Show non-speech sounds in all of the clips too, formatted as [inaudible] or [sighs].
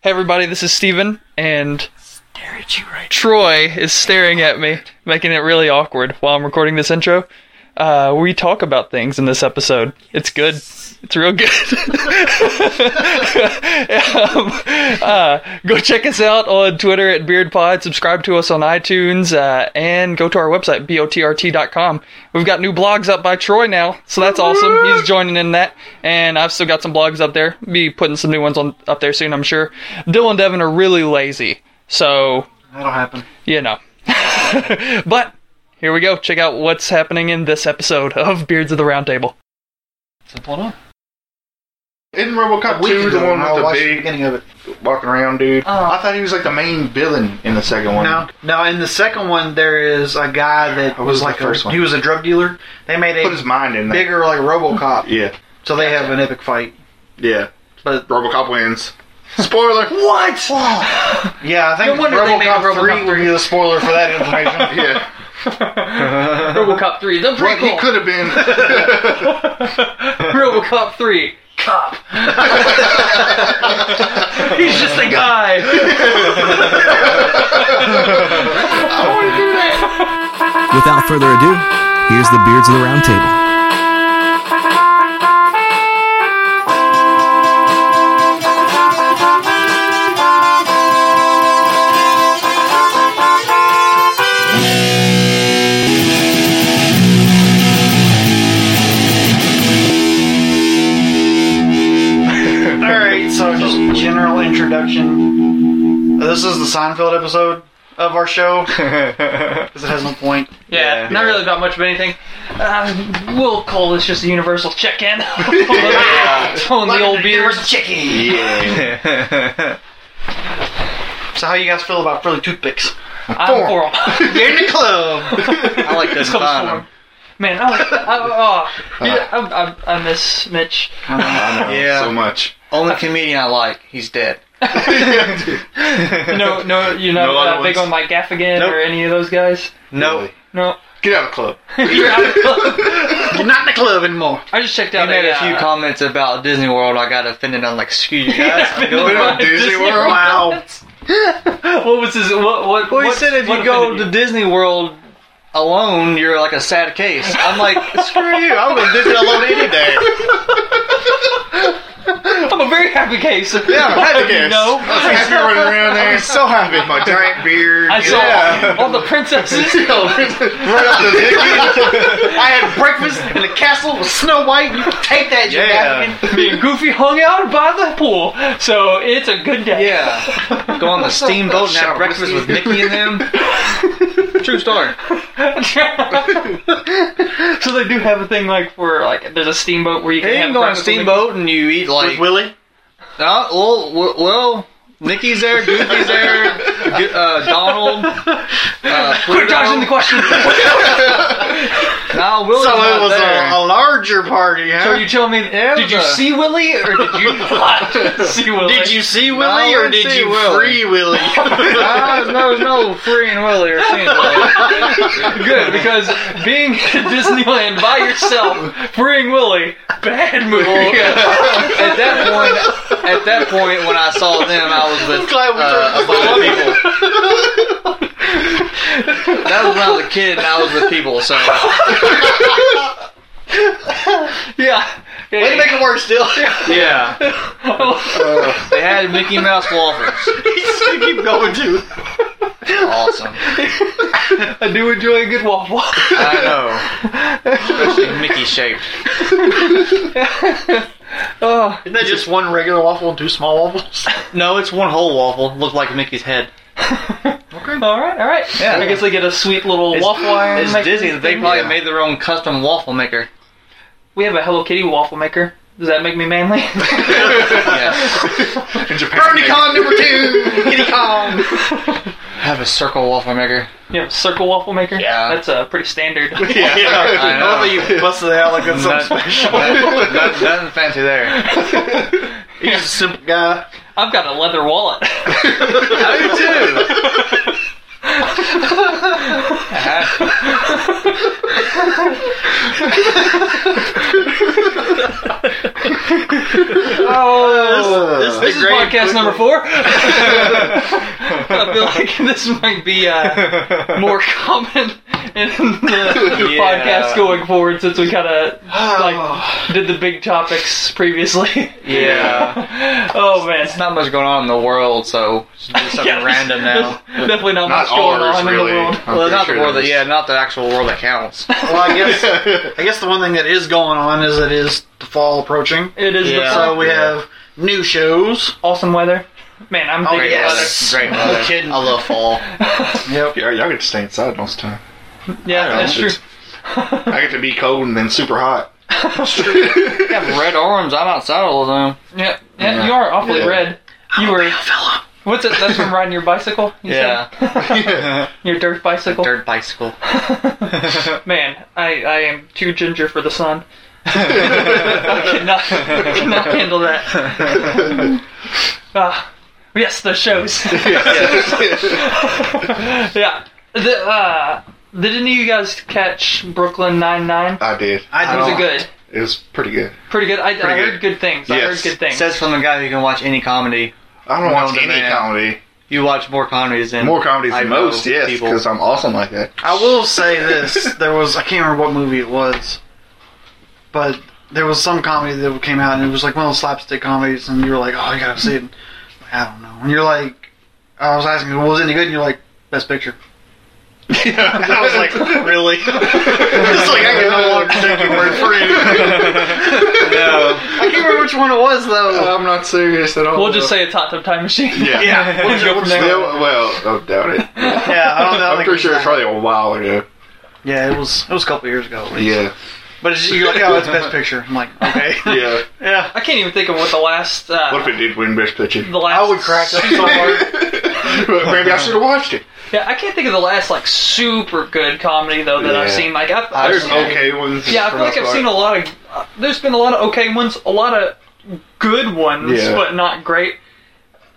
Hey everybody, this is Steven, and Stare at you right Troy is staring at me, making it really awkward while I'm recording this intro. Uh, we talk about things in this episode. It's good. It's real good. [laughs] um, uh, go check us out on Twitter at BeardPod. Subscribe to us on iTunes, uh, and go to our website botrt.com. We've got new blogs up by Troy now, so that's awesome. He's joining in that, and I've still got some blogs up there. Be putting some new ones on up there soon, I'm sure. Dylan and Devin are really lazy, so That'll happen. you know. [laughs] but here we go. Check out what's happening in this episode of Beards of the Roundtable. What's going on? Isn't RoboCop 2 the one with the big beginning of it. walking around dude? I thought he was like the main villain in the second one. No, no. In the second one, there is a guy that What was was the like first a, one? he was a drug dealer. They made Put his a mind in there. bigger like RoboCop, Yeah. so they have an epic fight. Yeah. But RoboCop wins. Spoiler. what? yeah, I think No wonder they made RoboCop, RoboCop three would be the spoiler for that information. yeah. RoboCop 3, the What he prequel. could have been. [laughs] RoboCop 3, [laughs] cop. He's just a [laughs] guy. Without further ado, here's the Beards of the Round Table. All right, so just general introduction. This is the Seinfeld episode of our [laughs] show because it has no [laughs] point. Yeah, not really about much of anything. Uh, we'll call this just a universal check-in. [laughs] on the old beers. chicken. yeah. [laughs] So how you guys feel about Philly toothpicks? I'm for [laughs] 'em. You're in the [laughs] club. I like this Comes time. Man, I, I, Uh. oh, you know, I, I, I miss Mitch. I know. Yeah. So much. Only comedian I like. He's [laughs] dead. No, no, you're not No other uh, big ones? on Mike Gaffigan Nope. or any of those guys. [laughs] No, Really. No, Get out of the club. You're out of the club. You're not in the club anymore. I just checked he out made a, a few uh, comments about Disney World. I got offended. I'm like, screw you guys. [laughs] I'm going Been to- on Disney World. Wow. [laughs] What was his? What? What? Well, he what- said if what you go offended to Disney World alone, you're like a sad case. I'm [laughs] like, screw you. I'm going to Disney alone any day. you? I'm a very happy case. [laughs] [laughs] Yeah, I'm happy case. No, I was happy running around there. I'm so happy. With my giant beard. I saw yeah. all the princesses. [laughs] Right up [laughs] the hickey. I had breakfast in the castle with Snow White. You take that, you Yeah. African. Me and Goofy hung out by the pool, so it's a good day. Yeah. Go on [laughs] the steamboat and have breakfast with Mickey and them. True story. [laughs] so they do have a thing like for like there's a steamboat where you can You have can go on a breakfast with- steamboat and you eat like With Willie. Uh, well, well, well, Nikki's there, Goofy's there, [laughs] Go- uh, [laughs] Donald. Uh, Quit dodging the [laughs] question. No, Willie's So not it was there. a, a larger party, huh? so you tell me, Yeah, it did was you a- see Willie or did [laughs] you not [laughs] see Willie? did you see No, I Willie or didn't did see you Willie. free Willie? Ah, Uh, no, no, Free and Willie are seeing Good, because being [laughs] at Disneyland by yourself, freeing Willy, bad move. [laughs] At that point, at that point, when I saw them, I was with Glad [laughs] we uh, a bunch of people. That was when I was a kid, and I was with people. So Yeah. yeah. Way to make it worse, still. [laughs] yeah, they had Mickey Mouse [laughs] wafers. you keep going too. Awesome. I do enjoy a good waffle. [laughs] I know, especially Mickey shaped. Oh, Isn't that just one regular waffle and two small waffles? [laughs] No, it's one whole waffle. Looked like Mickey's head. all right, all right. Yeah. I guess they get a sweet little It's, waffle iron. it's maker Disney. They thing. probably Yeah. made their own custom waffle [laughs] maker. We have a Hello Kitty waffle maker. Does that make me [laughs] manly? Yes. In Japan. Con number two. Kitty [laughs] Kong. Have a circle waffle maker. you have a circle waffle maker. Yeah. that's uh, pretty [laughs] standard. [laughs] I Yeah. know. you busted it out like that's Not- something special. not- not- nothing fancy [laughs] there. He's a simple guy. I've got a leather wallet. [laughs] I do too. I- Oh, This, this this is great. podcast number four. I feel like this might be uh, more common in the podcast going forward since we kind of [sighs] like did the big topics previously. Yeah. oh man, It's not much going on in the world, so just do something Yeah, random now. there's [laughs] Definitely not, Not much going ours, on really. in the world. I'm well, not pretty the sure world that, yeah, there's- not the actual world that counts. Well, I guess I guess the one thing that is going on is it is the fall approaching. It is Yeah. the So we Yeah. have new shows. awesome weather. Man, I'm digging Oh, yes. Great No weather. kidding. I love fall. Yep. Yeah, y'all get to stay inside most of the time. weather. Yeah, that's true. It's- I get to be cold and then super hot. [laughs] I have red arms. I'm outside all the time. Yeah, yeah, you are awfully Yeah. red. You were. What's it? That's from riding your bicycle. You Yeah. said? [laughs] your dirt bicycle. Third [laughs] bicycle. Man, I, I am too ginger for the sun. I cannot, cannot handle that. Ah, yes, the shows. [laughs] yeah. The, uh, didn't you guys catch Brooklyn Nine Nine? [laughs] I did. I Was don't- it good? It was pretty good. Pretty good. I, I good. heard good things. I heard Yes. good things. Says from the guy who can watch any comedy. I don't watch No any demand. comedy. You watch more comedies than More comedies I than know most, yes, people. because I'm awesome like that. I will say this: [laughs] there was I can't remember what movie it was, but there was some comedy that came out, and it was like one of those slapstick comedies, and you were like, "Oh, you gotta see it." I don't know. And you're like, I was asking, well, "Was it any good?" And you're like, "Best picture." And [laughs] I was [laughs] like, [laughs] "Really?" it's like I can no longer take your word for it. No. [laughs] I can't remember which one it was though. I'm not serious at all. We'll just say it's Hot Tub Time Machine. [laughs] Yeah. yeah, We'll go from there. Still- uh, well, I doubt it. yeah, I don't know. I I'm think pretty sure was it's probably a while ago. that. Yeah, it was. It was a couple years ago. at least. Yeah. but it's, you're like, "Oh, it's best picture." I'm like, "Okay." [laughs] Yeah. Yeah. I can't even think of what the last. Uh, What if it did win Best Picture? the last I would crack up so hard. [laughs] Maybe I should have watched it. Yeah, I can't think of the last like super good comedy though that I've Yeah. seen. Like I've, I've There's seen- okay ones. Yeah, I feel like I've seen a lot of. Uh, there's been a lot of okay ones, a lot of good ones, Yeah. but not great.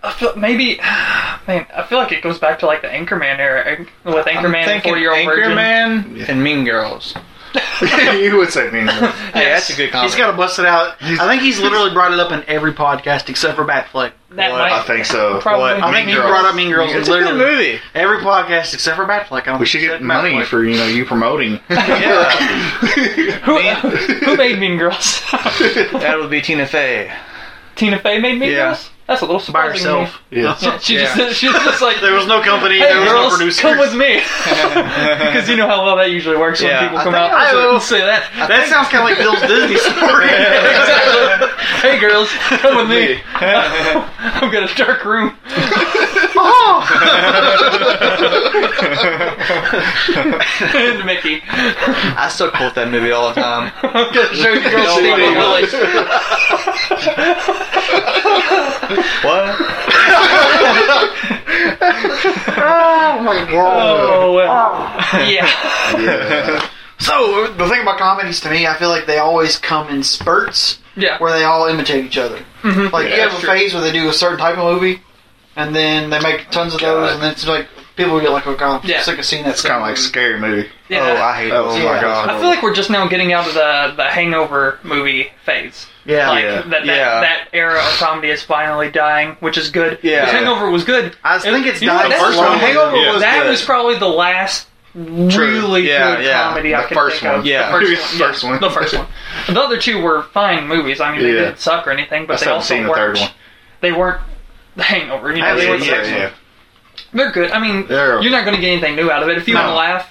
I feel maybe, [sighs] man. I feel like it goes back to like the Anchorman era with Anchorman and Forty Year Old Virgin. Anchorman and Mean Girls. [laughs] you would say me. Hey, that's a good comedy. He's got to bust it out. I think he's literally brought it up in every podcast except for Batfleck. That What? might I think so. probably. I think Mean he Girls. brought up Mean Girls in it's a good literally movie. every podcast except for Batfleck. I don't We should think get he said money Batfleck. for you know [laughs] you promoting. who, [laughs] who made Mean Girls? That would be Tina Fey. Tina Fey made Mean Yeah. Girls. That's a little by surprising. to me. herself. yes. Yeah, [laughs] she Yeah. just she's just like There was no company. Hey, there was girls, no producer. come with me. Because you know how well that usually works Yeah. when people I come think out. I I will- will say that. that sounds kind of [laughs] like Bill's Disney story. [laughs] hey, girls, come with me. [laughs] I'm going to dark room. [laughs] and Mickey. [laughs] [laughs] I still quote that movie all the time. I'm going to show you girls Oh Steve my Willie. What? Oh, well. Yeah. [laughs] [laughs] so the thing about comedies to me, I feel like they always come in spurts Yeah. where they all imitate each other. Mm-hmm. Like you Yeah, have a phase where they do a certain type of movie, and then they make tons of those, God. and then it's like people get like, "Oh god, I'm Yeah. sick of seeing that." It's kind of like scary movie. Oh, yeah. I hate Oh those. my Yeah. god. I feel like we're just now getting out of the, the hangover movie phase. yeah, like Yeah. that, that, Yeah. that era of comedy is finally dying, which is good. Yeah. 'Cause Hangover was good. I think it's you know dying what, that's- slowly. Hangover Yeah. was that was probably the last really Yeah, good yeah. comedy I the can first think one. of. Yeah. The The first one. first one. The first one. The other two were fine movies. I mean, they Yeah. didn't suck or anything, I but they still haven't also seen the weren't. third one. They weren't the Hangover. You know, they Yeah, were yeah, yeah, yeah. They're good. I mean, They're- you're not going to get anything new out of it. If you want to No. laugh,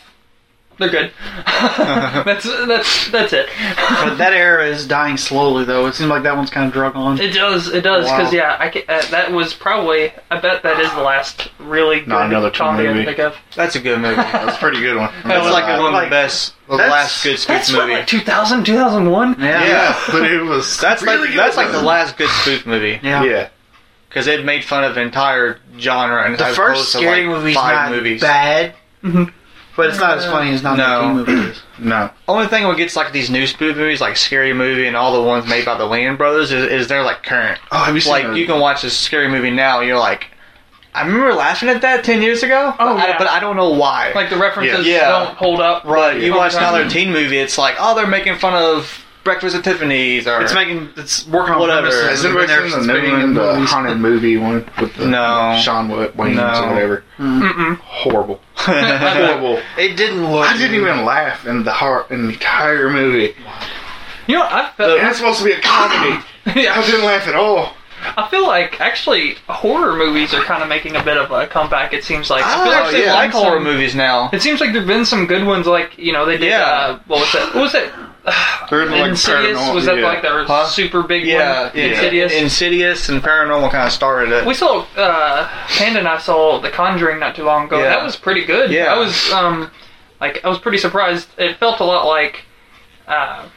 they're good. [laughs] that's that's that's it. But that era is dying slowly, though. It seems like that one's kind of drug on. [laughs] It does. It does. Wow. Because yeah, I ca uh, that was probably. I bet that is the last really good Not another Teen comedy I can movie. think of. That's a good movie. [laughs] That's That's a pretty good one. like Like- one of like- the best, the that's- last good spoof That's what, movie. like 2000, 2001. Yeah. yeah, but it was. [laughs] That's really like good that's like one. the last good spoof movie Yeah. Yeah. because it made fun of entire genre and The as first opposed to scary like movie's five not movies. bad, but it's not as funny as not No. the movie is. No. Only thing we gets like these new spoof movies, like Scary Movie and all the ones made by the Wayans Brothers, is, is they're like current. Oh, have you seen like the- you can watch this Scary Movie now, and you're like, I remember laughing at that ten years ago. Oh, but, yeah. I, but I don't know why. Like the references Yeah. don't hold up. Right, you watch Yeah. another teen movie, it's like, oh, they're making fun of Breakfast at Tiffany's or [laughs] It's making [laughs] it's working uh, on Whatever. Whatever. Has Has anybody seen the new one, the haunted movie one with the No. Sean Wa- Wayans No. or whatever? Mm-mm. Horrible, horrible. It didn't look. I didn't even laugh in the heart in the entire movie. You know, I [laughs] felt, And it's supposed to be a comedy. I didn't laugh at all. I feel like actually horror movies are kind of making a bit of a comeback. It seems like I feel don't like actually they've like done horror some- movies now. It seems like there've been some good ones. Like you know, they did. Yeah. Uh, what was that? What was [sighs] that? They're like Insidious paranormal- was that yeah. like the Huh? super big Yeah, one? yeah. Insidious. Insidious and Paranormal kind of started it. we saw uh, Panda and I saw The Conjuring not too long ago. Yeah. That was pretty good. Yeah. I was um, like I was pretty surprised. It felt a lot like uh,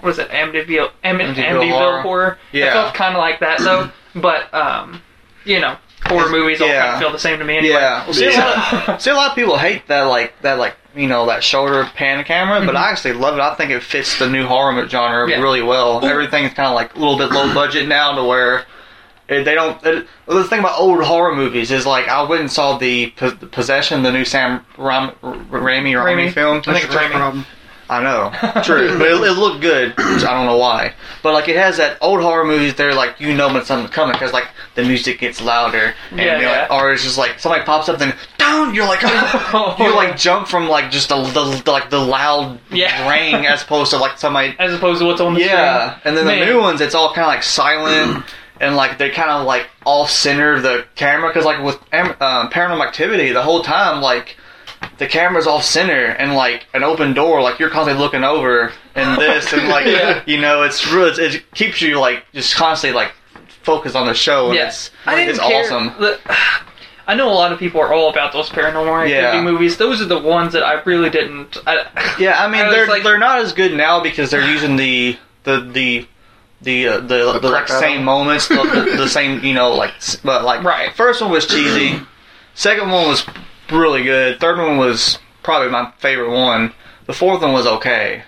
what is it? Amityville, Am- Amityville Amityville, horror. horror. Yeah. It felt kind of like that [clears throat] though. but um, you know, horror movies all yeah. kind of feel the same to me. Anyway. yeah, well, see, A lot of, see, a lot of people hate that like that like you know that shoulder pan camera, but I actually love it. I think it fits the new horror mo- genre Mm-hmm. Yeah. really well. Everything's kind of like a little bit low budget now to where. It, they don't. It, well, the thing about old horror movies is like I went and saw the, P- the Possession, the new Sam Ram, R- Raimi, Raimi Raimi. film. I think it's That's the Raimi. problem. [laughs] I know, true, but it, it looked good. [clears throat] I don't know why, but like it has that old horror movies. They're like you know when something's coming because like the music gets louder, and Yeah, you're like, yeah. or it's just like somebody pops up and down. You're like [laughs] you like jump from like just the, the, the like the loud Yeah. ring as opposed to like somebody [laughs] As opposed to what's on the yeah, screen. and then the Man. new ones it's all kind of [clears throat] like silent. And like they kind of like off center the camera because like with um, um, Paranormal Activity the whole time like the camera's off center and like an open door like you're constantly looking over and this and like [laughs] Yeah. you know it's real it's, it keeps you like just constantly like focused on the show and Yes, it's, it's awesome The- [sighs] I know a lot of people are all about those paranormal activity Yeah. movies. Those are the ones that I really didn't. I, [sighs] Yeah, I mean I was they're like- they're not as good now because they're using the the the the uh, the, the, like crap out of same them. moments, the, the, the same you know like s- but like Right. first one was cheesy, second one was really good, third one was probably my favorite one, the fourth one was okay,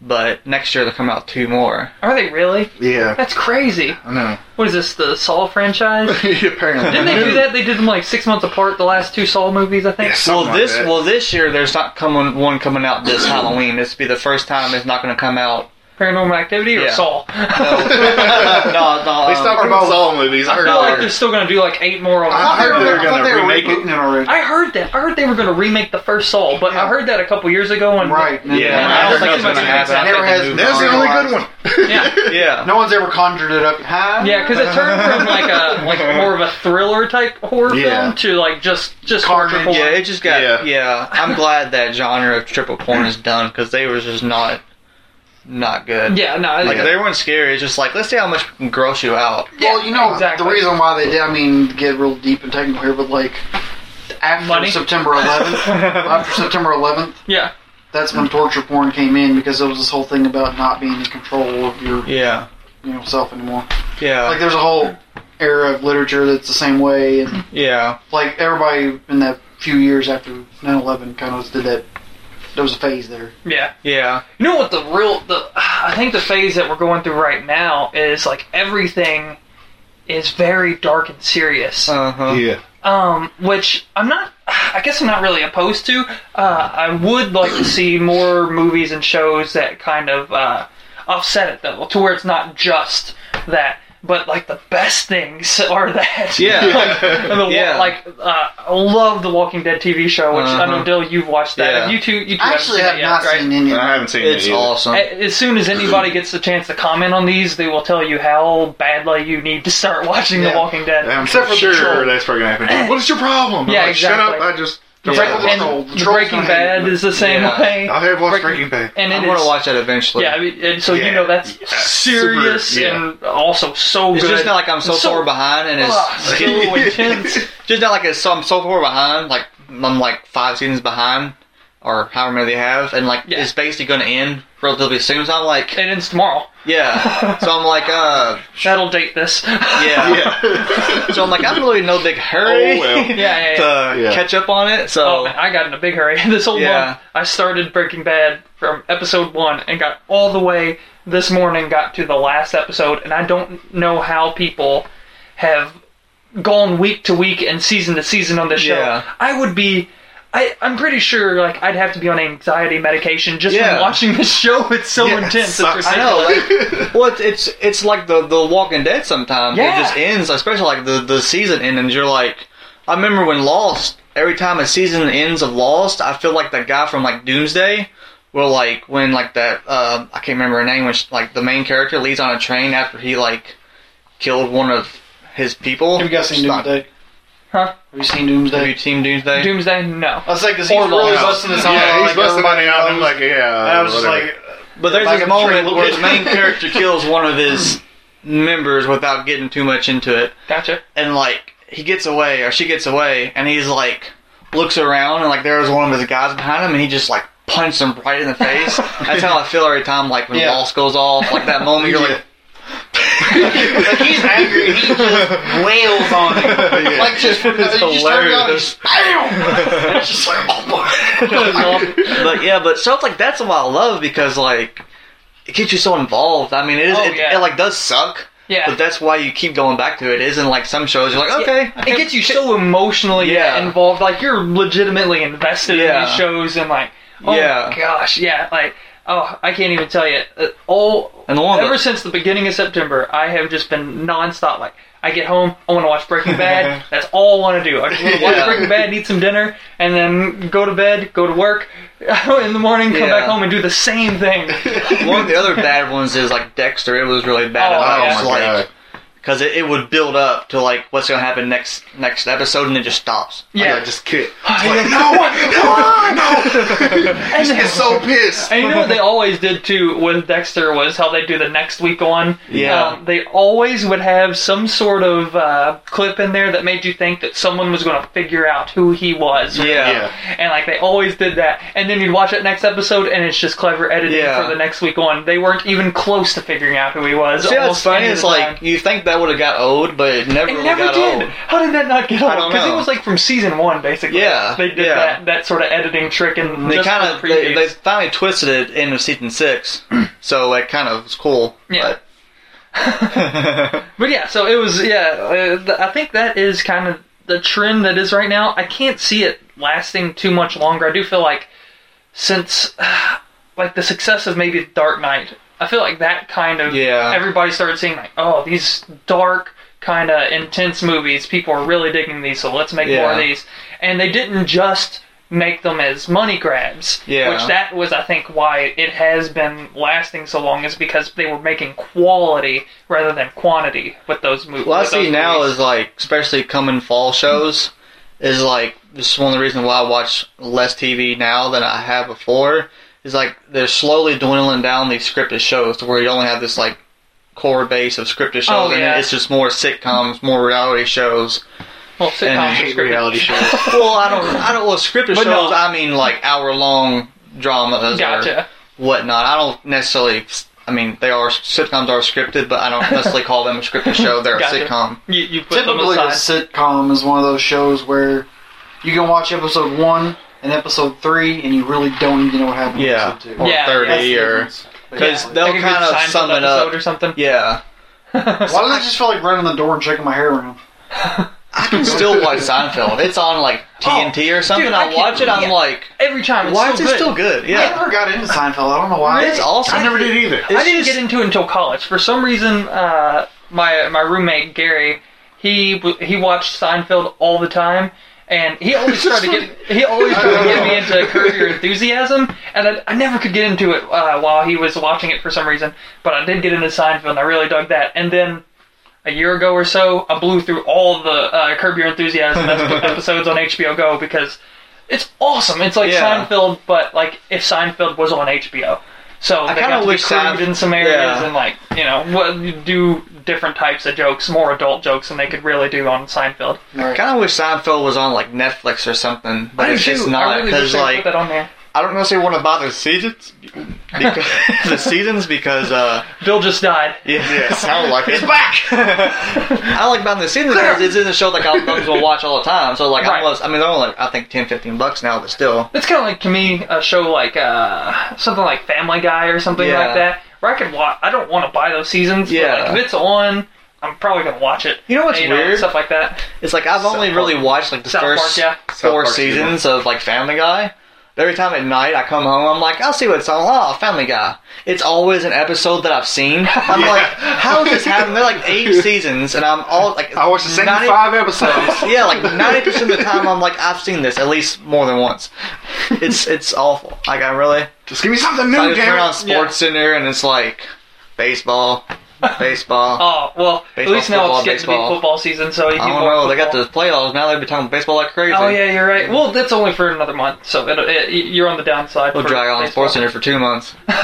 but next year they'll come out two more. Are they really? Yeah, That's crazy. I know. What is this? The Saw franchise? [laughs] Apparently, Didn't [laughs] they do that? They did them like six months apart. The last two Saw movies, I think. Yeah, something Well, like this that. well this year there's not coming one coming out this Halloween. This will be the first time it's not going to come out. [laughs] Paranormal Activity or Yeah. Saw? No, [laughs] I no, no. They um, stopped about all movies. I heard. feel like that. they're still gonna do like eight more. Of them. I heard they were I thought gonna they were remake rebooting it. it already. I heard that. I heard they were gonna remake the first Saw, but I Yeah. heard that a couple years ago. And Right. and Yeah, then- I I don't don't think know it's it's gonna happen. gonna I think happen. they moved That's the on. only good one. Yeah. Yeah. No one's ever conjured it up. Huh? Yeah, because it turned from like a like more of a thriller type horror Yeah. film to like just just Carnage. horror. Yeah, it just got. Yeah, Yeah. I'm glad that genre of triple porn is done because they were just not, not good. Yeah, no, like yeah. they weren't scary. It's just like let's see how much we can gross you out. Well, you know exactly. the reason why they did. I mean, to get real deep and technical here, but like after Money? September [laughs] 11th, after September 11th, yeah, that's when torture porn came in because there was this whole thing about not being in control of your Yeah, you know self anymore. yeah, Like there's a whole era of literature that's the same way, and yeah, like everybody in that few years after 9/11 kind of did that. There was a phase there. yeah. yeah, You know what the real the I think the phase that we're going through right now is like everything is very dark and serious. uh huh, [laughs] Yeah, um, which I'm not. I guess I'm not really opposed to. Uh, I would like to see more movies and shows that kind of uh, offset it, though, to where it's not just that. But like the best things [laughs] are that. Yeah. [laughs] like, and the, wa- Yeah. like uh, I love the Walking Dead TV show, which I Uh-huh. know Dill, you've watched that. Yeah. Have You two, you two I haven't actually seen have it yet, not right? seen any. of I Uh, it. haven't seen it. it's either. awesome. A- As soon as anybody gets the chance to comment on these, they will tell you how badly you need to start watching The Yeah. Walking Dead. I'm Except for the sure troll. that's probably gonna happen. [laughs] What is your problem? I'm Yeah, like, exactly. Shut up! I [laughs] just. Yeah. The And troll- the the troll's Breaking gonna hate it. Bad is the same Yeah. way. I have watched Breaking- Breaking Bad. and I'm it gonna is- watch that eventually. Yeah, I mean, and so you Yeah. know that's Yeah. serious Super, yeah. and also so It's good. just not like I'm so, And so- far behind, and it's Ugh, so [laughs] intense. just not like it's so, I'm so far behind. Like I'm like five seasons behind, or however many they have, and like Yeah. it's basically gonna end relatively soon. So I'm like, It ends tomorrow. [laughs] Yeah. So I'm like, uh, That'll date this. [laughs] yeah. [laughs] [laughs] [laughs] Yeah. So I'm like, I'm really in no big hurry [laughs] Oh, well. to yeah, yeah, yeah. Yeah. catch up on it. So Oh, man, I got in a big hurry. [laughs] This whole Yeah. month, I started Breaking Bad from episode one and got all the way this morning, got to the last episode, and I don't know how people have gone week to week and season to season on this show. Yeah. I would be. I, I'm pretty sure like I'd have to be on anxiety medication just Yeah. from watching this show. It's so Yeah, it intense. sucks. It's I know. Like, well, it's, it's it's like the the Walking Dead. Sometimes Yeah. it just ends, especially like the the season ends. You're like, I remember when Lost. Every time a season ends of Lost, I feel like that guy from like Doomsday. Well, like when like that uh, I can't remember her name. Which like the main character leads on a train after he like killed one of his people. Have you guys seen It's not- Doomsday? Huh? Have you seen Have you Doomsday? seen Doomsday? Doomsday? No. I was like, because he's Or really Lost. busting his own. yeah, he's like, busting money everybody out. knows. I'm like, yeah. And I was just whatever. like, But there's Like this a moment tree. where the main character kills one of his members without getting too much into it. Gotcha. and like he gets away or she gets away and he's like looks around and like there's one of his guys behind him and he just like punches him right in the [laughs] face. That's how I feel every time like when Yeah. Lost goes off, like that moment you're like like he's [laughs] angry. He just wails on [laughs] it. Like just, you just turn around, and just bam. And it's just like, oh [laughs] my. But yeah, but stuff like that's what I love because like it gets you so involved. I mean it is Oh, it, yeah. it like does suck. Yeah. But that's why you keep going back to it. It Isn't like some shows you're like, okay. I It can't- gets you so emotionally Yeah. involved. Like you're legitimately invested Yeah. in these shows and like, oh Yeah. gosh, yeah, like. Oh, I can't even tell you. Uh, All And the one ever that- since the beginning of September, I have just been nonstop. Like, I get home, I want to watch Breaking [laughs] Bad. That's all I want to do. I just want to watch Yeah. Breaking Bad, eat some dinner, and then go to bed, go to work [laughs] in the morning, come back Yeah. Oh, home and do the same [laughs] thing. [laughs] one of the other bad ones is like Dexter. It was really bad. Oh, I oh yeah. was my like, god. because it, it would build up to like what's gonna happen next next episode and it just stops. Yeah, Yeah, just [laughs] kick. [laughs] I [laughs] [laughs] Just get so pissed. And you know what [laughs] they always did too with Dexter was how they do the next week on. Yeah. Um, they always would have some sort of uh, clip in there that made you think that someone was going to figure out who he was. Yeah. Yeah. And like they always did that, and then you'd watch that next episode, and it's just clever editing Yeah. for the next week on. They weren't even close to figuring out who he was. See, that's almost funny. any of It's the like time. you think that would have got old, but it never, it really never got did. old. How did that not get old? I don't it know. was like from season one, basically. Yeah, They did yeah. that that sort of editing trick, and They just kind the of they, they previews. finally twisted it end of season [clears throat] six, so it kind of was cool. Yeah. [laughs] but- But yeah, so it was yeah. Uh, th- I think that is kind of the trend that is right now. I can't see it lasting too much longer. I do feel like since [sighs] like the success of maybe Dark Knight, I feel like that kind of Yeah. Everybody started seeing like, oh, these dark kind of intense movies. People are really digging these, so let's make more of Yeah. these. And they didn't just make them as money grabs, Yeah. which that was, I think, why it has been lasting so long is because they were making quality rather than quantity with those movies. What I with those see now movies. is like, especially coming fall shows, is like this is one of the reasons why I watch less TV now than I have before. Is like they're slowly dwindling down these scripted shows to where you only have this like core base of scripted shows, Oh, yeah. and it's just more sitcoms, more reality [laughs] shows. well, and I sitcoms are hate scripted. shows. Well, I don't, I don't. Well, scripted But shows, no. I mean like hour long dramas or Gotcha. whatnot. I don't necessarily. I mean, they are sitcoms are scripted, but I don't necessarily call them a scripted show. They're Gotcha. a sitcom. You, you put Typically, them a aside. sitcom is one of those shows where you can watch episode one and episode three, and you really don't even know what happened. in Yeah. episode two. Or Yeah, That's the thirty or difference, because basically. they'll like a good kind of Seinfeld sum it episode up. or something. [laughs] Yeah, why did I just feel like running the door and checking my hair around? I can still watch Seinfeld. It's on [laughs] like TNT or something. Oh, dude, I I, watch it. can't- I'm yeah. like, Every time, it's why so is good. it still good? I Yeah, never got into Seinfeld. I don't know why. it's awesome. I never did either. I didn't just- get into it until college. For some reason, uh, my my roommate Gary, he w- he watched Seinfeld all the time, and [laughs] he always tried to get he always tried to get me into Curb Your Enthusiasm, and I, I never could get into it uh, while he was watching it for some reason. But I did get into Seinfeld, and I really dug that. And then a year ago or so, I blew through all the uh, Curb Your [laughs] Enthusiasm episodes on HBO Go because it's awesome. It's like Yeah. Seinfeld, but like if Seinfeld was on HBO. So I kinda kind of wish wish Seinf- in some areas yeah. and like you know what do different types of jokes, more adult jokes than they could really do on Seinfeld. I kind of wish Seinfeld was on like Netflix or something, but it's just I not really wish because they put like that on there. I don't necessarily want to buy the seasons because [laughs] [laughs] the seasons because uh Bill just died. [laughs] yeah, Yeah, it sounded like it's it. back. I like buying the seasons because it's in the show like I'm going to watch all the time. So like Right. I was, I mean they're only like I think 10, 15 bucks now, but still. It's kind of like to me a show like uh, something like Family Guy or something Yeah. like that, where I could watch. I don't want to buy those seasons. Yeah. but like, if it's on, I'm probably gonna watch it. You know what's And, weird? stuff like that. It's like I've only Park. really watched like the South first Park, yeah. South four Park season. seasons of like Family Guy. Every time at night I come home, I'm like, I'll see what's on. Oh, Family Guy. It's always an episode that I've [laughs] seen. I'm Yeah. like, how is this happening? They're like eight [laughs] seasons, and I'm all like, I watched the same 90 [laughs] five episodes. Yeah, like ninety percent of the time, I'm like, I've seen this at least more than once. It's it's awful. Like I really. Just give me something I new, just turn damn on it. Sports Center and it's like baseball, baseball. [laughs] Oh well, Baseball, at least now football, it's getting to baseball. be football season, so you I can don't watch know. They got football. the playoffs now. They've been talking baseball like crazy. Oh yeah, you're right. Well, that's only for another month, so it, it, you're on the downside. We'll for drag on baseball. Sports Center for two months. [laughs] It's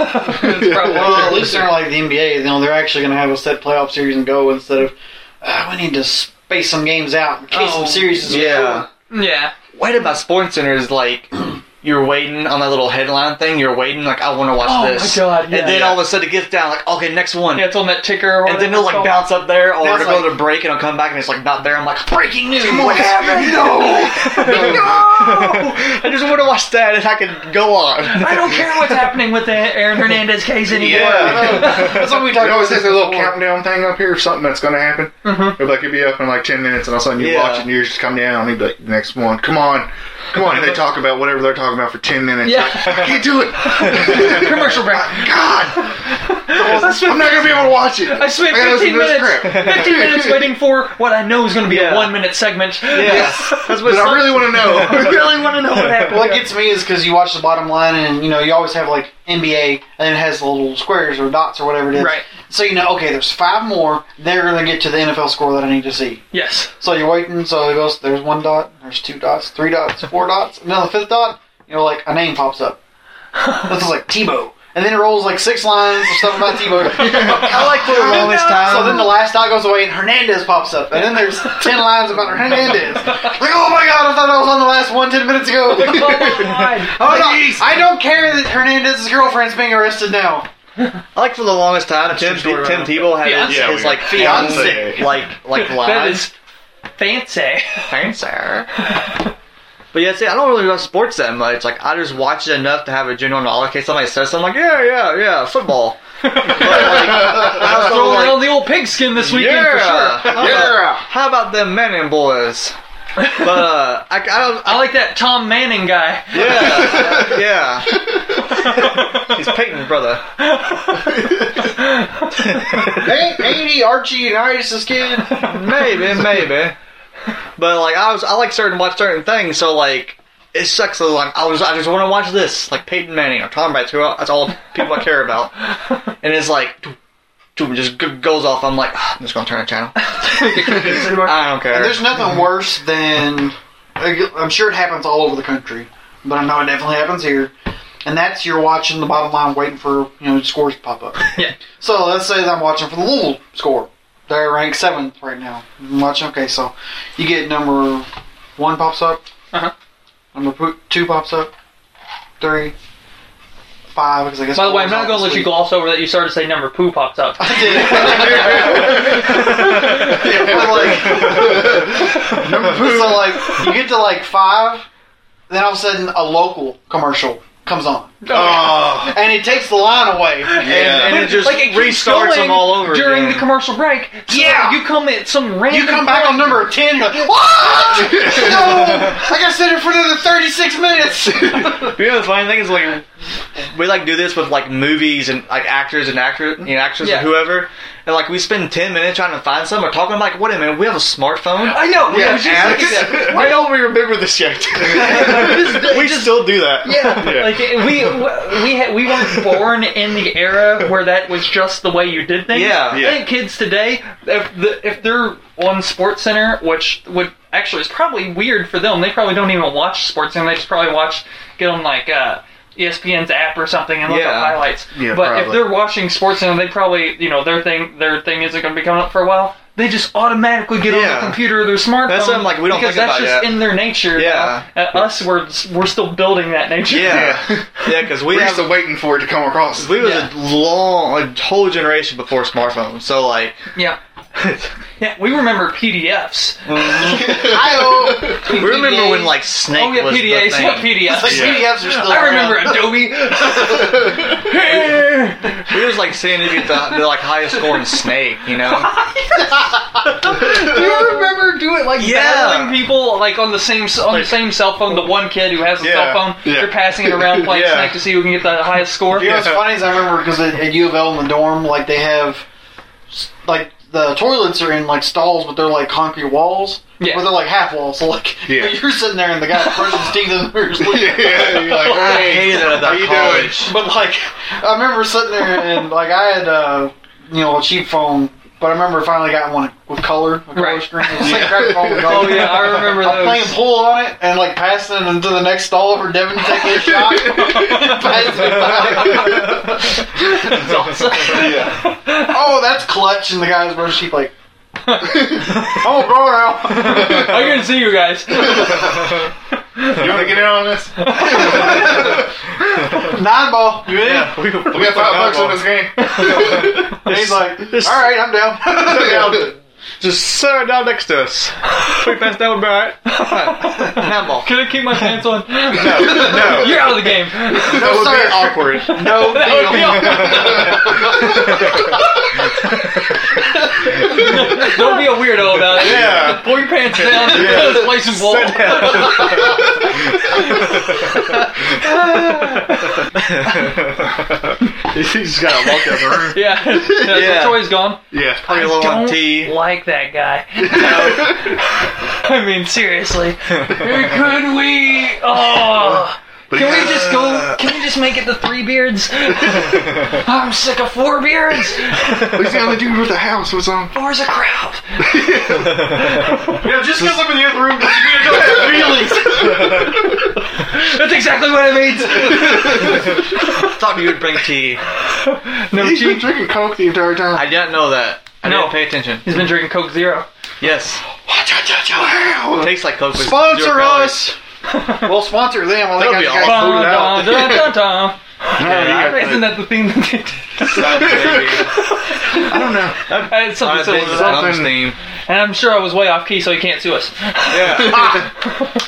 probably- Well, at least they're not like the NBA. You know, they're actually going to have a set playoff series and go instead of uh, we need to space some games out in case Oh, some series [laughs] is yeah. What about Sports Center is like [clears throat] you're waiting on that little headline thing. You're waiting like I want to watch Oh, my this. God, yeah. and then all of a sudden it gets down like okay next one. Yeah, it's on that ticker. Or And then they'll whatever like it's called. bounce up there, or That's it'll go like- to break, and it'll come back, and it's like not there. I'm like, oh, breaking news! What happened? [laughs] I just want to watch that, and I can go [laughs] on. I don't [laughs] care what's happening with the Aaron Hernandez case anymore. That's what we It talked always about. has a little before. countdown thing up here of something that's going to happen. Mm-hmm. It'll be like, it'll be up in like 10 minutes, and all of a sudden you Yeah. watch it and yours just come down. And you'll be like, next one. Come on. Come on. And they talk about whatever they're talking about for 10 minutes. Yeah. Like, I can't do it. [laughs] Commercial [laughs] break. God. I spent, I'm not going to be able to watch it. I spent gotta 15 listen to this minutes, [laughs] crap. [laughs] 15 minutes waiting for what I know is going to be Yeah. a one minute segment. [laughs] [laughs] That's But I really want to I know. really want to know what happened. What gets me is because you watch the bottom line, and you know you always have like NBA, and it has the little squares or dots or whatever it is. Right. So you know, okay, there's five more. They're gonna get to the NFL score that I need to see. Yes. [laughs] So you're waiting. So it goes. There's one dot. There's two dots. Three dots. Four dots. And then the fifth dot. You know, like a name pops up. [laughs] This is like Tebow, and then it rolls like six lines or something about Tebow. [laughs] I like the longest time. [laughs] So then the last dot goes away and Hernandez pops up. And then there's [laughs] 10 lines about Hernandez. Like, oh my god, I thought I was on the last one 10 minutes [laughs] ago. oh, Oh, my God. no, I don't care that Hernandez's girlfriend's being arrested now. I like for the longest time. Tim, too short, Tim I don't Tebow had his, Fiancé. his like Fiancé. hand, like [laughs] like that lines. is fancy. Thanks, [laughs] But yeah, see, I don't really watch sports that much. Like, I just watch it enough to have a general knowledge. In case somebody says something, I'm like, yeah, yeah, yeah, football. but, like, I was [laughs] Throwing [laughs] like, around the old pigskin this weekend yeah, for sure. how, Yeah. About, how about them men and boys? But uh, I, I don't. I like that Tom Manning guy. yeah, yeah. He's Peyton, brother. [laughs] Ain't, ain't he Archie Unitas' kid? Maybe, maybe. But like, I was, I like certain watch certain things. So like, it sucks. That, like, I was, I just want to watch this, like Peyton Manning or Tom Brady. Who I- that's all people I care about. And it's like, doo- doo, just g- goes off. I'm like, "Ah, I'm just gonna turn [laughs] the channel. I don't care. There's nothing worse than. I'm sure it happens all over the country, but I know it definitely happens here. And that's you're watching the bottom line waiting for, you know, scores to pop up. [laughs] Yeah. So let's say that I'm watching for the Louisville score. They're ranked seventh right now. I'm watching. Okay, so you get number one pops up. Uh-huh. Number po- two pops up. Three. Five, because I guess. By the way, I'm four's not out going to this let you week. gloss over that you started to say number poo pops up. I [laughs] [laughs] did. Yeah, but [laughs] like- so like you get to like five, then all of a sudden a local commercial comes on, oh, and it takes the line away. yeah. [laughs] and it just like it keeps restarts going them all over during again. the commercial break. So Yeah. you come at some random. You come back on point. number 10 and you're like, What? no! I gotta sit here for another 36 minutes! [laughs] You know, the funny thing is like we like do this with like movies and like actors and actors, you know, actors Yeah. and whoever, and like we spend ten minutes trying to find some or talking. I'm like, wait a minute, we have a smartphone. I know. Yeah, I was just Alex. thinking [laughs] that. Why don't we remember this yet? we still do [laughs] that. Yeah, Yeah. like we we had, we weren't born in the era where that was just the way you did things. Yeah. Yeah. I think kids today, if the, if they're on Sports Center, which would actually is probably weird for them, they probably don't even watch Sports Center. They just probably watch get on like uh, ESPN's app or something and look Yeah. up highlights. Yeah, but if probably. they're watching Sports Center, they probably you know their thing their thing isn't going to be coming up for a while. They just automatically get on the Yeah. computer or their smartphone. what I'm like, we don't because think that's about just that. in their nature. Yeah. Uh, us, we're we're still building that nature. [laughs] yeah, yeah, because we We're have still waiting for it to come across. we was Yeah. a long, a whole generation before smartphones. So [laughs] like, Yeah. Yeah, we remember PDFs. I We remember when like Snake Oh yeah, was PDAs. the thing. Yeah, PDFs. Like PDFs are still. I remember around. Adobe. Hey! We was like seeing if you the, the like highest score in Snake, you know? Do you remember doing like Yeah. battling people like on the same s- on the same cell phone? The one kid who has a Yeah. cell phone, Yeah. you're passing it around playing Yeah. Snake to see who can get the highest score. You know what's funny is I remember because at, at U of L in the dorm, like they have, like the toilets are in like stalls, but they're like concrete walls. [laughs] Yeah. [laughs] But they're like half walls, so like Yeah. you're sitting there and the guy brushes his teeth in the mirror. is [laughs] like- yeah, [laughs] you're like, I hey, hated that how about you college. doing? But like, I remember sitting there and like I had uh, you know a cheap phone, but I remember finally got one with color, a color Right. [laughs] screen. It was like a crappy phone with color. Oh yeah, I remember I'm playing those. pool on it and like passing it into the next stall for Devin to take [laughs] a shot. Passing it by. That's awesome. Yeah. oh, that's clutch, and the guy's brush sheep like. oh, bro, now. I can see you guys. You want to get in on [laughs] this? Nine ball. You in? we got five bucks on this [laughs] game. And he's like, all right, I'm [laughs] down. [laughs] Just sit down next to us. Quick pass down would be alright. Handball. Can I keep my pants on? No, You're out of the game. that would sorry. be awkward. [laughs] no That would be deal. awesome. [laughs] Don't be a weirdo about it. Yeah. Pull your pants down. Yeah. This place is full. [laughs] you just gotta walk out the room. Yeah. yeah. Yeah. So Troy's gone. Yeah. Pretty low on tea. [laughs] like that guy. I mean, seriously. Could we? Oh. Can we just go? Can we just make it the three beards? I'm sick of four beards. He's the only dude with the house. What's on? Four's a crowd. Yeah, just because I'm in the other room doesn't mean I [laughs] don't really. That's exactly what it I thought you would bring tea. means. No He's been cheat. drinking coke the entire time. I didn't know that. I No. didn't pay attention. He's been drinking Coke Zero. Yes. Wow. Tastes like Coke. with zero Sponsor calories. us. We'll sponsor them. Well, they That'll got be the guy awesome. booted out. Dun, dun, dun, dun. Yeah, Isn't that the [laughs] thing? That they did? [laughs] Stop, baby. I don't know. it's something I silly. think to it's that. Dom's [laughs] theme. And I'm sure I was way off key, so he can't sue us. [laughs] Yeah. Ah.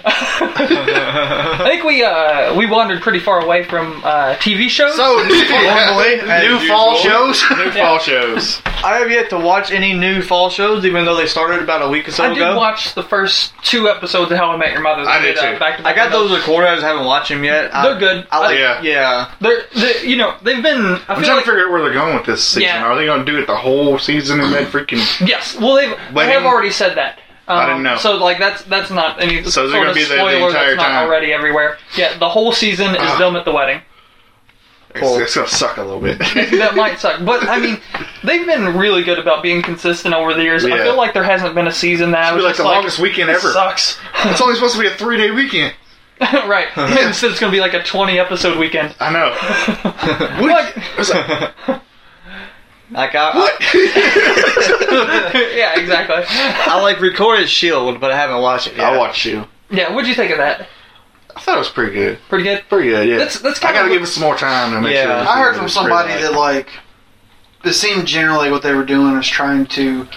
[laughs] I think we uh, we wandered pretty far away from uh, TV shows. So, new, Yeah. new Oh, As fall usual. shows. New fall shows. I have yet to watch any new fall shows, even though they started about a week or so I did ago. watch the first two episodes of How I Met Your Mother. I did uh, too. back-to-back I got those episodes. recorded. I just haven't watched them yet. I- They're good. I like, Yeah. yeah. yeah. They're, they you know, they've been. I I'm feel trying like, to figure out where they're going with this season. Yeah. Are they going to do it the whole season [clears throat] and then freaking? Yes. Well, they've they Wedding- have already said that. Um, I didn't know. So like that's that's not any So is sort it gonna of be the- the spoiler entire that's not time? Uh-huh. already everywhere. Yeah, the whole season is them at the wedding. It's, it's going to suck a little [laughs] bit. That might suck, but I mean, they've been really good about being consistent over the years. I Yeah. feel like there hasn't been a season that I was It'll be like just the longest weekend "This ever. Sucks. [laughs] It's only supposed to be a three day weekend. right. Uh-huh. [laughs] Instead, it's gonna be like a twenty episode [laughs] weekend. I [laughs] know. Like, It's like, Like I, yeah, exactly. I, I like recorded Shield, but I haven't watched it. Yet. I watched you. Yeah, what'd you think of that? I thought it was pretty good. Pretty good. Pretty good. Yeah. That's- that's I kinda got to what- give it some more time to make Yeah. sure. this I heard is from pretty somebody good. that like it seemed generally what they were doing is trying to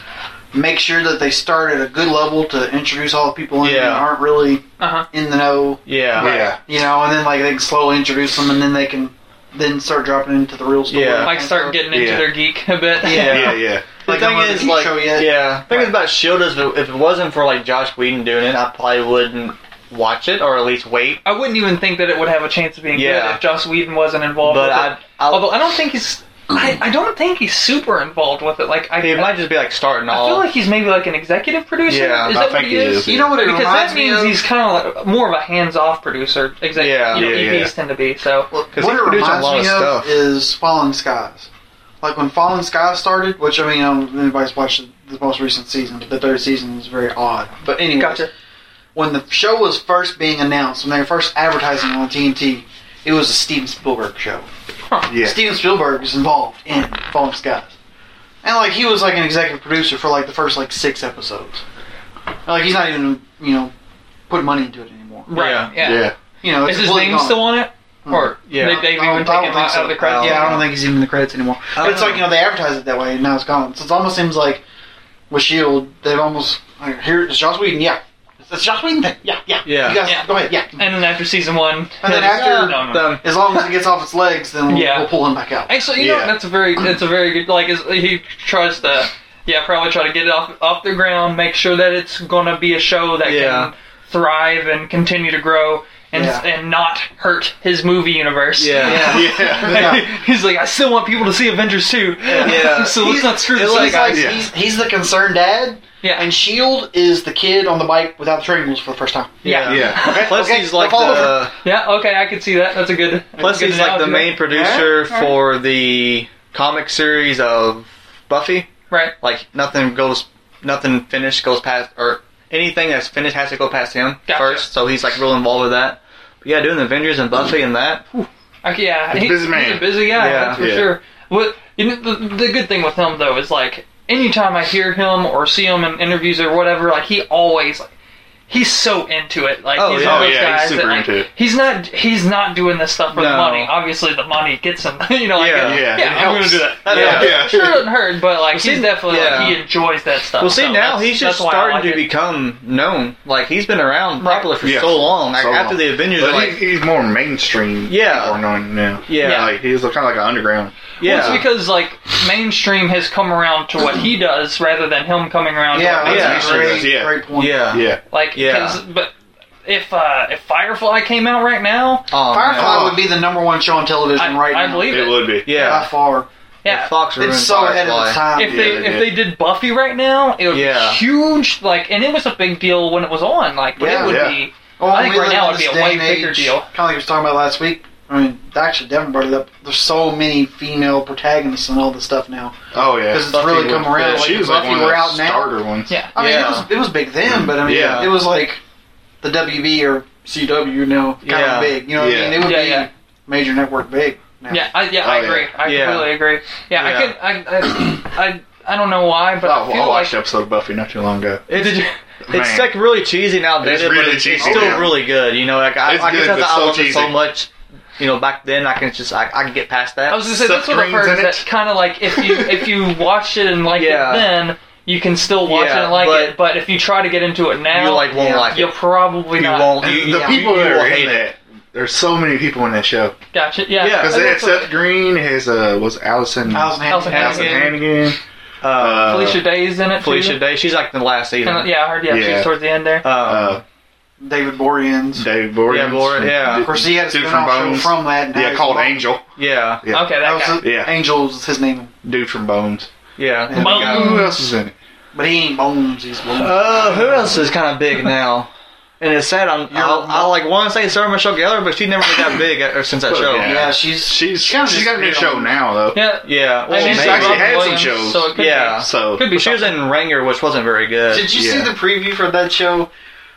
make sure that they start at a good level to introduce all the people in Yeah. that aren't really Uh huh. in the know, Yeah, Yeah. you know, and then like they can slowly introduce them, and then they can then start dropping into the real story. Yeah. Like start getting into Yeah. their geek a bit. Yeah. Yeah. Yeah. The Like, thing I'm on is, the like, show yet. yeah. The thing is about Shield E is, if it wasn't for like Josh Whedon doing it, I probably wouldn't watch it or at least wait. [laughs] I wouldn't even think that it would have a chance of being good Yeah. if Joss Whedon wasn't involved. But with I, it. I, although I don't think he's, I, I don't think he's super involved with it. Like I, it might just be like starting I off. feel like he's maybe like an executive producer. Yeah, is I that what think he he is? is, You know what it Because reminds that means me of? he's kind of like more of a hands-off producer. Exactly. Yeah. you know, Yeah, EPs tend to be so. what he it produced a reminds lot me of of stuff. is Fallen Skies. Like when Fallen Skies started, which I mean, I don't know if anybody's watched the most recent season. The third season is very odd, but anyway, Gotcha. when the show was first being announced, when they were first advertising on TNT, it was a Steven Spielberg show. Yeah. Steven Spielberg is involved in Fallen Skies, and like he was like an executive producer for like the first like six episodes. And, Like he's not even you know putting money into it anymore. Right. Yeah. Yeah. Yeah. You know, Is it's his completely name gone. still on it? Or Yeah. they, they've I don't- even I taken don't him think out so. of the credits. Yeah, I don't think he's even in the credits anymore. But it's like you know they advertise it that way, and now E it's gone. So it's almost seems like with Shield, they've almost like here it's Joss Whedon. Yeah, it's It's Joss Whedon thing. Yeah, yeah. Yeah. You guys, Yeah. Go ahead. Yeah. And then after season one, Mm-hmm. And then he'll- after- no, no, no. Done. As long as it gets off its legs, then we'll, Yeah. we'll pull him back out. Actually, you know Yeah. that's a very that's a very good like is, he tries to yeah probably try to get it off off the ground, make sure that it's gonna be a show that Yeah. can thrive and continue to grow and Yeah. and not hurt his movie universe. Yeah. [laughs] Yeah. He's like, I still want people to see Avengers 2. [laughs] Yeah. so let's not screw He's this up, like, guys. Yeah. he's, he's the concerned dad, Yeah. and Shield E is the kid on the bike without the training wheels for the first time. yeah. Yeah. Yeah. Okay, Plus okay, he's like I'll follow her. the okay, I can see that. That's a good. that's a plus good he's like the analogy. main producer Yeah, alright. for the comic series of Buffy. Right. Like nothing goes, nothing finished goes past, or anything that's finished has to go past him Gotcha. first. So he's like real involved with that. But yeah, doing the Avengers and Buffy and that. Okay, yeah, He's a busy He's man. a busy guy, Yeah. that's for Yeah. sure. What you know, the, the good thing with him though is like anytime I hear him or see him in interviews or whatever, like he always like he's so into it. Like Oh, he's yeah. one of Oh, those yeah, he's guys super that like, into it. he's not he's not doing this stuff for the No. money. Obviously, the money gets him. [laughs] you know, like Yeah. uh, Yeah, it I'm gonna helps. do that. That yeah. helps. sure doesn't hurt, but like he's see, definitely yeah. like he enjoys that stuff. Well, see so now that's- he's just that's why I starting like to it. become known. Like he's been around Right. popular for Yeah. so long. Like So after long. the Avengers, But like he, he's more mainstream. Yeah. Or known now. Yeah. Like, he's kind of like an underground. yeah, Well, it's because like mainstream has come around to what he does rather than him coming around to Yeah, what Yeah. that's a Yeah. Great, Yeah. great point. yeah, Yeah. Like, Yeah. 'cause- but if uh, if Firefly came out right now, Oh, man. Firefly would be the number one show on television I, right I now. believe it. It would be. By yeah. far. Yeah. Fox ruined It's so ahead of Firefly. its time. If Yeah, they they if did. they did Buffy right now, it would Yeah. be huge. Like, and it was a big deal when it was on. Like, but Yeah. it would Yeah. be. Oh, I think right now it'd be a way bigger deal. Kind of like you was talking about last week. I mean, actually, Devin brought it up. There's so many female protagonists and all this stuff now Oh, yeah. because it's really come Yeah, around. she like, was like Buffy one of were the out now. starter ones. Yeah. I mean, Yeah. it was it was big then, but I mean, Yeah. it was like the WB or CW now kind Yeah. of big. You know what Yeah. I mean? It would Yeah, be yeah. major network big. Now. Yeah, I, yeah, I Oh, yeah. agree. I Yeah. completely agree. Yeah, Yeah. I could. I, I, I, I don't know why, but Oh, I well, I feel watched like an episode of Buffy not too long ago. It's, Did you- it's Man. like really cheesy and outdated, It's really but it's, it's cheesy. still Oh, yeah. really good. You know, like I, It's I guess good, because but I so loved it so cheesy. much. You know, back then I can just I, I can get past that. I was gonna say that's Seth what I've Green's heard. in That it. kind of like if you if you watch it and like Yeah. it, then you can still watch Yeah, it and like but- it. But if you try to get into it now, you like won't yeah. like you'll it. probably You not. won't. And You, the yeah, people you, that you will are hate in it. that, there's so many people in that show. Gotcha. Yeah. Yeah. Because And they had that's what- Seth Green, his, uh, was Allison, Allison Allison Hannigan. Allison Hannigan. Hannigan. Uh, Uh, Felicia Day's in it. Felicia too. Day, she's like the last season. And, yeah, I heard. Yeah, Yeah. she's towards the end there. Um, uh, David Boreanaz. Uh, Dave Boreanaz. Yeah, Bore- yeah. Of course, he had a Dude from spin-off show Bones. from that. and now Yeah, he's called involved. Angel. yeah, Yeah. Okay, That that, was guy. his, Yeah. Angel's his name, Dude from Bones. yeah. Yeah. Well, Bones. Who else is in it? but he ain't Bones. He's Bones. Uh, who else is kind of big now? And it's sad. I'm, You're- I'll, I'll like want to say Sarah Michelle Gellar, but she never really got big at, or since that Well, show. yeah. yeah. she's She's kinda she's just got a new big show on- now though. Yeah. Yeah, And she's it's actually Robin had some Williams, shows. So it could Yeah. Be. [laughs] So Could be But she was something. in Ringer, which wasn't very good. Did you Yeah. see the preview for that show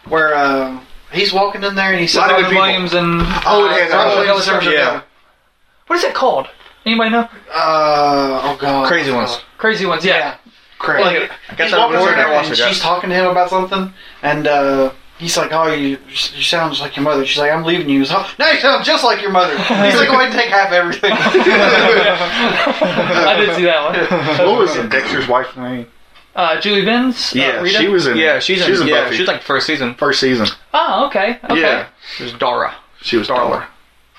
where uh, he's walking in there and he says, Lot of Robin people. Williams and Oh, it uh, has Robin all Williams those- and- yeah. What is it called? Anybody know? Uh, oh god, Crazy ones. Crazy ones. Yeah. Yeah, crazy. Like, I got he's that walking report in and I there watched it. and yeah. she's talking to him about something, and uh, he's like, "Oh, you, you sound just like your mother." She's like, "I'm leaving you." He's like, "No, you sound just like your mother." He's like, "Go ahead and take half everything." I did see that [laughs] one. What was it? Dexter's wife's name? Uh, Julie Benz. uh, Rita? she was in. Yeah, she's she was in, in yeah, Buffy. she was like the first season. first season. Oh, okay. Okay. Yeah, She was Dara. she was Darla. Darla.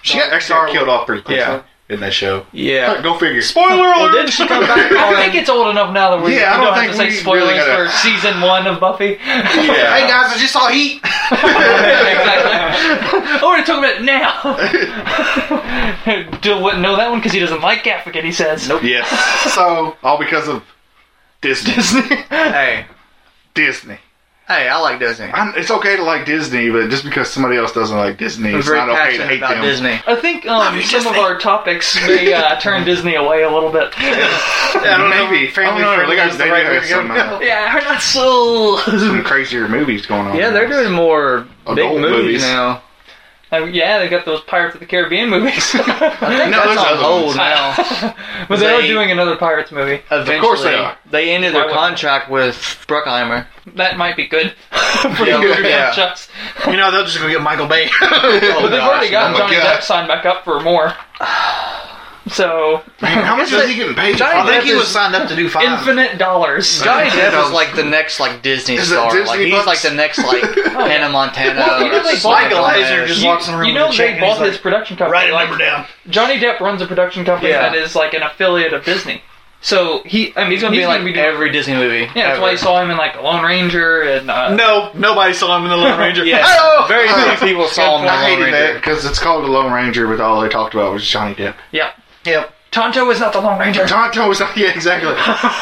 She got, actually got killed off pretty quick Yeah. in that show. Yeah. Go figure. Spoiler Well, didn't she come back on? I think it's old enough now that we you Yeah, I don't don't, have think to say we spoilers really gotta- for season one of Buffy. Yeah. Hey guys, I just saw Heat. exactly. I want to talk about it [laughs] now. Dill wouldn't know that one because he doesn't like Gaffigan, he says. [laughs] Nope. Yes, So all because of Disney. hey, Disney. hey, I like Disney. I'm I'm, it's okay to like Disney, but just because somebody else doesn't like Disney, it's very not okay to passionate hate about them. Disney. I think um, you, some of Disney. our topics may uh, turn Disney away a little bit. Yeah, [laughs] I don't know. I don't know. Maybe. They Family-friendly got is the they do right way have to some, go. uh, yeah, we're not so. some crazier movies going on. Yeah, they're doing more big Adult movies, movies. now. [laughs] Uh, yeah, they got those Pirates of the Caribbean movies. [laughs] but No, That's on there's other hold ones. now. they are They- doing another Pirates movie. Eventually, course they are. They ended Why their would- contract with Bruckheimer. That might be good [laughs] for Yeah, the older yeah. chucks. you know they'll just go get Michael Bay. [laughs] Oh, But they've already got oh my Johnny God. Depp signed back up for more. [sighs] So Man, how much is he getting paid? Johnny I think Depp he was is signed up to do five. infinite dollars. Johnny Yeah, that Depp is [laughs] was like the next like Disney Is it star. Disney like he's bucks? like the next like Hannah Montana. Well, you know, or they Selena bought Gomez. Glazer just You, walks in the room you with know a check they and he's bought his like, production company. Write a like, number down. Johnny Depp runs a production company Yeah. that is like an affiliate of Disney. So he, I mean, He's gonna be like doing- every Disney movie. Yeah, that's why you saw him in like Lone Ranger and uh, No, nobody saw him in [laughs] the Lone [laughs] Ranger. Yeah. Hey-oh! Very few people saw him. in I the Lone hated that Ranger. because it's called the Lone Ranger, but all they talked about was Johnny Depp. yeah. Yep. Tonto is not the Lone Ranger. Tonto was not, yeah, exactly.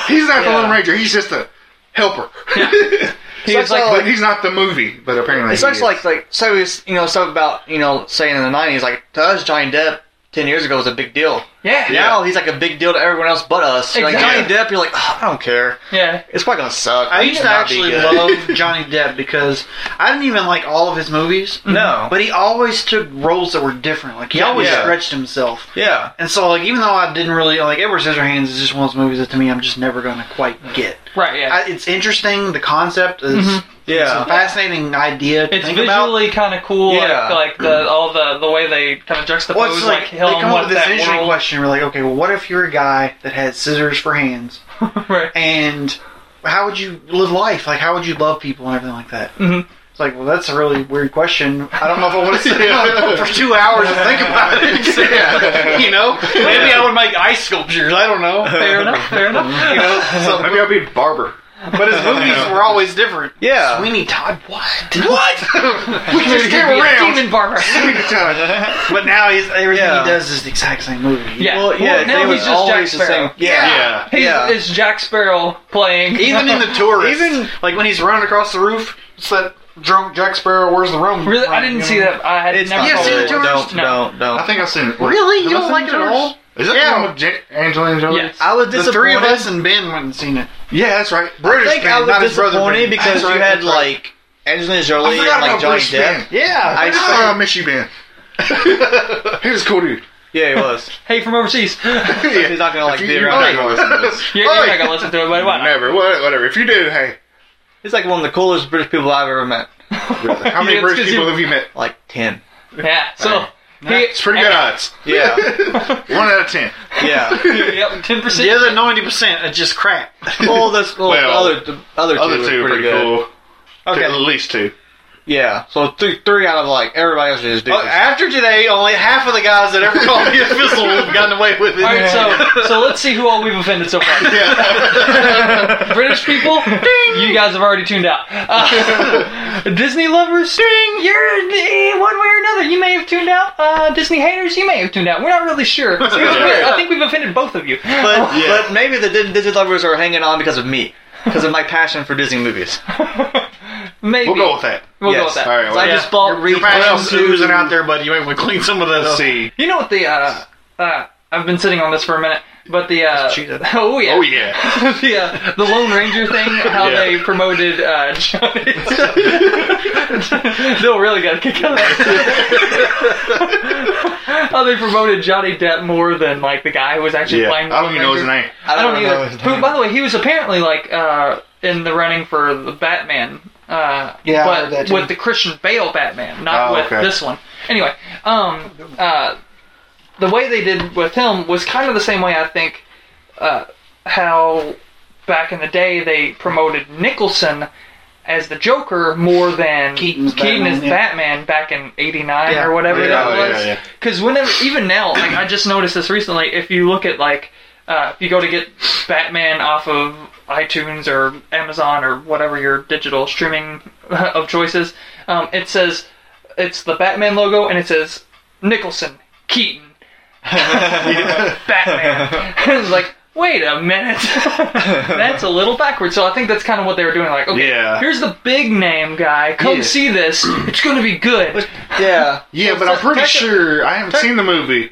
He's not Yeah. the Lone Ranger. He's just a helper. [laughs] He was like like, the- but he's not the movie. But apparently, It's he such is. like like so it's you know stuff about you know saying in the nineties like to us Johnny Depp ten years ago was a big deal. yeah, yeah, Now he's like a big deal to everyone else but us. Like Johnny Exactly. Depp, you're like "Oh, I don't care. yeah. It's probably gonna suck. I It used should to not be actually good. [laughs] love Johnny Depp because I didn't even like all of his movies. No. But he always took roles that were different. Like he Yeah. always Yeah. stretched himself. Yeah. And so like even though I didn't really like Edward Scissorhands is just one of those movies that to me I'm just never gonna quite get. right, yeah. I, it's interesting. The concept is it's Yeah. [laughs] a fascinating idea to Mm-hmm. it's think about. visually kind of cool, Yeah. like, like the all the the way they kind of juxtapose Well, it's like, like, hell they and come up what with this that interesting world. question. We're like, okay, well, what if you're a guy that has scissors for hands, [laughs] right. and how would you live life? Like, how would you love people and everything like that? Mhm. It's like, well, that's a really weird question. I don't know if I [laughs] want to sit down for two hours and think [laughs] about it. Yeah. you know, maybe I would make ice sculptures. I don't know. Fair enough. Fair enough. You know, so- maybe I'll be a barber. but [laughs] his movies were always different. Yeah. Sweeney Todd, what? What? [laughs] we just came Be a around. Demon [laughs] barber. But now he's, everything Yeah. he does is the exact same movie. Yeah. Well, yeah, Well, now they he's was just always Jack the Sparrow. same. Yeah. yeah. He's, Yeah. It's Jack Sparrow playing. Even in the tourist, Even- like when he's running across the roof, it's that drunk Jack Sparrow. Where's the room? Really, I Right, didn't you see know? that. I had It's never. not You saw seen good. that. the tourist? Don't, No. don't, don't. I think I've seen. Really? Have You I don't seen like it at Tourist? all? Is that Yeah. the one with J- Angelina Jolie? Yes. I was The disappointed. three of us and Ben went and seen it. Yeah, that's right. I British think man, I not was his brother. disappointed man. because That's you right, had that's right. like Angelina Jolie I and forgot like about Johnny Bruce Depp. Banner. Yeah, I Ah, I miss [laughs] you, man. he was a cool dude. Yeah, he was. Hey, from overseas. [laughs] You're, Yeah. He's not gonna like If be you- around. Hey. that long. [laughs] you're not gonna listen to it, but why not? Never, What- whatever. If you did, hey, He's like one of the coolest British people I've ever met. how many Yeah, it's 'cause British people you- have you met? Like ten. Yeah. So. He, It's pretty good odds. Yeah. One out of ten. [laughs] Yeah. Yep, ten percent. the other ninety percent are just crap. Well, this well, Well, the other the other two, Other were two are pretty, pretty good. cool. At Okay. [laughs] least two. Yeah. So three three out of like everybody else is dudes. Uh, after today, only half of the guys that ever called [laughs] me a fizzle have gotten away with it. All right, so so let's see who all we've offended so far. British people, you guys have already tuned out. Uh, Disney lovers, ding! You're eh, one way or another. You may have tuned out. Uh, Disney haters, you may have tuned out. We're not really sure. It's weird. I think we've offended both of you. Oh. but Yeah. but maybe the Di- Disney lovers are hanging on because of me, because of my passion for Disney [laughs] movies. Maybe [laughs] We'll go with that. We'll go Yes. with that. All right, So well, I yeah. just bought Your passion's Reclaim oozing two- out there, buddy. You might want to clean some of that Let's up. see. You know what the uh, uh, I've been sitting on this for a minute, but the uh, cheated. [laughs] oh yeah, Oh yeah. the uh, the Lone Ranger [laughs] thing, how Yeah. they promoted uh, [laughs] Johnny. They'll really got a kick out of [laughs] that. [laughs] how they promoted Johnny Depp more than like the guy who was actually yeah. playing. I Lone don't even know his Ranger. name. I I don't, don't, know. either. Who, by the way, he was apparently like uh, in the running for the Batman. Uh, Yeah, I but heard that too. with the Christian Bale Batman, not Oh, with okay. this one. Anyway, um, uh, the way they did with him was kind of the same way I think uh, how back in the day they promoted Nicholson as the Joker more than Keaton's Keaton Batman, as yeah. Batman back in '89 Yeah. or whatever Yeah, that yeah, was. yeah. Because whenever, even now, like I just noticed this recently. If you look at like, uh, if you go to get Batman off of iTunes or Amazon or whatever your digital streaming [laughs] of choices, um, it says it's the Batman logo and it says Nicholson, Keaton, [laughs] Batman. [laughs] it's like. Wait a minute. [laughs] that's a little backwards. So I think that's kind of what they were doing. Like, okay, Yeah. here's the big name guy. Come Yeah. see this. It's going to be good. Yeah. Yeah, but I'm pretty sure I haven't seen the movie,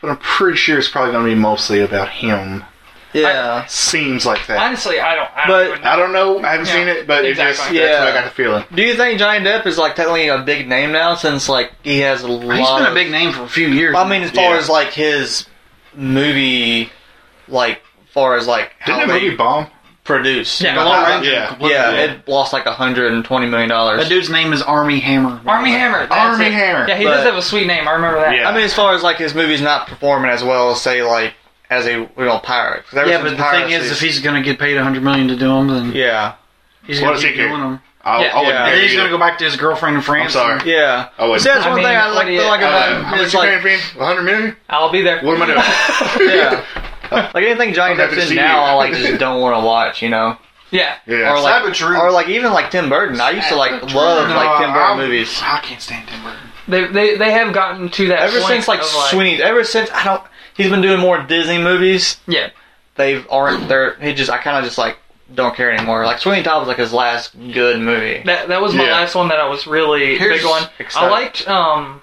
but I'm pretty sure it's probably going to be mostly about him. Yeah. Seems like that. Honestly, I don't. I But don't know. I don't know. I haven't Yeah, seen it, but it just exactly. that's what I Yeah. got the feeling. Do you think Johnny Depp is like technically a big name now since like he has a lot? He's been of- a big name for a few years. I mean, as far Yeah. as like his movie, like far as like how Didn't the big- movie bomb? produced. Yeah. The The long- Long Ranger yeah. completely- yeah, it lost like 120 million dollars. That dude's name is Army Hammer. Army Hammer. that's Army it. Hammer. Yeah, he But- does have a sweet name. I remember that. Yeah. I mean, as far as like his movies not performing as well as say like as a you know pirate. 'Cause ever Yeah, since but the thing Pirates is, if he's gonna get paid a hundred million to do them, then yeah, he's What gonna does keep he care? doing them. I, Yeah. I would Yeah. And never then he's do gonna that. go back to his girlfriend in France. sorry. yeah. I wouldn't. See, that's I one mean, thing I what like, do you- feel like I about Uh, him. Oh, how much It's you like, paying for him? 100 million? [laughs] I'll be there. What am I doing? yeah. [laughs] like anything Johnny I'm happy Depp's to in see now, you. I like just don't want to watch. You know, [laughs] Yeah. yeah. or like, Saboteur. or like even like Tim Burton. I used to like love No, like Tim I'm- Burton movies. I can't stand Tim Burton. They, they, they have gotten to that Ever point since like of, like Sweeney, ever since I don't, he's been doing more Disney movies. Yeah. They've aren't they're he just I kind of just like don't care anymore. Like Sweeney Todd was like his last good movie. That that was my Yeah. last one that I was really Here's- big on. I excited. liked. Um,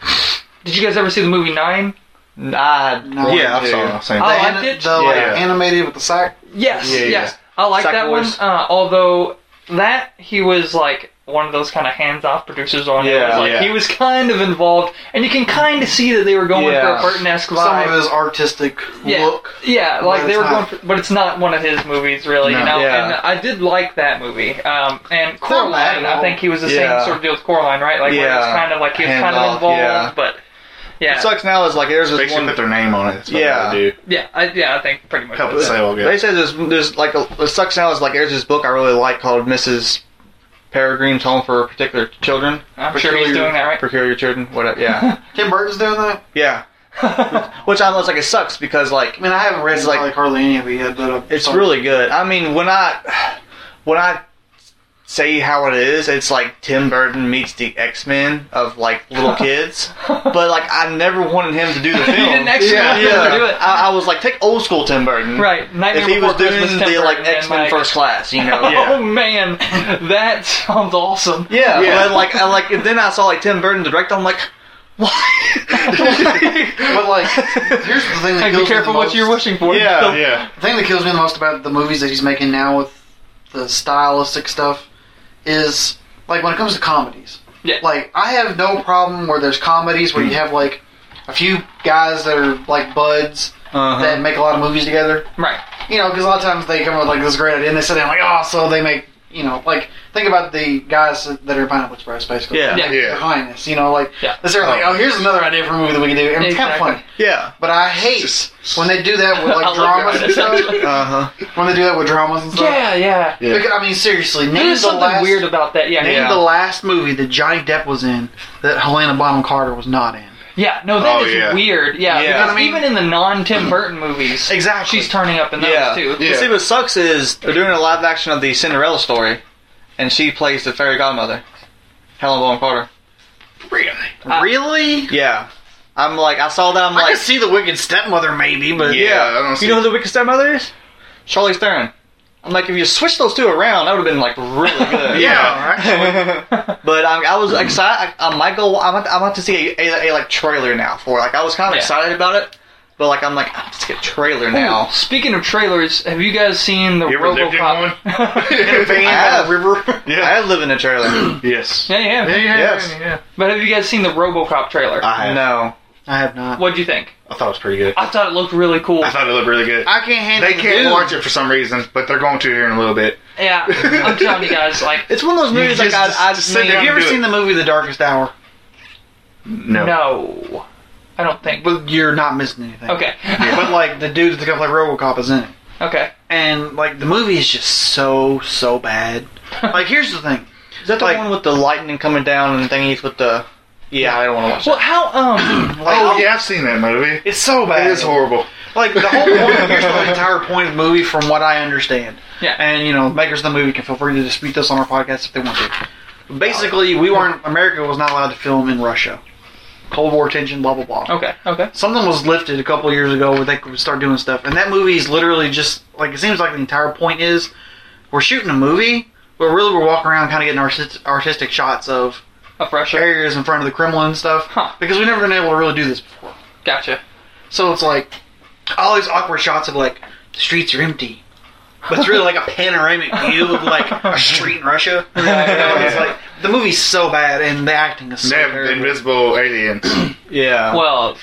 did you guys ever see the movie Nine? Nah, No, yeah, I'm Yeah, sorry. yeah, same I The, thing. liked an- it. the like, Yeah. animated with the sack. Yes, Yeah, yeah, yes. I like Sack that Boys. one. Uh, although that he was like one of those kind of hands-off producers on it. it. Yeah. was like Yeah. he was kind of involved, and you can kind of see that they were going Yeah. for a Burton-esque Some vibe. of his artistic yeah, look. yeah, but like they it's were going, not. for, but it's not one of his movies, really. You No. know, Yeah. and I did like that movie. Um, and Coraline, bad at I all. think he was the Yeah. same sort of deal with Coraline, right? Like where it's Yeah. kind of like he was kind of Hands-off, involved, yeah. but yeah, What sucks now is like there's this Basically one. put their name on it. That's what Yeah. yeah. do. yeah, I, yeah, I think pretty much. Help it that's it. sell good. They say there's there's like a, what sucks now is like there's this book I really like called Mrs. Peregrine's Home for Particular Children, I'm sure he's doing that right. Peculiar Children, whatever. [laughs] Yeah, Tim Burton's doing that. yeah. Which I was like it sucks because like I mean, I haven't read It's like, like- hardly any of it yet, but uh, It's so- really good. I mean, when I when I say how it is, it's like Tim Burton meets the X Men of [laughs] like little kids. but like, I never wanted him to do the He film. didn't actually yeah, want him to yeah. do it. I, I was like, take old school Tim Burton. Right, Nightmare If he was Before doing Christmas, the Tim like Burton and, X Men like- First [laughs] Class, you know. Oh man, that sounds awesome. Yeah, Yeah. but like, I like, and then I saw like Tim Burton direct. I'm like, [laughs] why? But like, here's the thing that Like, kills be me careful the what most. you're wishing for. [laughs] Yeah. yeah. The thing that kills me the most about the movies that he's making now with the stylistic stuff is like when it comes to comedies. Yeah. Like I have no problem where there's comedies where you have like a few guys that are like buds uh-huh. that make a lot of movies together. Right. You know, because a lot of times they come up with like this great idea and they sit down like, oh, so they make you know like think about the guys that are in Pineapple Express basically. Yeah. Yeah. They're Yeah. Behind this, you know, like Yeah. they're like, oh, here's another idea for a movie that we can do, and it's kind of Exactly. funny. Yeah. But I hate when they do that [laughs] with I like love dramas that. and stuff. Uh huh. When they do that with dramas and stuff. Yeah, yeah. Yeah. Because, I mean, seriously, name There's the something last weird about that. Yeah, name yeah. the last movie that Johnny Depp was in that Helena Bonham Carter was not in. Yeah, no, that Oh, is yeah. weird. Yeah, Yeah. because I mean- even in the non Tim Burton movies, Exactly. she's turning up in those Yeah. too. Yeah. You see, what sucks is they're doing a live action of the Cinderella story, and she plays the fairy godmother, Helen Bonham Carter. really. I- really? Yeah, I'm like, I saw that. I'm I like, could see the Wicked Stepmother maybe, but Yeah, I don't see- you know who the wicked stepmother is? Charlize Theron. I'm like, if you switch those two around, that would have been like [laughs] really good. Yeah, But um, I, I was excited. I, I might go. I'm about to, I'm about to see a, a, a, like trailer now for. Like I was kind of Yeah. excited about it, but like I'm like I'm just get a trailer now. Speaking of trailers, have you guys seen the You ever lived in RoboCop? one? I have river. [laughs] Yeah. I have live in a trailer. [laughs] Yes. yeah, yeah, Yeah, yeah, Yes. yeah. But have you guys seen the RoboCop trailer? [clears throat] I have. no. I have not. What'd you think? I thought it was pretty good. I thought it looked really cool. I thought it looked really good. I can't handle They can't Doom. watch it for some reason, but they're going to here in a little bit. Yeah, I'm telling you guys, [laughs] like, It's one of those movies like just- I, I just just sit mean, down. Have you ever Do it. seen the movie The Darkest Hour? No. no, I don't think. But you're not missing anything. Okay, [laughs] but like the dude that's gonna play RoboCop is in it. okay. and like the movie is just so so bad. like here's the thing. Is that the Like- one with the lightning coming down and thingies with the? Yeah, I don't want to watch Well, that. how um, Oh, yeah, I've seen that movie. It's so bad. It is horrible. Like the whole point, here's the entire point of the movie, from what I understand. Yeah. And you know, makers of the movie can feel free to dispute this on our podcast if they want to. Basically, we weren't America was not allowed to film in Russia. Cold War tension, blah blah blah. [clears throat] okay, okay. Something was lifted a couple years ago where they could start doing stuff, and that movie is literally just like it seems like the entire point is we're shooting a movie, but really we're walking around kind of getting artistic, artistic shots of A fresher. areas in front of the Kremlin and stuff Huh. because we've never been able to really do this before. Gotcha. So it's like all these awkward shots of like the streets are empty, but it's really like a panoramic view of like a street in Russia. You know, [laughs] it's like the movie's so bad and the acting is so They have terrible. invisible aliens. [clears throat] Yeah. Well,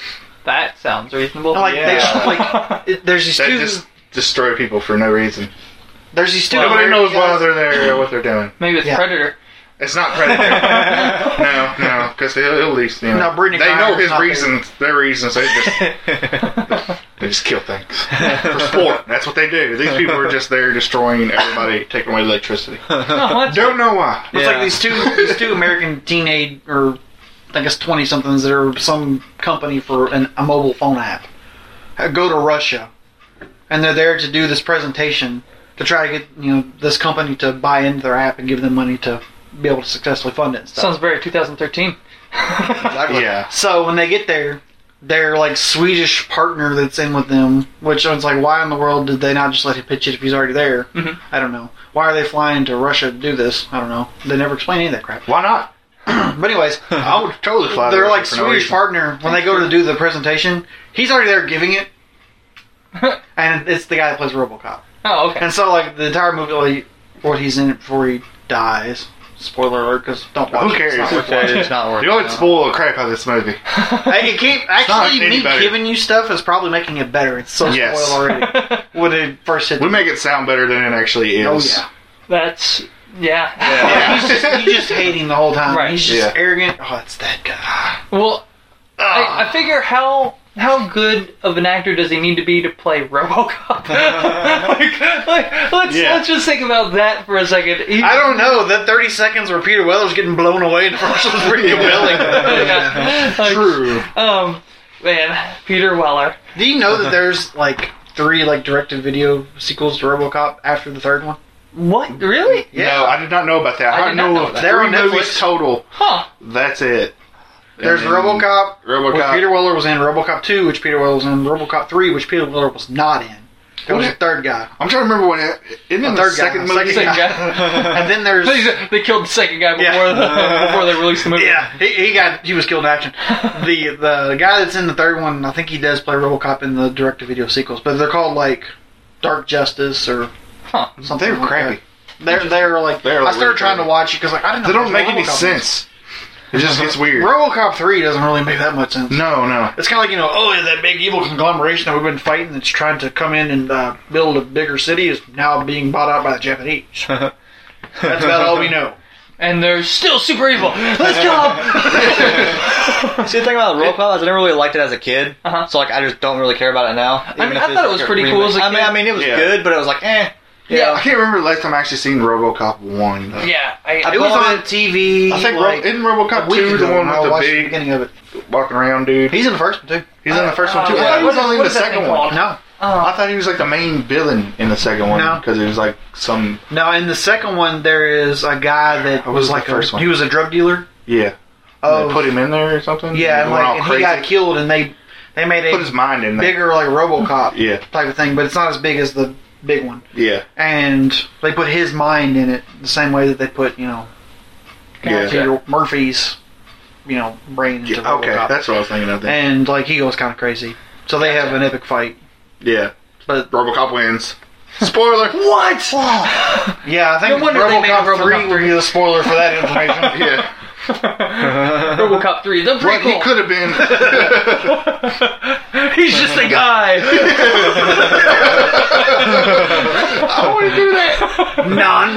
that sounds reasonable. [laughs] Like, they Yeah. just, like it, there's these that two. just destroy people for no reason. There's these stupid. Nobody weird knows why guys- they're there or what they're doing. Maybe it's Yeah. [laughs] Predator. It's not Predator. no, no, because at least you know, No, Brittany they know Griner's his not reasons, their reasons. They just they just kill things for sport. That's what they do. These people are just there destroying everybody, taking away electricity. Oh, Don't know why. It's Yeah. like these two these two American teenage or I think it's twenty somethings that are some company for an, a mobile phone app uh, go to Russia, and they're there to do this presentation to try to get you know this company to buy into their app and give them money to be able to successfully fund it. And [laughs] stuff. Sounds very 2013. Exactly. Yeah, So when they get there, their like Swedish partner that's in with them, which I was like, why in the world did they not just let him pitch it if he's already there? Mhm. I don't know. Why are they flying to Russia to do this? I don't know. They never explain any of that crap. why not? [laughs] But anyways, I would totally fly. to they're Russia like for no Swedish reason. partner when they go to do the presentation. He's already there [laughs] giving it, and it's the guy that plays RoboCop. [laughs] Oh, okay. And so like the entire movie, like what he's in it before he dies. Spoiler alert, because don't watch. Who it. It's cares? not worth [laughs] watching. It's not working. You would spoil the crap out of this movie. I [laughs] [laughs] can keep not actually me anybody. giving you stuff is probably making it better. It's so Yes. spoiled [laughs] already. When it first hit, We make it sound better than it actually is. oh yeah, That's yeah. Yeah. he's just you just hate him the whole time. Right. He's just Yeah. arrogant. Oh, it's that guy. [laughs] Well, I, I figure how how good of an actor does he need to be to play RoboCop? [laughs] like, like, let's Yeah. let's just think about that for a second. He- [laughs] I don't know. That thirty seconds where Peter Weller's getting blown away in the first one's [laughs] pretty compelling. Yeah. [laughs] Like, True. Um, man, Peter Weller. Do you know that there's like three like directed video sequels to RoboCop after the third one? What? Really? No, I did not know about that. I I, did not know, know of that. They're three on Netflix. movies total. Huh? That's it. There's And then RoboCop, RoboCop. which Peter Weller was in, RoboCop two, which Peter Weller was in, RoboCop three, which Peter Weller was not in. That was the third guy. I'm trying to remember what. it- Isn't it The the, third guy, second the movie? second Second [laughs] guy. And then there's they killed the second guy before Yeah. the, before they released the movie. Yeah, he, he got he was killed in action. The the guy that's in the third one, I think he does play RoboCop in the direct-to-video sequels, but they're called like Dark Justice or Huh. something. They're like crappy. that. They're they're like They're I like started really trying to crappy. watch it because like I didn't. They know don't there make was any RoboCop sense. It just gets in weird. this. RoboCop three doesn't really make that much sense. No, no. It's kind of like you know, oh, yeah, that big evil conglomeration that we've been fighting that's trying to come in and uh, build a bigger city is now being bought out by [laughs] the Japanese. That's about all we know. And they're still super evil. Let's kill him. See, the thing about RoboCop is I never really liked it as a kid, Uh-huh. so like I just don't really care about it now. mean, even if I it's, thought it like, was a pretty cool remake. as a I mean, kid. I mean, it was Yeah. good, but it was like, eh. I [laughs] Yeah. can't remember the last time I actually seen RoboCop one. Though. Yeah. I, I It was bought on it. TV. I think Ro- like, isn't RoboCop a week two the ago, one and I with the watched the big beginning of it. walking around dude? He's in the first one too. He's in the first one Uh, too. I what- thought he what was is- only in what the is that second thing one. called? No, Uh, I thought he was like the main villain in the second one No. because it was like some no. In the second one, there is a guy that What was was the like first a, one? he was a drug dealer. yeah. Oh. they put him in there or something. Yeah, and went all like and he crazy. got killed, and they they made put his a mind in there. bigger like RoboCop Yeah, type of thing, but it's not as big as the big one. yeah, And they put his mind in it the same way that they put you know yeah. Peter Murphy's you know brain into Yeah, okay, RoboCop, that's what I was thinking of. Then. and like he goes kind of crazy. So they have an epic fight. Yeah, But- RoboCop wins. [laughs] Spoiler. what? Yeah, I think No wonder they made a RoboCop, RoboCop 3 would be the spoiler for that [laughs] information. yeah. RoboCop three. The What prequel. he could have [laughs] been. [laughs] He's just a guy. [laughs] I want to do that. Non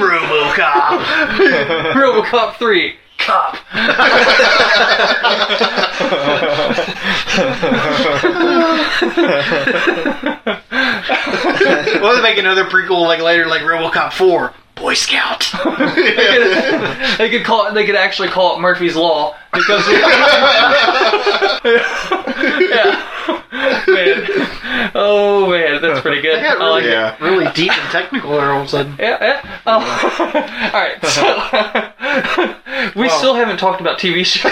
[laughs] [laughs] RoboCop. RoboCop three. [laughs] Cop. [laughs] well, they make another prequel like later, like RoboCop 4. Boy Scout. They could call it. They could actually call it Murphy's Law because. [laughs] yeah. [laughs] Man. Oh man, that's pretty good. got I like really- it. Yeah. [laughs] really deep and technical there all of a sudden. Yeah, yeah. Um, [laughs] all right. So [laughs] we still haven't talked about TV shows.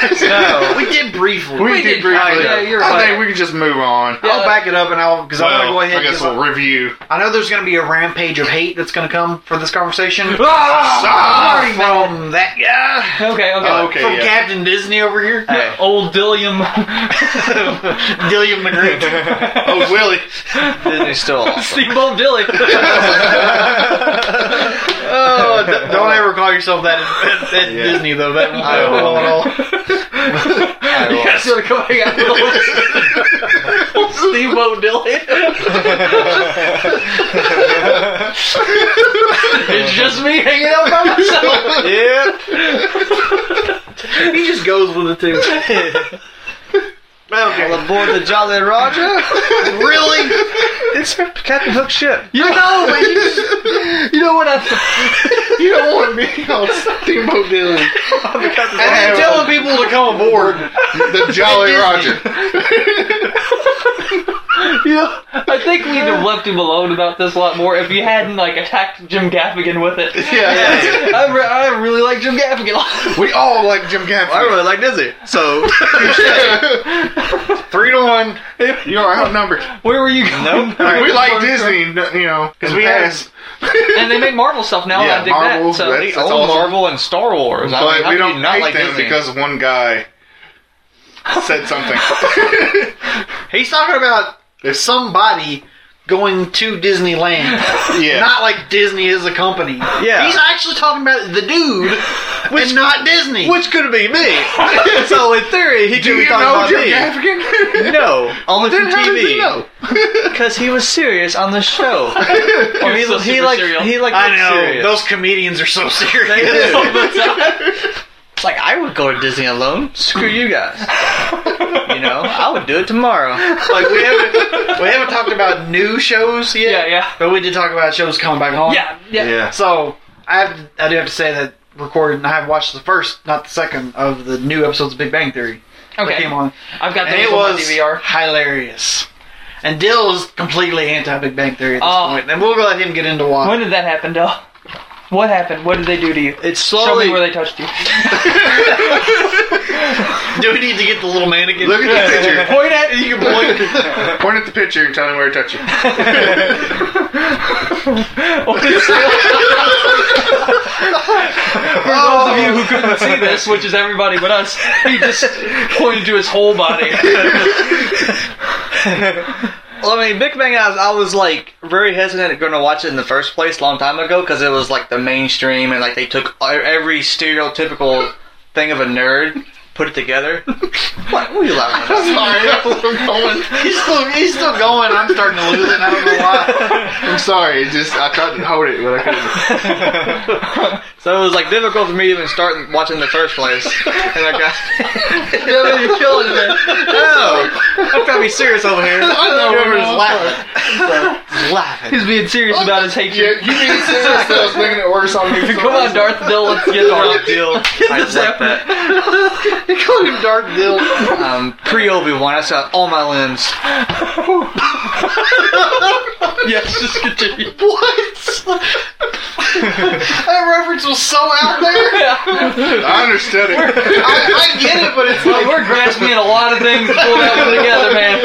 We did briefly. [laughs] We, We did, did- briefly. yeah, you're I right. think we can just move on. I'll back it up and I'll because I'm gonna Well, go ahead. I guess 'cause I, we'll review. I know there's gonna be a rampage of hate that's gonna come for this conversation. [laughs] Ah, Starting from that guy, [laughs] Okay. Okay. Oh, okay. from yeah. Uh, Captain Disney over here, Hey. Old [laughs] Dilliam. Dillian McGree. [laughs] oh, Willie. Disney's still [laughs] awesome. Steamboat Dilly. [laughs] oh, d- don't ever call yourself that at, [laughs] at Yeah. Disney though. That won't I go well at all. [laughs] I You guys are going out with old Steamboat Dilly. It's just me hanging out by myself. Yep. [laughs] He just goes with it too. [laughs] All aboard the Jolly Roger. [laughs] really? It's Captain Hook ship. You know, man, you, just- you know what? I, You don't want me on Steamboat [laughs] Dylan. I'm telling people to come aboard. The Jolly Roger. [laughs] you know, I think we'd have left him alone about this a lot more if you hadn't like attacked Jim Gaffigan with it. Yeah. I, re- I really like Jim Gaffigan. a lot. We all like Jim Gaffigan. I really like Dizzy. [laughs] So [laughs] Three to one. You are [laughs] outnumbered. [laughs] Where were you going? we like Disney, you know, because we had- have. And they make [laughs] Marvel stuff now. and Yeah, I dig Marvel, that. So that's- they own awesome. Marvel and Star Wars. I mean, But how we can you don't not hate like them Disney? because one guy said something. He's talking about somebody going to Disneyland. [laughs] yeah. Not like Disney is a company. Yeah. He's actually talking about the dude and not Disney. Which could be [laughs] me. so in theory, he Do could be you talking know about Jim me. Gaffigan? No, only from Then how does he TV. know? Because he was serious on the show. Or he, so he super like serial. he like I looked know. serious. Those comedians are so They do. serious. it's like I would go to Disney alone. Screw you guys. You know, I would do it tomorrow. [laughs] like we haven't we haven't talked about new shows yet. [laughs] Yeah, yeah. But we did talk about shows coming back home. yeah, yeah. So I have I do have to say that recording I have watched the first, not the second, of the new episodes of Big Bang Theory. That Okay, came on. I've got And those it on my was DVR. hilarious. And Dill is completely anti Big Bang Theory at this Oh. point, And we'll let him get into why. When did that happen, though? What happened? What did they do to you? It's Show slowly. me where they touched you. [laughs] do we need to get the little man again? Look at the [laughs] picture. Point at you. [laughs] Point at the picture and tell me where it touched you. For those of you who couldn't see this, which is everybody but us, he just pointed to his whole body. Well, I mean, Big Bang. I was, I was like very hesitant going to watch it in the first place, long time ago, because it was like the mainstream, and like they took e- every stereotypical thing of a nerd, put it together. [laughs] what? What are you laughing at? Sorry, I'm going. He's still, he's still going. I'm starting to lose it. and I don't know why. I'm sorry. It just I tried to hold it, but I couldn't. So it was like difficult for me to even start watching in the first place. And I got. [laughs] you're killing me. No, I'm trying to be serious over here. I know where Everyone's it laughing. laughing. [laughs] He's being serious about his hatred. Yeah, you mean serious? I was thinking it worse on me. Come on, Darth Dill, let's get Dark on. deal. I this like that. They call him Dark Dill. Um, pre Obi Wan. I saw all my limbs. Yes, just continue. What? that reference was so [laughs] out there. I understood it. I, I get it, but it's Well, like we're grasping at a lot of things to pull that one together, man.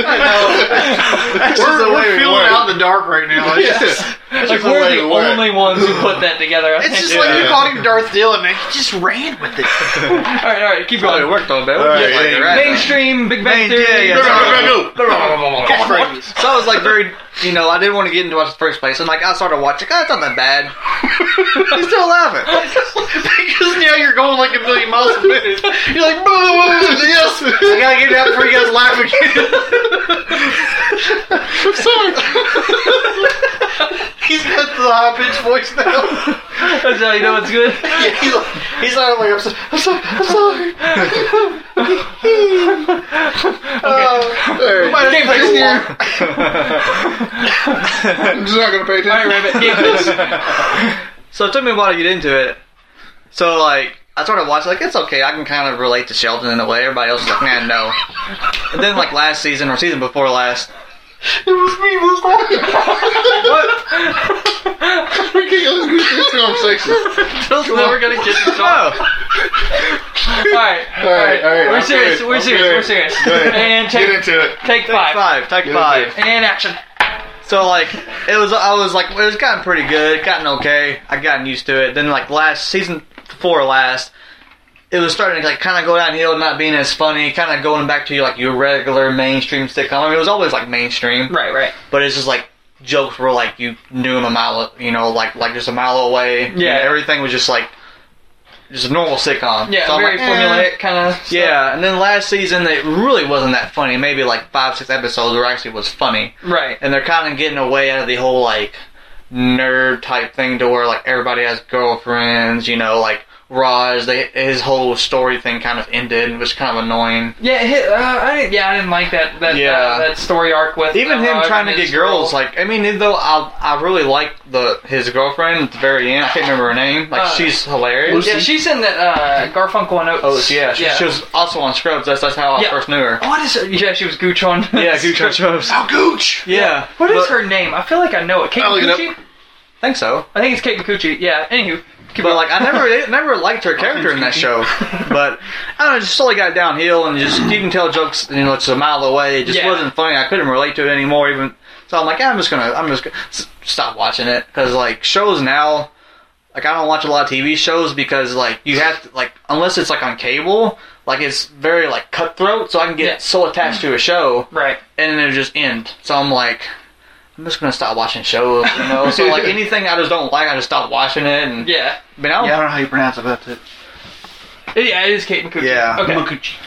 just the way we're, we're we feeling were. out in the dark right now. It's just, Like, the we're way the it works. only ones who put that together. I it's think. [laughs] just like you called him Darth Dill, and he just ran with it. all right, all right, keep Oh, it going. worked on that. All right, Like, yeah, right. Mainstream, Big Bang Main- Theory. yeah, yeah. Go, go, go, go. Catchphrase. So I was like very, you know, I didn't want to get into watch the first place. And like I started watching, oh, it's not that [laughs] bad. He's still laughing. because now you're going like a million miles a minute. You're like, boom, yes. I gotta get it out before you guys laugh again. He's got the high pitched voice now. That's how you know it's good. Yeah, he's like, he's not like, I'm sorry, I'm sorry, I'm sorry. All right. Game face here. I'm just not gonna pay All right, Rabbit, [laughs] attention. give this. So it took me a while to get into it. So like I started watching, like it's okay. I can kind of relate to Sheldon in a way. Everybody else is like, man, no. And then like last season or season before last, It was me this time. We can't go through this conversation. We're gonna get this off. [laughs] no. All right, all right, all right. We're I'm serious. good. We're I'm serious. good. We're serious. Good. And Get take into it. take five Five, take Yeah, five. and action. So like it was, I was like it was gotten pretty good, gotten okay. I gotten used to it. Then like last season before last, it was starting to like kind of go downhill, not being as funny, kind of going back to like your regular mainstream sitcom. I mean, it was always like mainstream, Right, right. but it's just like jokes were like you knew them a mile, you know, like like just a mile away. You Yeah. know, everything was just like just a normal sitcom. Yeah, So I'm very like, eh. formulaic kind of. Yeah, and then last season it really wasn't that funny. Maybe like five, six episodes where actually was funny Right. and they're kind of getting away out of the whole like nerd type thing to where like everybody has girlfriends. You know, like Raj, they his whole story thing kind of ended, which was kind of annoying. Yeah, hi- uh, I didn't, yeah, I didn't like that that Yeah. uh, that story arc with Even uh, him Raj trying to and get his girls, girl. like I mean, though I I really like the his girlfriend at the very end. I can't remember her name. Like Uh, she's hilarious. yeah, she's in that uh, Garfunkel and Oates. Oh, she- yeah, she, she was also on Scrubs. That's that's how I Yeah. first knew her. What is her? Yeah, she was Gooch on. [laughs] Yeah, Gooch on Scrubs. Oh, Gooch! Yeah, [laughs] What is but- her name? I feel like I know it. Kate I'll look it up. Gucci? I think so. I think it's Kate Gucci. Yeah. Anywho, keep But going. like, I never I never liked her character in [laughs] that show. But I don't know, it just slowly got downhill, and just you can tell jokes, you know, it's a mile away. It just Yeah. wasn't funny. I couldn't relate to it anymore. Even so, I'm like, "Yeah, I'm just gonna, I'm just gonna s- stop watching it because like shows now. Like I don't watch a lot of TV shows because like you have to like unless it's like on cable, like it's very like cutthroat, so I can get Yeah. so attached to a show right. and then it just end. So I'm like, I'm just gonna stop watching shows, you know. so [laughs] like anything I just don't like, I just stop watching it. And Yeah. but I don't- Yeah, I don't know how you pronounce it, but that's it. Yeah, it is Kate and Gucci. Yeah. Okay.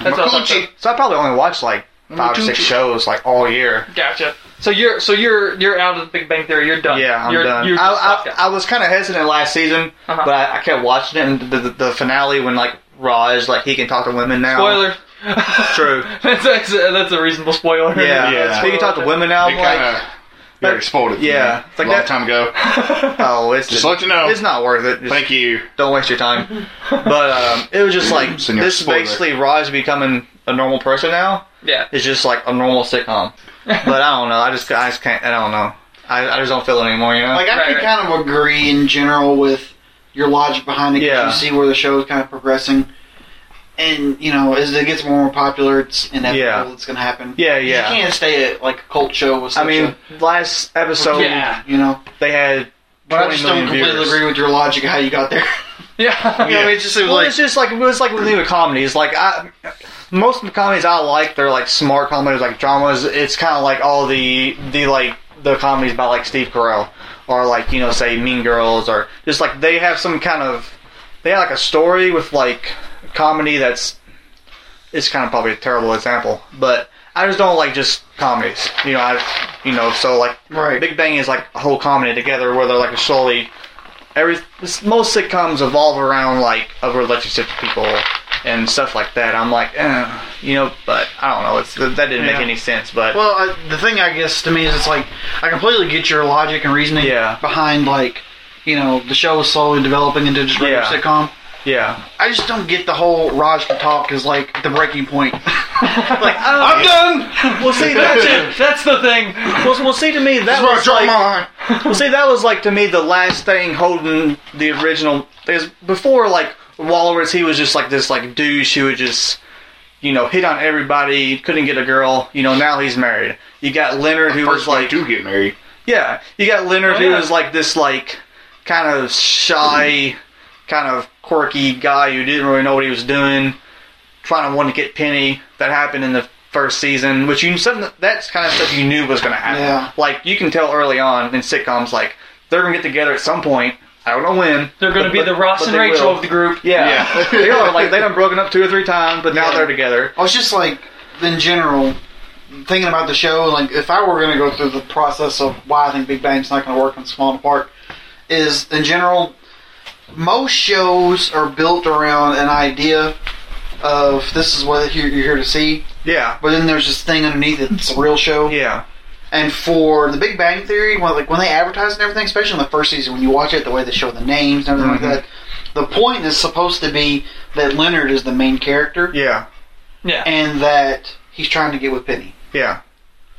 That's what I thought. Gucci. So I probably only watched like five or six shows like all year. Gotcha. So you're so you're you're out of the Big Bang Theory. You're done. Yeah, I'm you're, done. You're just I, left out. I, I was kind of hesitant last season, Uh-huh. but I, I kept watching it. And the, the, the finale when like Raj like he can talk to women now. Spoiler. [laughs] True. that's, that's, a, that's a reasonable spoiler. Yeah, Yeah. he can talk to women now. It I'm like, kind of. You already spoiled it. Yeah, It's it's like a long that- time ago. oh, it's Just let you know. it's not worth it. Just Thank you. Don't waste your [laughs] time. But um, it was just like Senor this is spoiler. basically Raj becoming a normal person now. Yeah. It's just like a normal [laughs] sitcom. but I don't know. I just I just can't. I don't know. I, I just don't feel it anymore. You know. Like, I Right, can right. kind of agree in general with your logic behind it 'cause Yeah. you see where the show is kind of progressing. And, you know, as it gets more and more popular, it's inevitable Yeah. it's going to happen. yeah, You yeah. can't stay at, like, a cult show with I such mean, last episode Yeah. a, you know. they had But I 20 just don't million completely viewers. agree with your logic of how [laughs] you got there. [laughs] Yeah. You know, it's just it was Well, like, it's just like it was like with new comedies. Like I, most of the comedies I like, they're like smart comedies, like dramas. It's kind of like all the the like the comedies by like Steve Carell or like you know say Mean Girls or just like they have some kind of they have like a story with like comedy that's it's kind of probably a terrible example, but I just don't like just comedies. You know, I you know so like Right. Big Bang is like a whole comedy together where they're like solely every this- most sitcoms evolve around like a relationship to people and stuff like that. I'm like, eh, you know, but I don't know. It's that didn't Yeah. make any sense, but Well, I, the thing I guess to me is it's like I completely get your logic and reasoning Yeah. behind like you know the show is slowly developing into just regular Yeah. sitcom. yeah, I just don't get the whole Raj can talk is like the breaking point. [laughs] like I'm done. Well, see, that's it. That's the thing. Well, well, see, to me that Bro, was drop like my line. Well, see, that was like to me the last thing holding the original is before like Walrus. He was just like this like douche who would just you know hit on everybody, couldn't get a girl. You know now he's married. You got Leonard who was First, like, like do get married. yeah, you got Leonard Oh, who yeah. was like this like kind of shy, kind of quirky guy who didn't really know what he was doing, trying to want to get Penny. That happened in the first season, which you something that's kind of stuff you knew was going to happen. Yeah. Like you can tell early on in sitcoms, like they're going to get together at some point. I don't know when. They're going to but- be the but- Ross but and they Rachel will. of the group. Yeah, [laughs] Yeah. they are like they done broken up two or three times, but now Yeah. they're together. I was just like in general thinking about the show. Like if I were going to go through the process of why I think Big Bang's not going to work in Small and Park is in general most shows are built around an idea of this is what you're you're here to see. Yeah, But then there's this thing underneath it. It's a real show. yeah, And for the Big Bang Theory, when, like when they advertise and everything, especially in the first season, when you watch it, the way they show the names and everything like that, the point is supposed to be that Leonard is the main character yeah, Yeah. and that he's trying to get with Penny. yeah,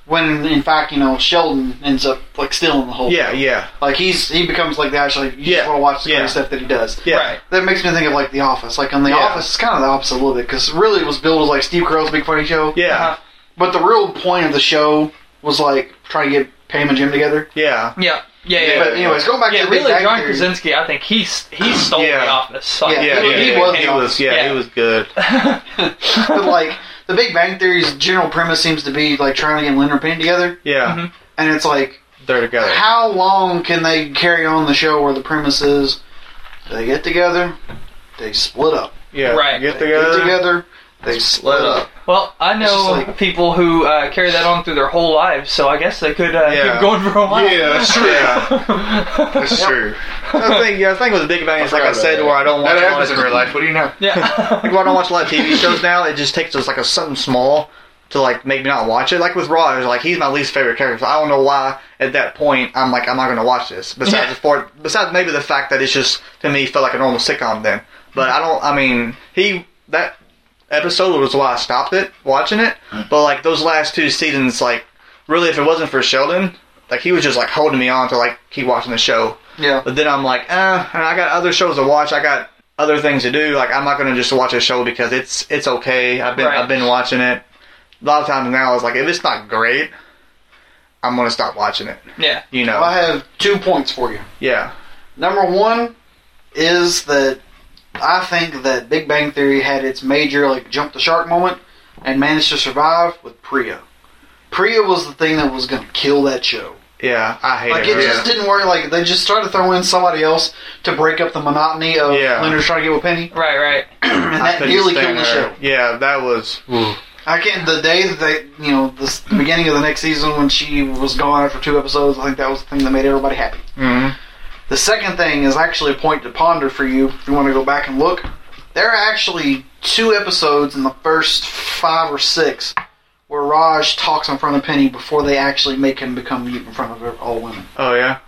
When in fact, you know, Sheldon ends up like stealing the whole. yeah, yeah, Like he's he becomes like the actually Yeah. you just want to watch the Yeah. great stuff that he does. yeah. Right. That makes me think of like The Office. Like on The Yeah. Office, it's kind of the opposite a little bit because really it was billed as like Steve Carell's Big Funny Show. Yeah, Uh-huh. But the real point of the show was like trying to get Pam and Jim together. yeah, Yeah. Yeah. Yeah. But anyways, going back Yeah, to the really, Big Bang John Theory, Krasinski, I think he s- [clears throat] he stole Yeah. the office. Yeah, yeah. He yeah, was he the was, yeah, Yeah. he was good. [laughs] but like the Big Bang Theory's general premise seems to be like trying to get Leonard Payne together, Yeah, Mhm. and it's like, they're together. how long can they carry on the show where the premise is they get together, they split up, Yeah, Right. Get they together. get together, They split up. [laughs] Well, I know just like- people who uh, carry that on through their whole lives, so I guess they could uh, Yeah. keep going for a while. Yeah, that's true. That's true. [laughs] I think yeah, I think with Big Bang, it's like I forgot about said, that. where I don't watch That a lot happens of in real life. What do you know? [laughs] [laughs] yeah. [laughs] Like, where I don't watch a lot of TV shows now. It just takes us like a something small to like make me not watch it. Like with Raw, it was like he's my least favorite character. So I don't know why at that point I'm like I'm not going to watch this. Besides Yeah. for besides maybe the fact that it's just to me felt like a normal sitcom then. But I don't. I mean, he that episode was why I stopped it watching it. But like those last two seasons, like really, if it wasn't for Sheldon, like he was just like holding me on to like keep watching the show. Yeah. But then I'm like, eh, and I got other shows to watch. I got other things to do. Like I'm not gonna just watch a show because it's it's okay. I've been Right. I've been watching it. A lot of times now it's like if it's not great, I'm gonna stop watching it. Yeah. You know? I have two points for you. yeah. Number one is that I think that Big Bang Theory had its major like jump the shark moment and managed to survive with Priya. Priya was the thing that was going to kill that show. Yeah. I hate Like it. it yeah. just didn't work. Like they just tried to throw in somebody else to break up the monotony of Yeah. Leonard's trying to get with Penny, Right. Right. and I that couldn't nearly stand killed the her. show. Yeah, that was I can't. The day that they, you know, this, the beginning of the next season when she was gone after two episodes, I think that was the thing that made everybody happy. Mhm. The second thing is actually a point to ponder for you if you want to go back and look. There are actually two episodes in the first five or six where Raj talks in front of Penny before they actually make him become mute in front of all women. Oh yeah.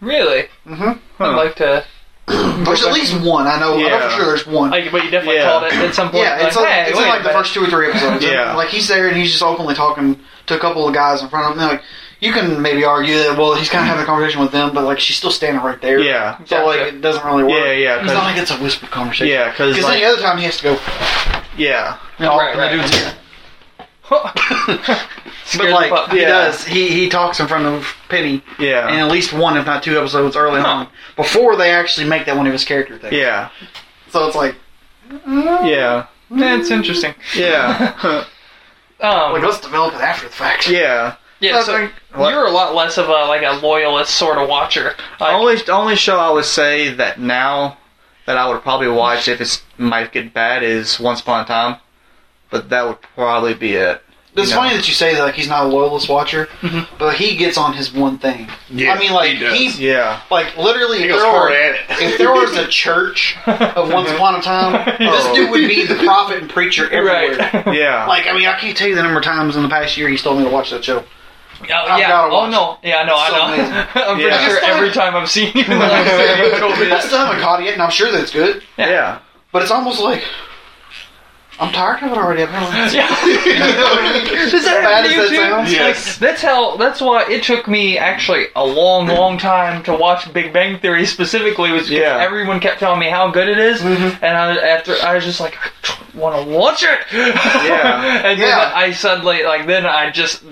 Really. Mm-hmm. Huh. I'd like to. There's at least one. I know. I know Yeah. for sure there's one. Like, but you definitely Yeah. called it at some point. Yeah, it's, like, like, hey, it's wait in a like the minute. first two or three episodes. And, Yeah. like he's there and he's just openly talking to a couple of guys in front of him. And, like you can maybe argue that well he's kind of having a conversation with them, but like she's still standing right there. Yeah. So like it doesn't really work. Yeah, yeah, It's not 'cause- like it's a whispered conversation. Yeah, because Because like, any other time he has to go. yeah, You know, Right, and the right. dude's here. Scared [laughs] But the like pup. he Yeah. does, he he talks in front of Penny yeah, in at least one, if not two episodes early on before they actually make that one of his character things. yeah, So it's like yeah, That's interesting. [laughs] yeah, [laughs] Um, like let's develop it after the fact. yeah. yeah, I so think- what? you're a lot less of a like a loyalist sort of watcher. Like, only only show I would say that now that I would probably watch if it might get bad is Once Upon a Time, but that would probably be it. It's No. funny that you say that like he's not a loyalist watcher, Mm-hmm. but he gets on his one thing. Yeah, I mean, like he does. he, Yeah, like literally, He if goes there, hard were, at it. if there was a church [laughs] of once upon a time, this Oh. dude would be the prophet and preacher everywhere. right. [laughs] [laughs] yeah, Like, I mean, I can't tell you the number of times in the past year he's told me to watch [laughs] that show. Oh, yeah. gotta Oh watch no. Yeah. No. I It's so amazing. know. [laughs] I'm Yeah. pretty sure It's every like- time I've [laughs] seen you, like, you told me I that. still haven't caught it yet, and I'm sure that it's good. yeah, But it's almost like I'm tired of it already. I've [laughs] [laughs] been Yeah. as bad as that sounds. Like, Yes. that's how. That's why it took me actually a long, Mm-hmm. long time to watch Big Bang Theory specifically. Was because Yeah. everyone kept telling me how good it is, Mm-hmm. and I, after I was just like, I want to watch it. [laughs] Yeah. and then Yeah. I suddenly like then I just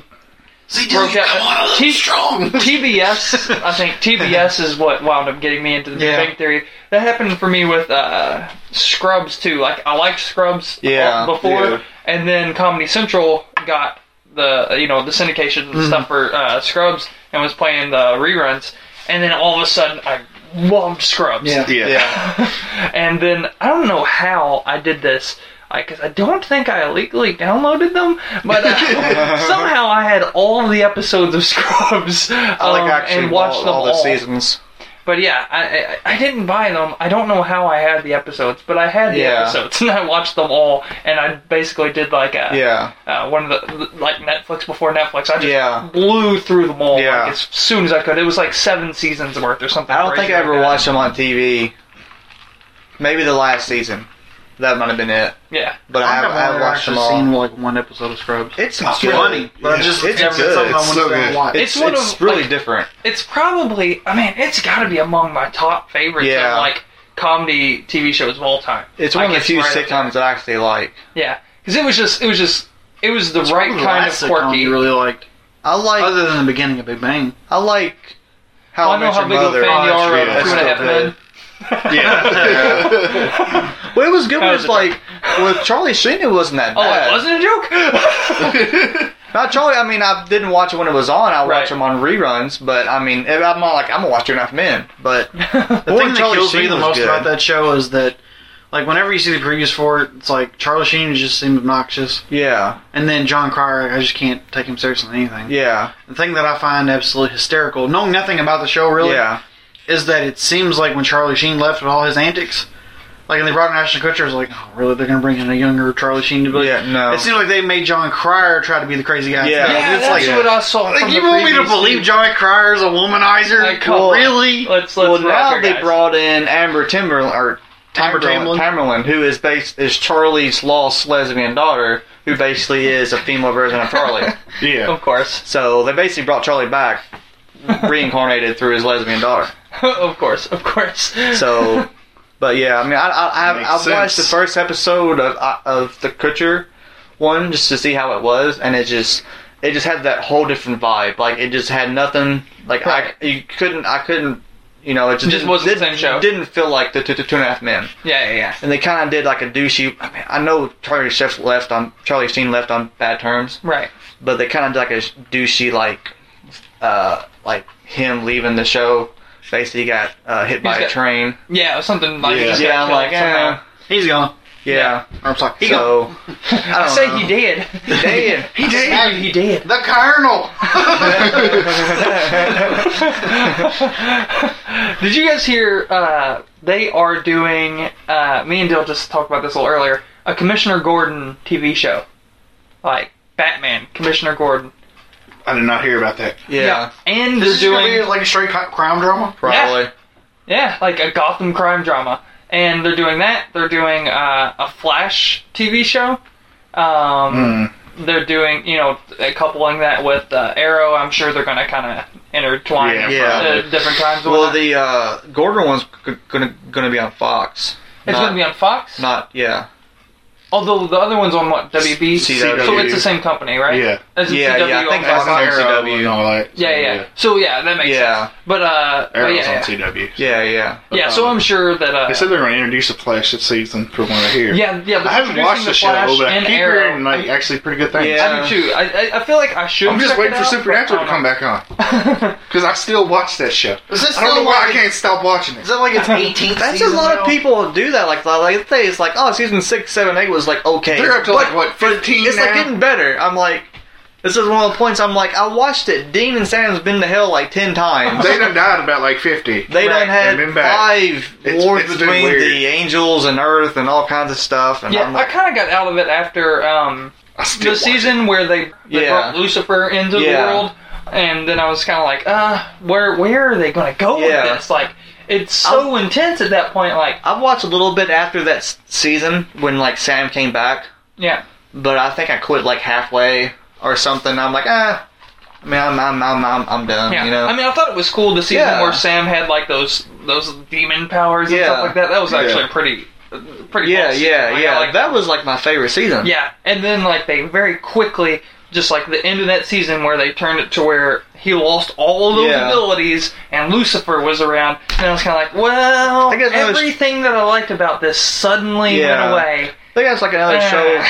See, dude, Broke out. come on, I'm He- strong. TBS. I think TBS is what wound up getting me into the Yeah. Big Bang Theory. That happened for me with uh, Scrubs too. Like I liked Scrubs Yeah, before, yeah. and then Comedy Central got the you know the syndication Mm-hmm. and stuff for uh, Scrubs and was playing the reruns, and then all of a sudden I loved Scrubs. Yeah. Yeah. yeah, And then I don't know how I did this. Because I, don't think I illegally downloaded them, but uh, [laughs] somehow I had all the episodes of [laughs] Scrubs I like um, actually and watched all, them all the seasons. But yeah, I, I I didn't buy them. I don't know how I had the episodes, but I had the Yeah. episodes [laughs] and I watched them all. And I basically did like a Yeah, uh, one of the like Netflix before Netflix. I just Yeah. blew through them all Yeah. like, as soon as I could. It was like seven seasons worth or something. I don't think crazy I like ever that. watched them on TV. Maybe the last season. That might have been it. Yeah, But I, have, I have watched them all. seen like one episode of Scrubs. It's It's good. funny, but I Yeah. just It's never been good. something It's I so wanted to good. watch. It's, It's one it's of, really like- different. it's probably. I mean, it's got to be among my top favorites Yeah. of like comedy TV shows of all time. It's I one of the guess few right up there. sitcoms that I actually like. Yeah, because it was just it was just it was the right What was the kind of last sitcom quirky. You really liked, I like other than the beginning of Big Bang. I like Well, how I I, know met how your big mother. of a fan you Oh, are that's of Two and a real. Half That's Men. Yeah. good. Well, it was good That when was a it's like with Charlie Sheen. It wasn't [laughs] that Oh, bad. it wasn't a joke. Not Charlie. I mean, I didn't watch it when it was on. I Right. watch them on reruns. But I mean, I'm not like I'm gonna watch Two and a Half Men. But The Boy, thing that Charlie kills me Sheen the was most good. about that show is that Like whenever you see the previews for it, it's like Charlie Sheen just seemed obnoxious, Yeah, and then John Cryer, I just can't take him seriously in anything. yeah, The thing that I find absolutely hysterical, knowing nothing about the show really, yeah, is that it seems like when Charlie Sheen left with all his antics, like when they brought in Ashton Kutcher, I was like, oh, really? They're gonna bring in a younger Charlie Sheen to be? yeah. No, It seems like they made John Cryer try to be the crazy guy. Yeah. Like, Yeah, it's that's like, what I saw. like from you the want me to previous believe season. John Cryer's a womanizer? Like, come on. really? Let's let's well, rock now her, they guys. brought in Amber Timberland or Amber Tamberlin, Tamberlin. Tamberlin, who is based is Charlie's lost lesbian daughter, who basically is a female version of [laughs] Charlie. Yeah. Of course, [laughs] so they basically brought Charlie back, reincarnated through his lesbian daughter. of course, of course. So, but yeah, I mean, I I, I, Makes I watched the sense. first episode of uh, of the Kutcher one just to see how it was, and it just it just had that whole different vibe. Like it just had nothing. Like Right. I you couldn't I couldn't you know it just, Just wasn't the same show. Didn't feel like the two, two, two and a half men. [laughs] yeah, yeah, yeah. And they kind of did like a douchey. I, mean, I know Charlie Sheen left on Charlie Sheen left on bad terms, Right. but they kind of did like a douchey like uh like him leaving the show. Basically, he got uh, hit by got- a train. Yeah, something like Yeah. he just Yeah, got I'm killed like, somehow. eh. He's gone. Yeah. I'm sorry. He gone. So I I don't [laughs] say know. he did. Dang He did. he did. The Colonel. [laughs] Did you guys hear? Uh, they are doing. Uh, me and Dill just talked about this a little earlier. A Commissioner Gordon TV show, like Batman, Commissioner Gordon. I did not hear about that. [laughs] yeah. and This they're is gonna be doing like a straight co- crime drama. Probably. yeah, like a Gotham crime drama. And they're doing that. They're doing uh, a Flash TV show. Um, Mm. they're doing, you know, coupling that with uh, Arrow. I'm sure they're going to kind of intertwine Yeah, Yeah. the different times. and Well, whatnot. the uh, Gordon one's g- gonna gonna be on Fox. it's not, going to be on Fox. Not yeah. Although the other one's on what WB, CW. so it's the same company, right? Yeah. As in Yeah, CW yeah, I think on Fox. that's on Arrow CW. and all that. yeah, yeah, yeah. So yeah, that makes Yeah. sense. But uh, but Arrow's yeah, on yeah. CW. Yeah, yeah. yeah. So I'm sure that uh, They said they're going to introduce the Flash this season, from what I hear. yeah, yeah. I haven't producing watched the, the show, Flash but I and keep Arrow. hearing like actually pretty good things. Yeah. I do too. I, I, I feel like I should. I'm just check waiting it for out, Supernatural but to come back on because I still watch that show. Is this I don't know still why I like- can't stop watching it. Is that [laughs] like its 18th? That's a season lot of now? people do that. Like like they it's like oh season six seven eight was like okay. They're up to but like what 15 It's now. like getting better. I'm like. This is one of the points I'm like, I watched it. Dean and Sam's been to hell like ten times. they done died about like 50. They Right, done had and been back. five It's- wars it's been between weird. the angels and Earth and all kinds of stuff. And Yeah, I'm I like, kind of got out of it after um, I still the watch season where they, they Yeah. brought Lucifer into the Yeah. world, and then I was kind of like, uh, where where are they going to go Yeah. with this? Like, it's so intense at that point. Like, I've watched a little bit after that s- season when like Sam came back, yeah, but I think I quit like halfway or something. I'm like, ah, I mean, I'm I'm I'm I'm, I'm done. yeah. You know, I mean, I thought it was cool the season uh, Yeah. where Sam had like those those demon powers and Yeah. stuff like that. That was Yeah. actually pretty pretty. yeah, cool season. yeah, Like, I yeah. liked that was like my favorite season. Yeah, and then like they very quickly, just like the end of that season where they turned it to where he lost all of those Yeah. abilities and Lucifer was around, and I was kind of like, well, I guess I was- everything that I liked about this suddenly Yeah. went away. I think that's like another Ah. show.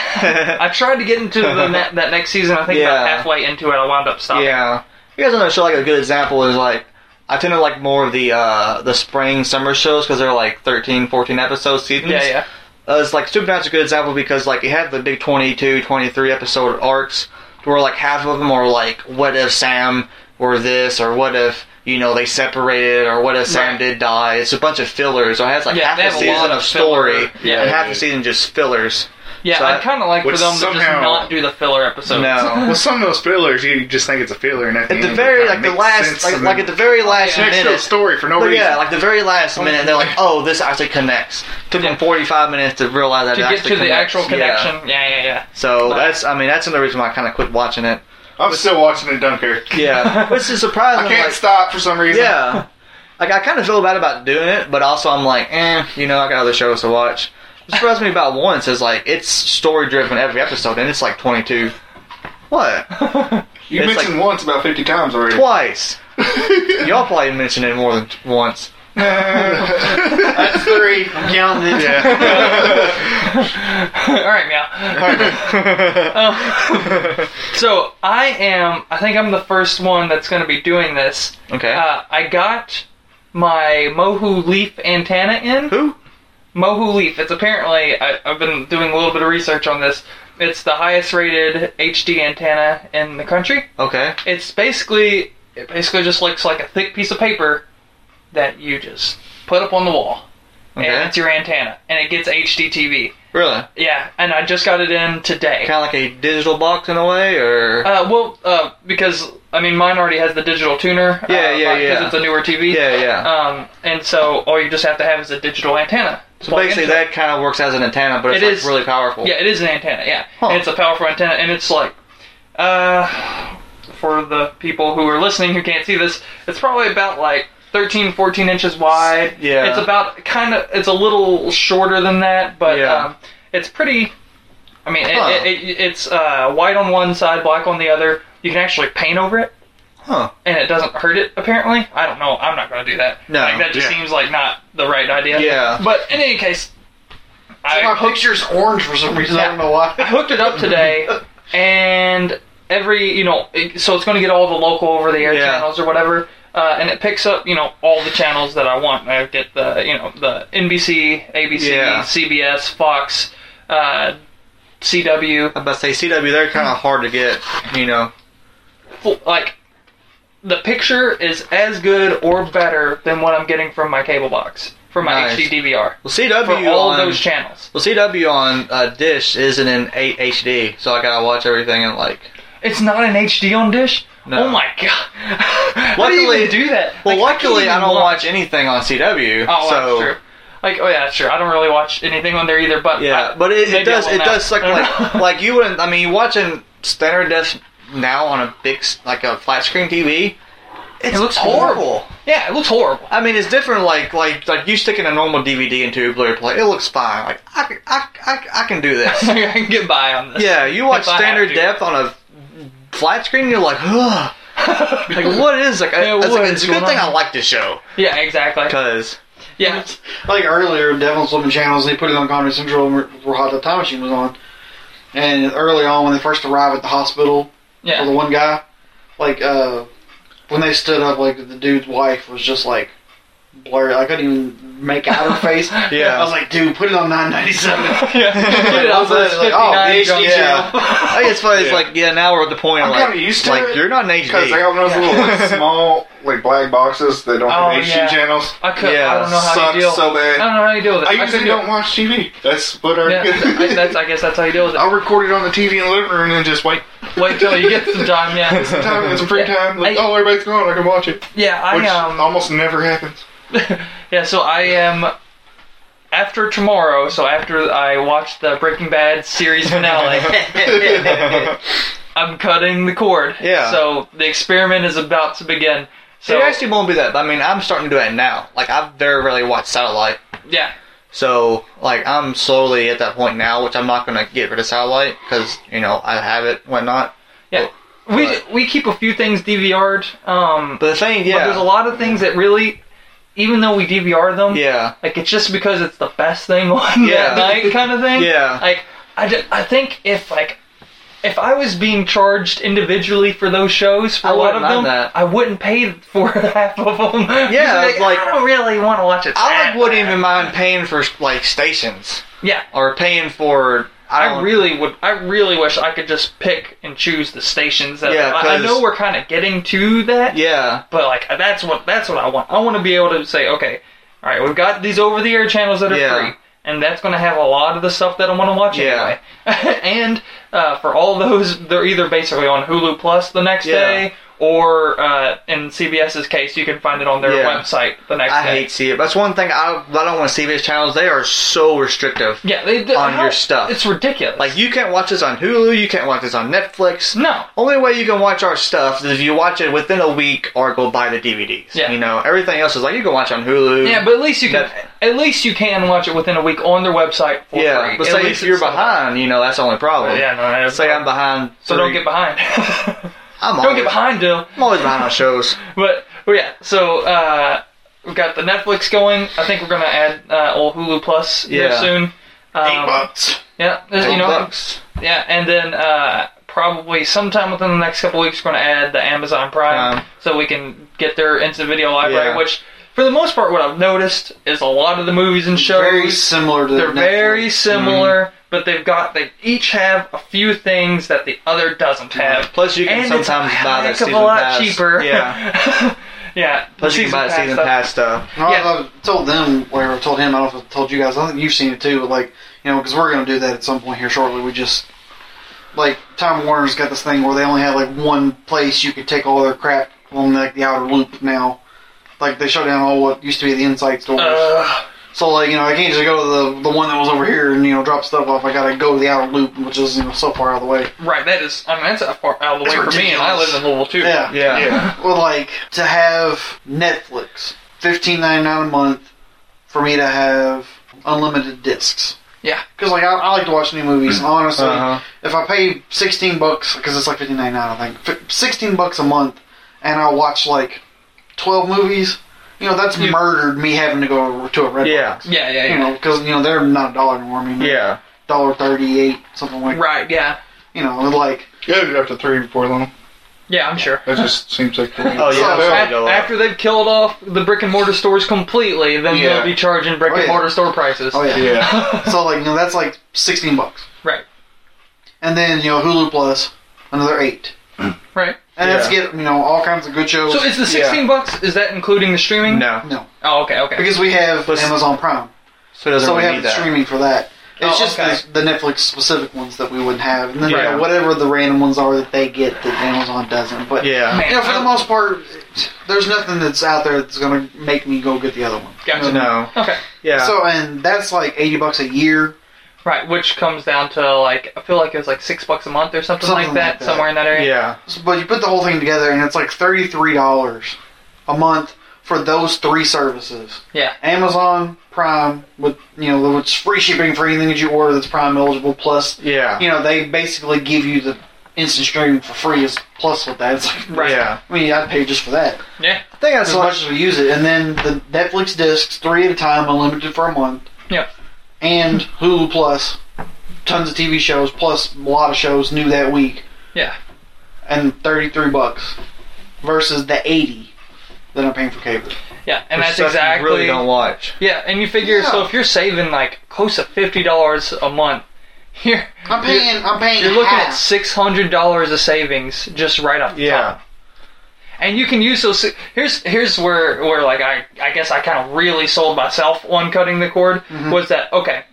[laughs] [laughs] I tried to get into the ne- that next season. I think about Yeah. halfway into it, I wound up stopping. yeah, you guys another show like a good example is like. I tend to like more of the uh, the spring summer shows because they're like 13, 14 episode seasons. yeah, yeah. uh, it's like Supernatural's a good example because like you have the big 22, 23 episode arcs where like half of them are like what if Sam were this or what if you know they separated or what if Sam Right. did die. It's a bunch of fillers. So it has like Yeah, they half have a a season lot of of filler. story Yeah. and half the season just fillers. Yeah, So I- I'd kind of like for Which them to somehow- just not do the filler episodes. [laughs] No. Well, some of those fillers, you just think it's a filler, and at the, At end, the it very kinda like the makes last sense like, and like then at the very last Yeah. next to the minute. story for no But reason. yeah, like the very last minute, they're like, "Oh, this actually connects." Took them Yeah. forty-five minutes to realize that To it get actually to the connects. actual Yeah. connection, yeah, yeah, yeah. So that's, I mean, that's another reason why I kind of quit watching it. I'm still watching it, Dunkirk. Yeah, [laughs] which is surprising. I can't like, stop for some reason. Yeah, like I kind of feel bad about doing it, but also I'm like, eh, you know, I got other shows to watch. What surprised me about once is like it's story driven every episode, and it's like 22. What? you it's mentioned once about 50 times already. [laughs] Twice. Y'all probably mentioned it more than t- once. That's three. I'm counting it. [laughs] [laughs] All right, now. Um, [laughs] so I am. I think I'm the first one that's going to be doing this. Okay. Uh, I got my Mohu Leaf antenna in. Who? Mohu Leaf. It's apparently I, I've been doing a little bit of research on this. It's the highest rated HD antenna in the country. Okay. It's basically it basically just looks like a thick piece of paper that you just put up on the wall, Okay. and it's your antenna, and it gets HD TV. Really? Yeah, and I just got it in today. Kind of like a digital box in a way, or Uh, well, uh, because I mean, mine already has the digital tuner. uh, Yeah, yeah, Because yeah. it's a newer TV. yeah, yeah. Um, and so all you just have to have is a digital antenna. to so plug basically, into it. that kind of works as an antenna, but it's It like is- really powerful. Yeah, it is an antenna. Yeah, Huh. And it's a powerful antenna, and it's like, uh, for the people who are listening who can't see this, it's probably about like 13, 14 inches wide. Yeah. it's about kind of it's a little shorter than that, but Yeah. um, it's pretty. I mean, it- Huh. it, it, it's uh, white on one side, black on the other. You can actually paint over it. Huh. And it doesn't hurt it, apparently. I don't know. I'm not going to do that. No. Like, that just Yeah. seems like not the right idea. Yeah. But in any case, I My hooked- picture's orange for some reason. I don't know I why. [laughs] hooked it up today, and every you know, it- so it's going to get all the local over the air Yeah. channels or whatever, uh, and it picks up you know all the channels that I want. I get the you know the NBC, ABC, Yeah. CBS, Fox, uh, CW, I'm about to say CW. They're kind of hard to get. You know. full- like. The picture is as good or better than what I'm getting from my cable box, from my Nice. HD DVR, for Well, CW all on those channels. well CW on uh, Dish isn't in eight HD, so I gotta watch everything in like. It's not an HD on dish. No. Oh my god! [laughs] How do you Luckily- even do that? Well, Like, can't luckily even I don't watch- watch anything on CW. Oh, so, that's true. Like, oh yeah, sure. I don't really watch anything on there either, but Yeah, I- but it, maybe I it does will it now. does suck. I don't [laughs] Like know. like you wouldn't. I mean, watching standard def now on a big s- like a flat screen TV. It's It looks horrible. yeah, it looks horrible. [laughs] I mean, it's different. Like like like you sticking a normal DVD into a Blu-ray player, it looks fine. Like I can- I, I, I can [laughs] do this. I can get by on this. yeah, you watch If I have standard to. depth on a flat screen, you're like, Ugh. like what is like? Yeah, it's, what like, is it's a good going thing on? I like this show [laughs] yeah, exactly. because Yeah, like earlier, Devil's Living Channels, they put it on Comedy Central where where Hot Tub Time Machine was on. And early on, when they first arrived at the hospital for the yeah. one guy, like uh, when they stood up, like the dude's wife was just like blurry. I couldn't even make out her [laughs] face. Yeah. I was like, dude, put it on 997. Get it on Also, this it's like, oh, 59 jump. yeah, I guess it's funny. It's Yeah. like yeah, now we're at the point I'm like kinda used to like it. you're not an HD. Because they got those little small, like black boxes that don't Oh, have HD yeah. channels. [laughs] I could. I Yeah, don't know how Sucks you deal. so I bad. don't know how you deal with it. I couldn't usually do it. don't watch TV. That's what I. [laughs] Yeah, I, that's. I guess that's how you deal with it. I'll record it on the TV in the living room and then just wait. [laughs] Wait till you get some time. Yeah, Time it's free time. Like, I- oh, everybody's gone. I can watch it, yeah. I which oh. um. almost never happens. yeah, so I am after tomorrow. So after I watch the Breaking Bad series finale, [laughs] [laughs] [laughs] I'm cutting the cord. Yeah. So the experiment is about to begin. So it actually won't be that. I mean, I'm starting to do it now. Like I've very rarely watched satellite, yeah, so like I'm slowly at that point now, which I'm not gonna get rid of satellite because you know I have it, whatnot. yeah. We we keep a few things DVR'd. Um, But the thing, yeah, but there's a lot of things that really, even though we DVR them, yeah, Like it's just because it's the best thing [laughs] on Yeah. that night, kind of thing. Yeah. Like I, ju- I think if like if I was being charged individually for those shows for I a lot wouldn't of mind them, that. I wouldn't pay for [laughs] half of them. Yeah, [laughs] Just like- I don't really want to watch it. I like that wouldn't bad. even mind paying for like stations Yeah. or paying for. I, I don't, really would. I really wish I could just pick and choose the stations. That Yeah, I, I 'cause- know we're kind of getting to that. yeah, But like that's what that's what I want. I want to be able to say, okay, all right, we've got these over the air channels that are Yeah. free, and that's going to have a lot of the stuff that I want to watch Yeah. anyway. [laughs] and uh, for all those, they're either basically on Hulu Plus the next Yeah. day, or uh, in CBS's case, you can find it on their Yeah. website the next I day. hate see it. That's one thing I I don't want to see these channels. They are so restrictive. yeah, they, they- on how- your stuff. It's ridiculous. Like you can't watch this on Hulu. You can't watch this on Netflix. no, Only way you can watch our stuff is if you watch it within a week or go buy the DVDs. Yeah. You know, everything else is like you can watch on Hulu. yeah, but at least you can That- at least you can watch it within a week on their website for yeah. free. But At say least if you're it's- uh, behind, you know, that's the only problem. yeah, no, I- Say I'm behind. so don't three- get [laughs] behind. [laughs] I'm don't always, get behind, Dill. I'm always behind on shows. But, but yeah, so uh, we've got the Netflix going. I think we're gonna add uh, old Hulu Plus here Yeah. soon. Um, Eight bucks. Yeah, there's- [laughs] you Eight know, bucks. yeah, and then uh, probably sometime within the next couple weeks, we're gonna add the Amazon Prime, Prime. so we can get their instant video library, Yeah. which for the most part, what I've noticed is a lot of the movies and [laughs] shows very similar to they're very Netflix. similar, but they've got they each have a few things that the other doesn't have. Plus, you can and sometimes it's a buy the heck of season a lot pass. cheaper. [laughs] Yeah. yeah. Plus, you can buy the season stuff. pass stuff. No, Yeah. I, I told them, or I told him, I don't know if I told you guys, I think you've seen it too, but like, you know, because we're going to do that at some point here shortly. We just, like, Time Warner's got this thing where they only have, like, one place you could take all their crap on, like, the outer loop now. Like, they shut down all what used to be the inside stores. Ugh. so, like, you know, I can't just go to the, the one that was over here and, you know, drop stuff off. I got to go to the outer loop, which is, you know, so far out of the way. right, that is. I mean, that's that far out of the It's way for me, and I ridiculous. live in Louisville too. Yeah. Yeah. Yeah. Well, like to have Netflix, fifteen ninety nine a month, for me to have unlimited discs. Yeah. Because like I, I like to watch [clears throat] new movies, and honestly, Uh-huh. if I pay sixteen bucks, because it's like fifteen ninety nine, I think F- sixteen bucks a month, and I watch like twelve movies. You know, that's Yeah. murdered me having to go to a uh, Red Yeah. Box. Yeah, yeah, You yeah. know, because you know they're not a dollar anymore. I mean, Yeah. dollar thirty eight, something like. Right, yeah. You know, like Yeah, you're up to three before long. Yeah, I'm sure. That just seems like. The Oh, yeah. So, that's Af- gonna go up. after they've killed off the brick and mortar stores completely, then Yeah. they'll be charging brick Oh, and yeah. mortar store prices. oh yeah. Yeah. so like, you know, that's like sixteen bucks. Right, and then you know Hulu Plus, another eight, [clears throat] right. and that's Yeah. get you know all kinds of good [laughs] shows. So is the Yeah. sixteen bucks? Is that including the streaming? No. no, Oh, okay, okay. because we have Plus- Amazon Prime, So it doesn't so we really have need the that. streaming for that. It's Oh, just okay. the, the Netflix specific ones that we wouldn't have, and then you know, Yeah. whatever the random ones are that they get that Amazon doesn't. But Yeah. Man, you know, for the I- most part, there's nothing that's out there that's gonna make me go get the other one. Gotcha. No. Okay. Yeah. So and that's like eighty bucks a year. Right, which comes down to like I feel like it was like six bucks a month or something, Something like, that, like that. somewhere in that area. yeah. But you put the whole thing together, and it's like thirty-three dollars a month for those three services. Yeah. Amazon Prime with you know it's free shipping for anything that you order that's Prime eligible. Plus, Yeah. you know they basically give you the instant streaming for free as plus with that. It's like, Right. Yeah. I mean, I'd pay just for that. Yeah. I think As that's like, much as we use it, and then the Netflix discs three at a time, unlimited for a month. Yeah. And Hulu Plus, tons of TV shows, plus a lot of shows new that week. Yeah. And thirty three bucks versus the eighty that I'm paying for cable. Yeah. And there's that's stuff exactly You really don't watch. Yeah, and you figure so Yeah. if you're saving like close to fifty dollars a month, [laughs] you're I'm paying. I'm paying. you're looking half. at six hundred dollars of savings just right off the Yeah. top. And you can use those. si- Here's here's where where like I I guess I kind of really sold myself on cutting the cord was that okay?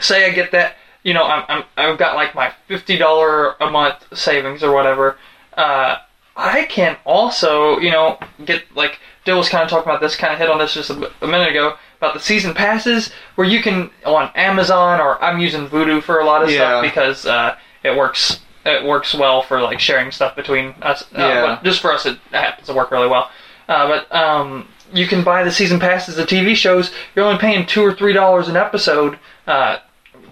Say I get that you know I'm, I'm I've got like my fifty dollar a month savings or whatever. Uh, I can also you know get like Dill was kind of talking about this kind of hit on this just a, bit- a minute ago about the season passes where you can on Amazon or I'm using Voodoo for a lot of Yeah. stuff because uh, it works it works well for like sharing stuff between us. Uh, Yeah. but just for us, it happens to work really well. Uh, but um, you can buy the season passes, the TV shows. You're only paying two or three dollars an episode. Uh,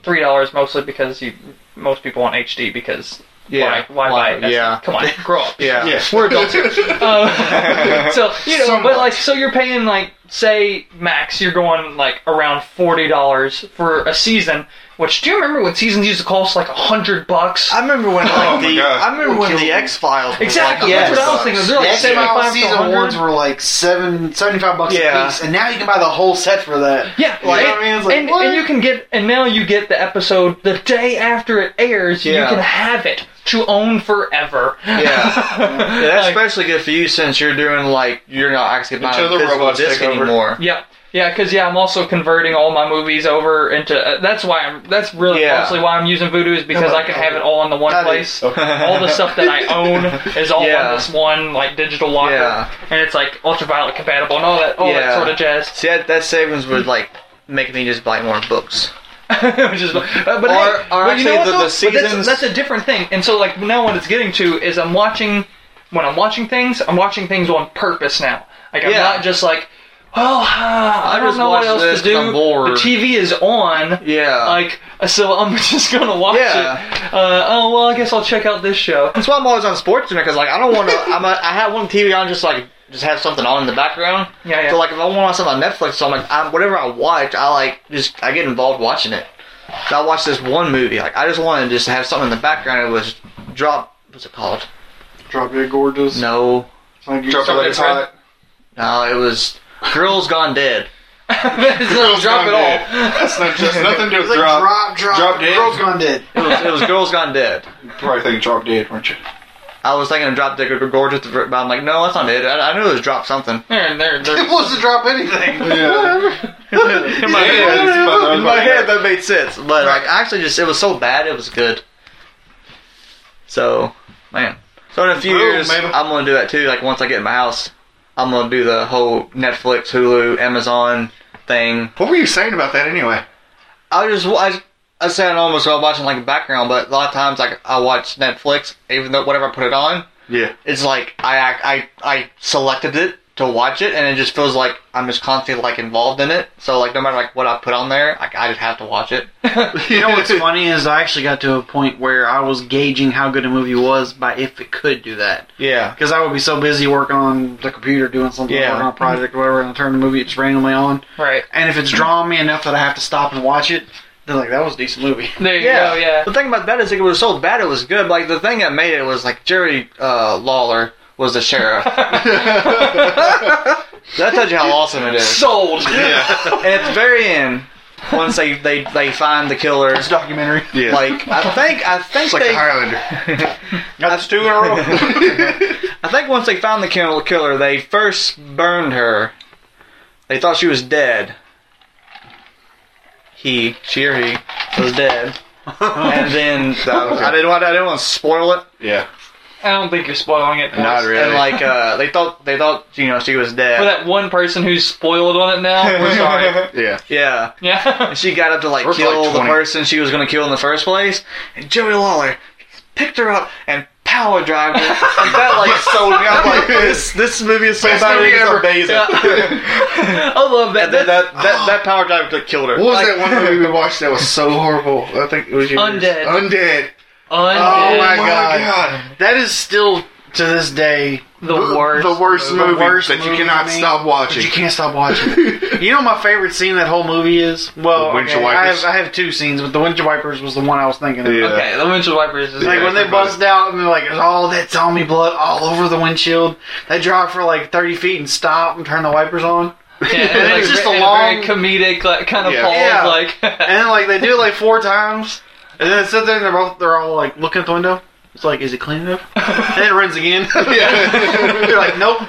three dollars mostly because you most people want HD because Yeah. why, why buy it? Yeah. come on, grow up. [laughs] Yeah. Yeah. We're [laughs] adults here. Uh, so you know, but Somewhat. like, so you're paying like, say, max, you're going like around forty dollars for a season. Which do you remember when seasons used to cost like a hundred bucks? I remember when like Oh my the God. I remember when Kill the me. X Files Exactly. Like, Yes. That's what I was thinking. They're The like X Files seventy-five to season ones 100. were like seven, 75 bucks Yeah. a piece, and now you can buy the whole set for that. Yeah, Like, and, I mean, it's like, and, what? and you can get, and now you get the episode the day after it airs. You Yeah. can have it to own forever. [laughs] Yeah, that's Like, especially good for you since you're doing like you're not actually buying Until a the physical robots disc take over. anymore. yeah, yeah, because yeah, I'm also converting all my movies over into. Uh, that's why I'm. That's really Yeah. mostly why I'm using Voodoo is because I can have it all in the one That place. is- all [laughs] the stuff that I own is all Yeah. on this one like digital locker, Yeah. and it's like ultraviolet compatible and all that, all that Yeah. sort of jazz. See, that, that savings would like make me just buy more books. [laughs] Which is, but but, Or- hey, or but you know actually what, though? the- the But that's- seasons- that's, a different thing. And so like now what it's getting to is I'm watching when I'm watching things, I'm watching things on purpose now. Like I'm Yeah. not just like, well, uh, I, don't just know what watch else this to 'cause do. I'm The bored." TV is on. Yeah, Like [laughs] so, I'm just gonna watch Yeah. it. Uh, oh well, I guess I'll check out this show. that's why I'm always on sports because like I don't want to. I'm a, I have one TV on just like just have something on in the background. Yeah, yeah. So like if I want to watch something on Netflix, so I'm like I'm, whatever I watch, I like just I get involved watching it. So I watched this one movie. Like I just wanted to just have something in the background. It was drop. What's it called? Drop Dead Gorgeous. No, It's like you- Drop it like it's hot. no, it was Girls Gone Dead. [laughs] Just drop it all. That's not [laughs] just nothing to do with Like drop. drop, drop, drop dead. Girls gone dead. It was, it was Girls Gone Dead. You probably think drop dead, weren't you? I was thinking of Drop Dead Gorgeous, but I'm like, no, that's not it. I, I knew it was Drop something. There, there, It there. wasn't drop [laughs] [laughs] anything. Yeah. in my head. in my head that made sense. But like actually just it was so bad it was good. So man. So in a few Boom, years baby. I'm gonna do that too, like once I get in my house, I'm gonna do the whole Netflix, Hulu, Amazon thing. What were you saying about that anyway? I just I I say I almost love watching like background, but a lot of times like I watch Netflix, even though whatever I put it on, Yeah. it's like I act, I I selected it to watch it, and it just feels like I'm just constantly like involved in it. So like no matter like what I put on there, like I just have to watch [laughs] it. [laughs] [laughs] You know what's funny is I actually got to a point where I was gauging how good a movie was by if it could do that. Yeah. Because I would be so busy working on the computer, doing something, Yeah. working on a project or whatever, and I turn the movie just randomly on. Right. And if it's Mm-hmm. drawing me enough that I have to stop and watch it, then like that was a decent movie. [laughs] There you Yeah. go, yeah. The thing about that is like, it was so bad it was good. Like the thing that made it was like Jerry uh, Lawler was the sheriff. [laughs] [laughs] that tells you how awesome it is. Sold. Yeah. And at the very end, once they they, they find the killer, It's a documentary. yeah. [laughs] like I think I think it's like they, the Highlander. That's two in a [laughs] row. [laughs] I think once they found the kill- killer, they first burned her. They thought she was dead. He, she or he, was [laughs] dead. and then I didn't want I didn't want to spoil it. [laughs] [laughs] yeah. I don't think you're spoiling it. Not really. And like uh, they thought they thought you know she was dead. For that one person who's spoiled on it now, we're [laughs] sorry. Yeah. yeah. Yeah. [laughs] And she got up to like We're for, like, kill the 20. person she was gonna kill in the first place, and Joey Lawler picked her up and power [laughs] drived her. and that like so I'm like this this movie is so Best bad movie it's ever. amazing. I love that. And then That's that that, that power drive could killed her. What was Like, that one movie we watched that was so horrible? I think it was yours. Undead. Undead. undead. Oh my, my god. That is still to this day The worst. The worst The movie worst that you movie cannot to me. stop But you watching. can't stop watching [laughs] it. you know my favorite scene in that whole movie is? Well, The windshield okay, I, wipers. have, I have two scenes, but the windshield wipers was the one I was thinking of. Yeah. Okay, the windshield wipers is Like when they buzzed out and they're like, there's all that zombie blood all over the windshield. They drive for like 30 feet and stop and turn the wipers on. Yeah, and It's like just a ve- very long- comedic like, kind of Yeah. pause. Yeah. Like, [laughs] And then like they do it like four times. And then they sit there and they're, both, they're all like looking at the window. It's like, is it clean enough? And it runs again. [laughs] Yeah. they're like, nope.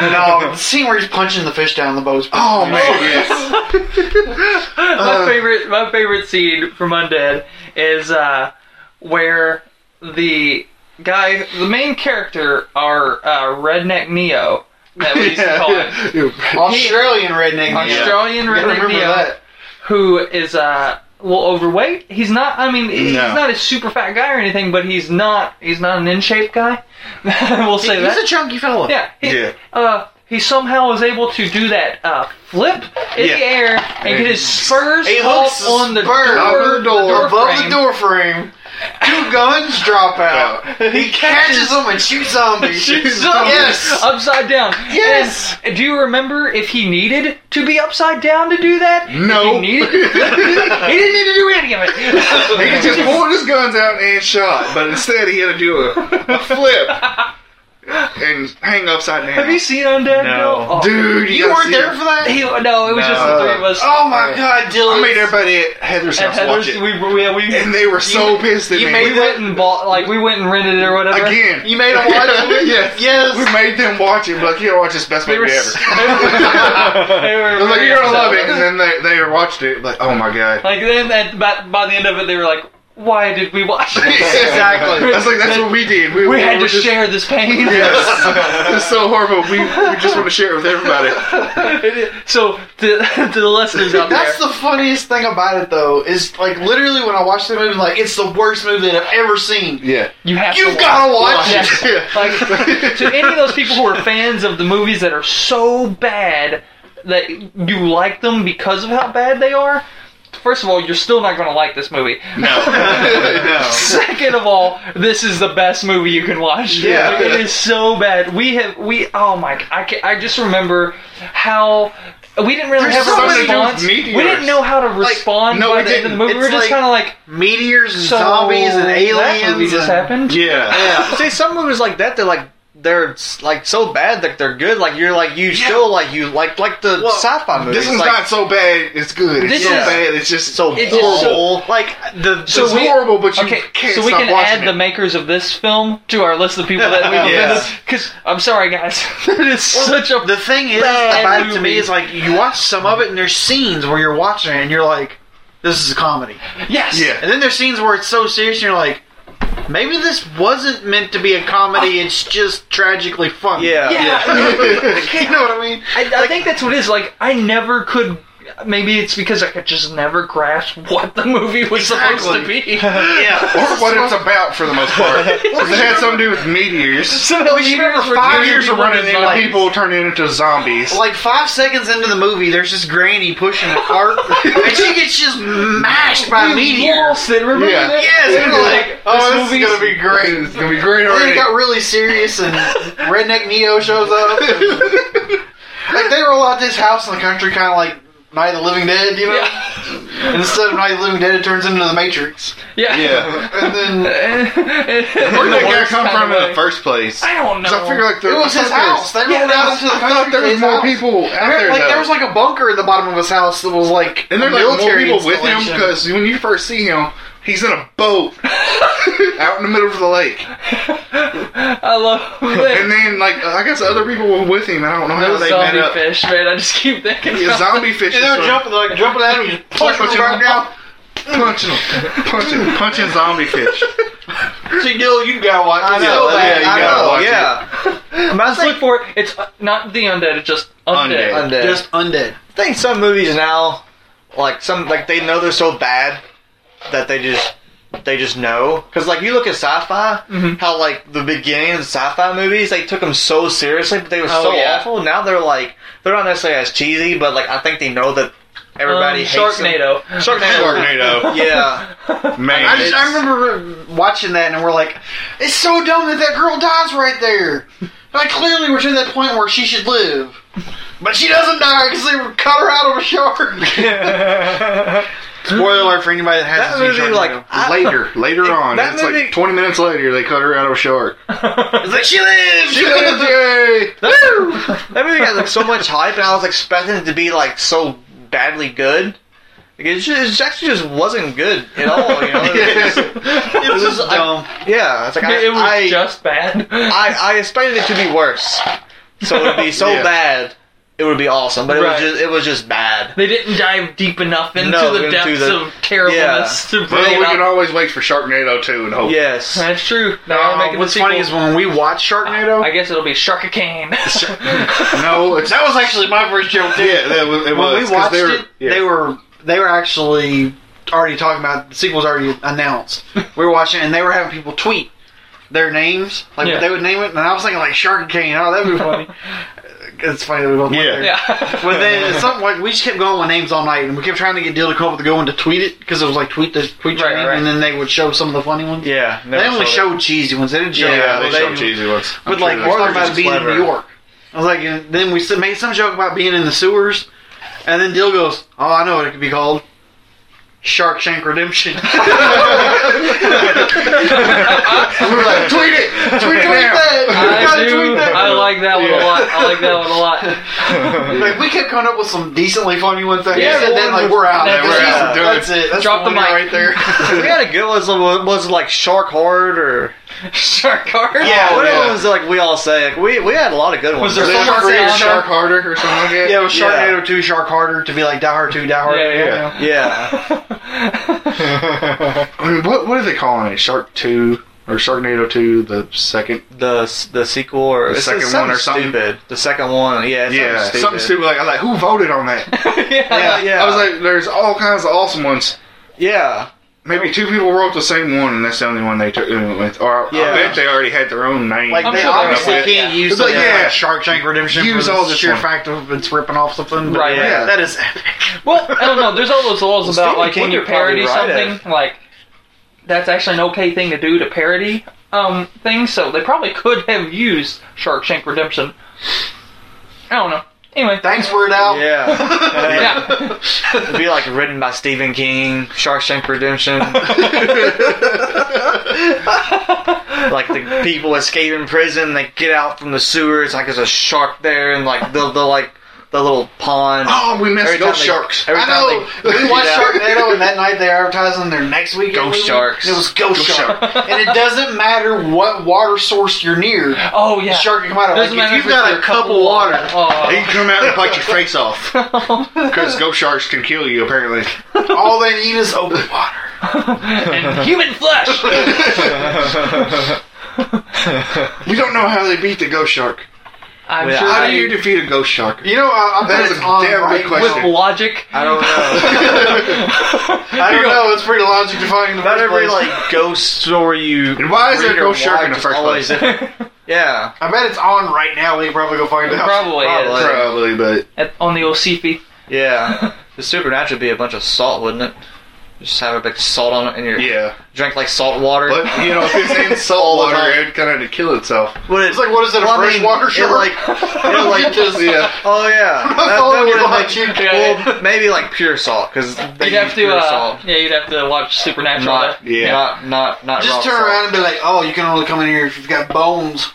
No, the scene where he's punching the fish down the boat's oh man. Yes. [laughs] my favorite my favorite scene from Undead is uh, where the guy, the main character, our uh, redneck Neo that we used to call him, [laughs] yeah. yeah. Australian redneck. Yeah. Australian You gotta redneck remember Neo, that. who is uh, well overweight. He's not. I mean, he's No. not a super fat guy or anything, but he's not. He's not an in shape guy. [laughs] we'll say that. He's a chunky fella. Yeah. He, Yeah. Uh, he somehow was able to do that uh, flip in Yeah. the air and get his spurs He up hooks on the spur door, over the door, door above frame. the door frame. Two guns drop out. [laughs] He catches them and shoots zombies. Shoots up [laughs] Yes. [laughs] upside down. Yes. And do you remember if he needed to be upside down to do that? No. He, needed, [laughs] he didn't need to do any of it. [laughs] He could just pulled his guns out and shot, but instead he had to do a, a flip and hang upside down. Have you seen Undead? Bill? Oh, No. Dude, you, You gotta weren't see there it. Uh, for that? He, no, it was just the No. three of us. oh my god, Dylan. I made everybody at Heather's and house watch Heather's, it, we, we, we, and they were so pissed at you me. made we went and bought, like, we went and rented it or whatever. again. You made him watch [laughs] it? yes. Yes. We made them watch it, but like, you gotta watch this best They were, movie ever. s- [laughs] they were- they were I was like, very you're upset gonna love with it, and then they they watched it, like, oh my [laughs] god. Like then, at, by, by the end of it, they were like, "Why did we watch [laughs] this? Exactly. That's like that's what we did. We, We had were to just- share this pain." [laughs] Yes. it's so horrible. We, we just want to share it with everybody. [laughs] so to, to the [laughs] listeners out there, That's the funniest thing about it, though, is like literally when I watched the movie, like it's the worst movie that I've ever seen. Yeah. you have You've to gotta watch Yeah. it. Like to any of those people who are fans of the movies that are so bad that you like them because of how bad they are. First of all, you're still not going to like this movie. no. Second of all, this is the best movie you can watch. Yeah. it is so bad. We have we oh my I can, I just remember how we didn't really There's have so a many different response. We meteors. didn't know how to respond no, by we the end of the didn't. movie. We were It's just like- kind of like Meteors and so zombies and aliens. That movie just and- happened. [laughs] Yeah. See, some movies like that, they're like they're s- like so bad that they're good. Like you're like you still like you like like the Well, sci-fi movies. This is like, not so bad. It's good. It's This so is- bad. It's just so It's just horrible. Like the So it's we- horrible, but you okay, can't so we stop can watching add it. the makers of this film to our list of people [laughs] that we've Yeah. [laughs] Because I'm sorry, guys, [laughs] it is such a the thing is Bad about it to movie. me is like you watch some of it and there's scenes where you're watching it and you're like, this is a comedy, yes. Yeah. and then there's scenes where it's so serious and you're like, maybe this wasn't meant to be a comedy. It's just tragically funny. Yeah. [laughs] Yeah. [laughs] [laughs] you know what I mean? I, I think that's what it is. Like, I never could. Maybe it's because I could just never grasp what the movie was supposed to Exactly. [laughs] be. [laughs] Yeah. or what it's about for the most part. Because it had something to do with meteors. so we should remember Five Meteors years of running into like, people turning into zombies. Like five seconds into the movie, there's this granny pushing a cart, and she gets just mashed by a meteor. Lost it, remember Yeah. that? Yes, and we're [laughs] like, oh, this, movie's- is gonna be great. It's gonna be great And then already. it got really serious, and Redneck Neo shows [laughs] up. and- like they roll out this house in the country, kind of like Night of the Living Dead, you know. And instead of Night of the Living Dead, it turns into the Matrix. [laughs] Yeah. yeah. And then Where Where did that guy come from in the first place? I don't know. Because I figure like it there was his house. They rolled Yeah, that out was- into the I thought country. there to was his more house. people out there. Like though. there was like a bunker at the bottom of his house that was like And there's a like more military people with him installation. because when you first see him, he's in a [laughs] boat out in the middle of the lake. [laughs] I love [laughs] And that. then, like, uh, I guess other people were with him. and I don't know how Those they met zombie up. fish, man. I just keep thinking Yeah, about zombie fish. is And they sort were of- jumping, like jumping at him, you just push him right down. punching them, punching, punching zombie fish. See, Dill, you gotta watch. I Yeah, know, yeah, man, you I gotta know. watch yeah. it. Just look for it. It's uh, not the undead. It's just Undead. undead. Um, Undead. Just undead. I think some movies now, like some, like they know they're so bad that they just they just know. Because like you look at sci-fi, how like the beginning of the sci-fi movies, they took them so seriously, but they were Oh, so yeah. awful. Now they're like they're not necessarily as cheesy, but like I think they know that everybody um, hates Them. Sharknado. Sharknado. Tornado, yeah, man. I, just, I It's- remember watching that and we're like, it's so dumb that that girl dies right there. Like clearly we're to that point where she should live, but she doesn't die because they cut her out of a shark. Spoiler alert for anybody that that hasn't movie seen like Sharknado. I, later, later on, that it's movie- like twenty minutes later, they cut her out of a shark. it's like she lives. She lives, yay! that movie got like so much hype, and I was expecting it to be like so badly good. Like, it, just, it actually just wasn't good at all. You know, It [laughs] just- It was just I- dumb. Yeah, it's like I, It was I, just bad. I, I expected it to be worse, so it would be so Yeah. bad, it would be awesome. But it Right. was just it was just bad. they didn't dive deep enough into No, the into depths the- of terribleness to bring Well, it we up. can always wait for Sharknado two and hope. Yes, That's true. Now Uh, I'm making what's the sequel. funny is when we watch Sharknado. I guess it'll be Sharkacane. [laughs] No, it's that was actually my first joke too. yeah, that was, it when was. we 'cause watched they were, it, yeah. they were they were actually already talking about the sequel's already [laughs] announced. we were watching, it, and they were having people tweet their names, like Yeah. what they would name it. And I was thinking like Shark King. Oh, [laughs] that'd be funny. it's funny that we both went Yeah. there. yeah. But then at some point we just kept going with names all night, and we kept trying to get Dill to come up with a good one to tweet it because it was like tweet this, tweet your Right, name, right. and then they would show some of the funny ones. yeah. they [laughs] only showed cheesy ones. They didn't show. Yeah, yeah, well, they, they- showed cheesy ones. I'm But like, sure they- we're talking about just being clever. in New York. I was like, and then we s- made some joke about being in the sewers, and then Dill goes, "Oh, I know what it could be called." Shark Shank Redemption. [laughs] Tweet we were like, tweet it, [laughs] tweet it now. that. We I gotta do. tweet that. I like that one a Yeah. lot. I like that one a lot. [laughs] Like, we kept coming up with some decently funny ones. That Yeah, yeah, the and then one like with- we're out. Yeah, That's we're it. out. That's it. That's Drop the one mic. right there. we [laughs] had a good one. Was, was like Shark Hard or Shark Hard. yeah, Oh, what yeah. was like we all say like we we had a lot of good ones. Was there They Shark just created Sound. Shark Harder or something like that. yeah, it was Yeah. Sharknado Two, Shark Harder to be like Die Hard Two, Die Hard. Yeah, yeah. Yeah. yeah, I mean, what what are they calling it? Shark Two or Sharknado Two? The second the s- the sequel or The it's second something one or something. stupid. The second one, yeah, it's Yeah, something something stupid like I was like, who voted on [laughs] that? [laughs] Yeah, yeah. I was like, there's all kinds of awesome ones. yeah, Maybe two people wrote the same one, and that's the only one they took uh, with. Or Yeah. I bet they already had their own name. Like I'm they sure they're obviously not- can't yeah. use It's like, like, yeah. yeah. Shark Tank Redemption Use for all the this sheer one. fact of it's ripping off something. But Right. Yeah. [laughs] That is epic. Well, I don't know. There's all those laws Well, about like Stephen when King you could probably parody write it. something, like that's actually an okay thing to do to parody um things. So they probably could have used Sharkshank Redemption. I don't know. Anyway, Thanks, Word Out. [laughs] yeah. [laughs] yeah. [laughs] It'd be like written by Stephen King, Sharkshank Redemption. like the people escaping prison, they get out from the sewers. Like there's a shark there, and like the the like the little pond. Oh, we missed Every time Ghost they- Sharks. every I time know. they- We watched Yeah. Sharknado, and that night they advertised on their next weekend. Ghost movie, sharks. and It was Ghost, Ghost Shark. and it doesn't matter what water source you're near. Oh yeah. The shark can come out of Doesn't like, matter if you've got it's a cup of water. He [laughs] Oh. can come out and bite your face [laughs] off. Because ghost sharks can kill you, apparently. All they need is open water. and human flesh. [laughs] We don't know how they beat the ghost shark. I'm Yeah, sure How they- do you defeat a ghost shark? You know, I, I bet That's it's a on damn good right now. question. with logic. I don't know. [laughs] [laughs] I don't know. It's pretty logic defying the Not first every place. like ghost story you. And why is there read a or ghost shark in watch the first is always place? different. yeah, I bet it's on right now. We can probably go find out. Probably, Probably. is. Probably, but At, on the Osifi. yeah. The supernatural would be a bunch of salt, wouldn't it? Just have a big salt on it, and you yeah. drink like salt water. But [laughs] you know, if it's [laughs] in salt water, it'd kind of kill itself. Would it- It's like, what is it, a well, I mean, freshwater it, shark? [laughs] Like, it, like Just yeah. oh yeah, that, all that we would like. like well, maybe like pure salt because they You'd have use to, pure uh, salt, yeah, you'd have to watch Supernatural. not Yeah. not not not Just rock turn salt. around and be like, oh, you can only come in here if you've got bones.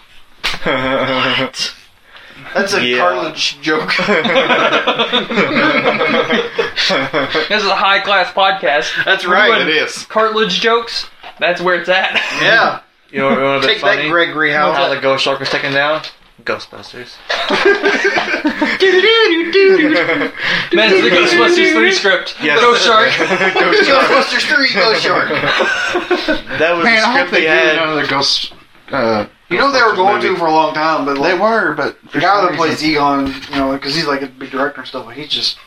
That's a Yeah. cartilage joke. [laughs] This is a high class podcast. That's Right, it is. Cartilage jokes. That's where it's [laughs] at. Yeah. You know, what would be Take funny? that, Gregory How, House. the ghost shark was taken down? Ghostbusters. Man, [laughs] it's the Ghostbusters 3 script. Yes. Ghost [laughs] [laughs] Shark. Ghost shark. Ghostbusters 3 Ghost Shark. That was Man, the I hope script they they do had. another ghost. Uh, You know they were going to Maybe. for a long time, but they like, were, but the guy that plays Egon, you know, because he's like a big director and stuff, like, he's just.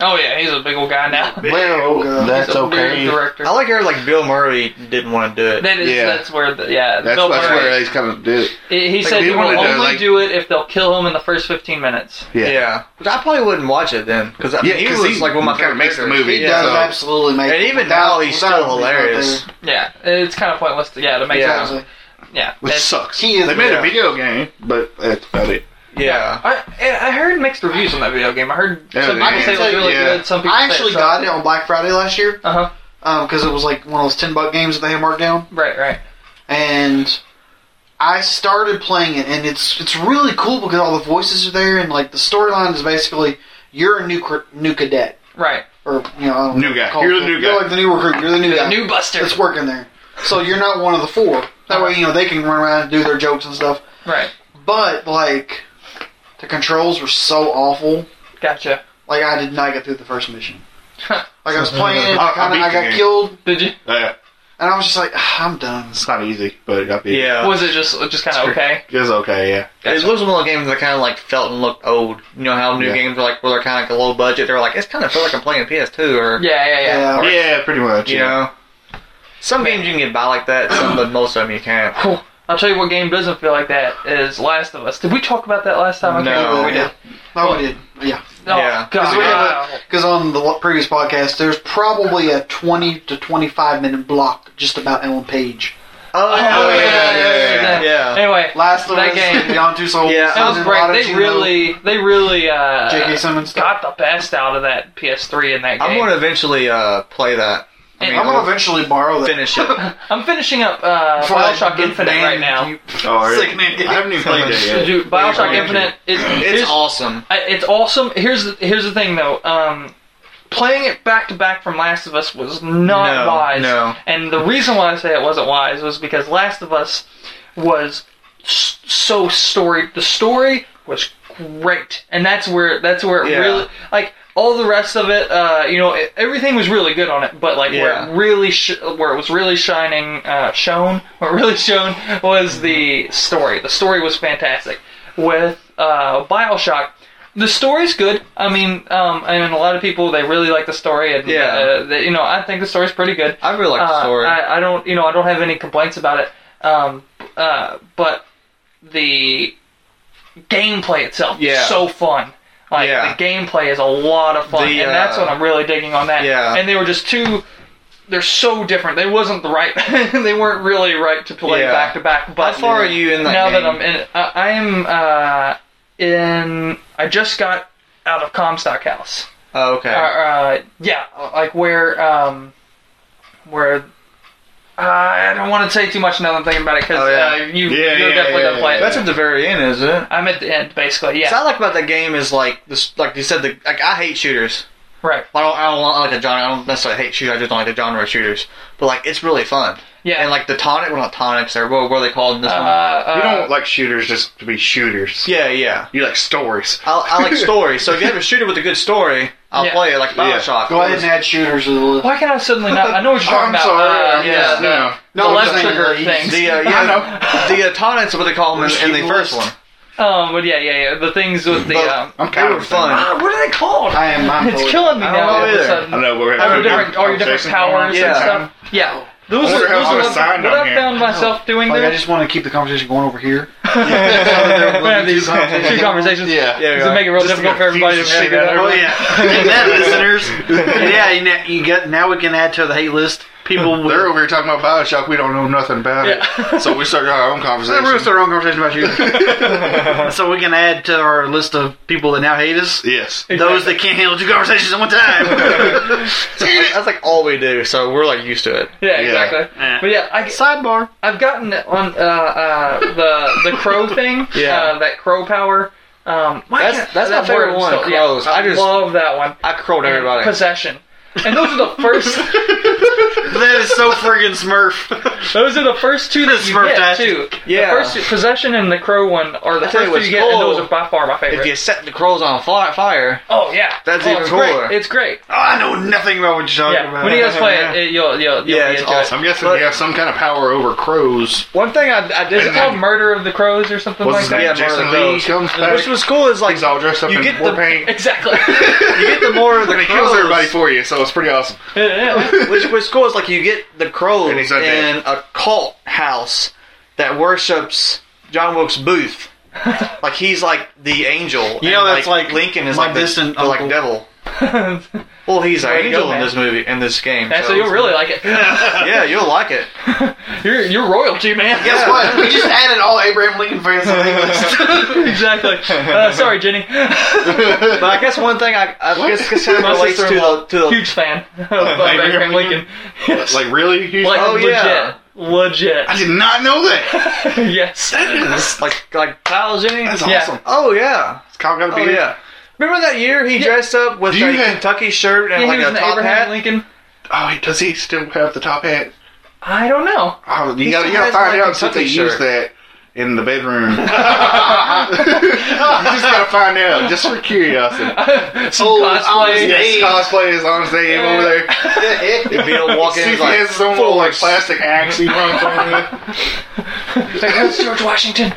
Oh, yeah, he's a big old guy now. Well, uh, that's He's a weird okay. Director. I like her like Bill Murray didn't want to do it. That is, Yeah. That's where the, yeah, That's, Bill that's Murray- where he's kind of do it. He, he Like, said they he will wanted only to, like- do it if they'll kill him in the first 15 minutes. yeah. Which I probably wouldn't watch it then because I mean, Yeah, he 'cause was he like one of my kinda favorite makes the characters. movie. He Yeah. does so- absolutely make And even now, he's still hilarious. Yeah, it's kind of pointless. To, yeah, to make Yeah. yeah. Exactly. Yeah. Which it's- sucks. he is- they made yeah. a video game, but that's about it. Yeah. I, I heard mixed reviews on that video game. I heard Yeah, some they- people say it was really yeah. good. Some people I actually got it on Black Friday last year Uh huh. because it was like one of those 10 buck games that they had marked down. Right, right. and I started playing it, and it's it's really cool because all the voices are there, and like the storyline is basically you're a new cr- new cadet Right. or you know I don't New know what guy. to call You're it. the new You're guy. like the new recruit. You're the new guy. New Buster. that's working there. So you're not one of the four. That way, you know they can run around and do their jokes and stuff. Right. But like, the controls were so awful. Gotcha. Like I did not get through the first mission. Like I was playing it, I- I I, kinda, beat I the got game. killed, Did you? Uh, and I was just like, "Ah, I'm done. it's not easy, but it got beat. Yeah. Was it just just kind of okay? it's okay. Yeah, It was one of the games that kind of like felt and looked old. You know how new Yeah. games are like, where they're kind of like a low budget. They're like, it's kind of felt like I'm playing PS2 or Yeah, yeah, yeah. Yeah. yeah, pretty much. you know. Some games you can get by like that, some but most of them you can't. Cool. I'll tell you what game doesn't feel like that is Last of Us. Did we talk about that last time? I can't No. remember if we did. No, we did. Yeah. Oh, Yeah. God. we have Because on the l- previous podcast, there's probably a 20 to 25 minute block just about Ellen Page. Oh, Oh, yeah, yeah, yeah, yeah. yeah. Anyway, Last of That Us, game. Beyond Two Souls. Yeah, that was Susan great. They Rodentino, really, they really uh, J.K. Simmons. got the best out of that PS3 in that game. I'm going to eventually uh, play that. I Hey, mean, I'm I'll gonna eventually borrow that. finish it. [laughs] I'm finishing up uh, Before I Bioshock get Infinite banned, right now. you- Oh, really? Sick man. I haven't even played it yet. Dude, Bioshock Yeah. Infinite is it's here's- awesome. I- it's awesome. Here's the, here's the thing though. Um, playing it back to back from Last of Us was not No, wise. no. And the reason why I say it wasn't wise was because Last of Us was s- so story. The story was great, and that's where that's where it Yeah. really like all the rest of it. Uh, you know, it, everything was really good on it, but like where Yeah. it really sh- where it was really shining uh, shown, [laughs] what really shown was the story. The story was fantastic. With uh, Bioshock, the story's good. I mean, um, I mean, a lot of people they really like the story, and Yeah. uh, they, you know, I think the story's pretty good. I really like the Uh, story. I, I don't, you know, I don't have any complaints about it. Um, uh, but the gameplay itself Yeah. is so fun. Like Yeah. the gameplay is a lot of fun, The, and that's uh, what I'm really digging on that. yeah. And they were just too. They're so different. They wasn't the right. [laughs] they weren't really right to play Yeah. back to back. How But far are you in that now game? that I'm in, uh, I am uh, in. I just got out of Comstock House. oh, okay. Uh, uh, yeah, like where um, where Uh, I don't want to say too much now that I'm thinking about it because Oh, yeah. uh, you, Yeah, you're definitely yeah, yeah, going to play yeah. it. That's at the very end, is it? I'm at the end, basically. So Yeah. I like about that game is like this, like you said, the like I hate shooters. Right. I don't, I don't like the genre. I don't necessarily hate shooters. I just don't like the genre of shooters. But like, it's really fun. Yeah. And like the tonic, well not tonics, or what, what are they called in this uh, [laughs] uh, one? you don't like shooters just to be shooters. Yeah, yeah. You like stories. I, [laughs] I like stories. So if you have a shooter with a good story, I'll Yeah. play it. Like Yeah. Bioshock. Go ahead and add shooters to the list. why can I suddenly not? I know [laughs] what you're talking I'm about. sorry. Uh, I'm yeah. the- just- no. the I'm left saying trigger the- things. The uh, I yeah, the uh, tonics, what they call them in, in the first one. um, but yeah, yeah, yeah. The things with the. But- Um, [laughs] I'm They kind were of fun. ah, what are they called? [laughs] I am. I'm it's totally- killing me I don't now. know all of a either. sudden. I know we're All your having a different, all your different conversation powers Yeah. and stuff. Yeah. Those wonder are, how those I'm are gonna what, sign what down I here. found myself doing Like, I there. just want to keep the conversation going over here. uh, [laughs] We're gonna have these two conversations. Yeah. Yeah, Does it make it real difficult for everybody to confuse the figure that shit out? out of [laughs] Oh yeah, and that listeners. Yeah, you, know, you get now we can add to the hate list [laughs] people. They're With, over here talking about Bioshock. We don't know nothing about Yeah. it. So we started [laughs] our own they're conversation. roast our own conversation about you. [laughs] so we can add to our list of people that now hate us. yes. [laughs] Those that can't handle two conversations at one [laughs] time. That's like all we do, so we're like used to it. Yeah, exactly. Yeah. But yeah, I, Sidebar. I've gotten on uh, uh, the the crow thing. Yeah. uh, that crow power. Um, why That's- can't- that's my that favorite word one, still- crows. Yeah, I, I just- love that one. I crowed everybody. Possession. And those are the first. That is so [laughs] friggin' Smurf. those are the first two that you get Smurf-tastic. too. Yeah. The first two, possession and the crow one are the I tell first you two you what's get, and cool. those are by far my favorite. If you set the crows on fi- fire, oh yeah, That's oh, even it's great. cooler. It's great. Oh, I know nothing about what you're talking Yeah, about. when you guys play it, it you'll you'll, you'll Yeah, be it's into it. awesome. I'm guessing But- you have some kind of power over crows. one thing I, I Is [laughs] it did called Murder of the Crows or something What's like that? his Yeah, name? Jason Marlon Lee Crowe. comes back. which was cool is like He's all dressed up you in get war the- [laughs] paint. Exactly. you get the more [laughs] of the And he crows. kills everybody for you, so it's pretty awesome. [laughs] which was cool is like you get the crows And he's not in dead. a cult house that worships John Wilkes [laughs] Booth. like he's like the angel. You know, and, that's like Lincoln is my like the, distant the, like uncle. devil. [laughs] Well, he's an There you go, angel in man. this movie in this game. Yeah, so you'll really like it. yeah, you'll like it. You're you're royalty, man. Guess what? We just added all Abraham Lincoln fans to the [laughs] hate [laughs] list. exactly. Uh, sorry, Jenny. But I guess one thing I, I guess, guess [laughs] how My it relates to sister-in-law, the, to the huge fan [laughs] of Abraham Lincoln. Yes. [laughs] Like, really? He's Like, Oh, legit. yeah. Legit. [laughs] I did not know that. [laughs] yes. like like Kyle Jennings. That's Yeah. awesome. Oh yeah, It's Kyle got to oh be yeah. Remember that year he dressed up with Do you a have- Kentucky shirt and Yeah, he like was a an top Abraham hat? Lincoln. Oh, he- does he still have the top hat? I don't know. Oh, you He got to still has, find like, out since they Kentucky use shirt. that in [laughs] the bedroom. [laughs] you just got to find out, just for curiosity. [laughs] Some Oh, cosplay. honestly. Yes, Dave. cosplay is on his name over there. He'd be able to walk in See he's if he has like, his own little like plastic axe he runs on with. It's like, "That's George Washington.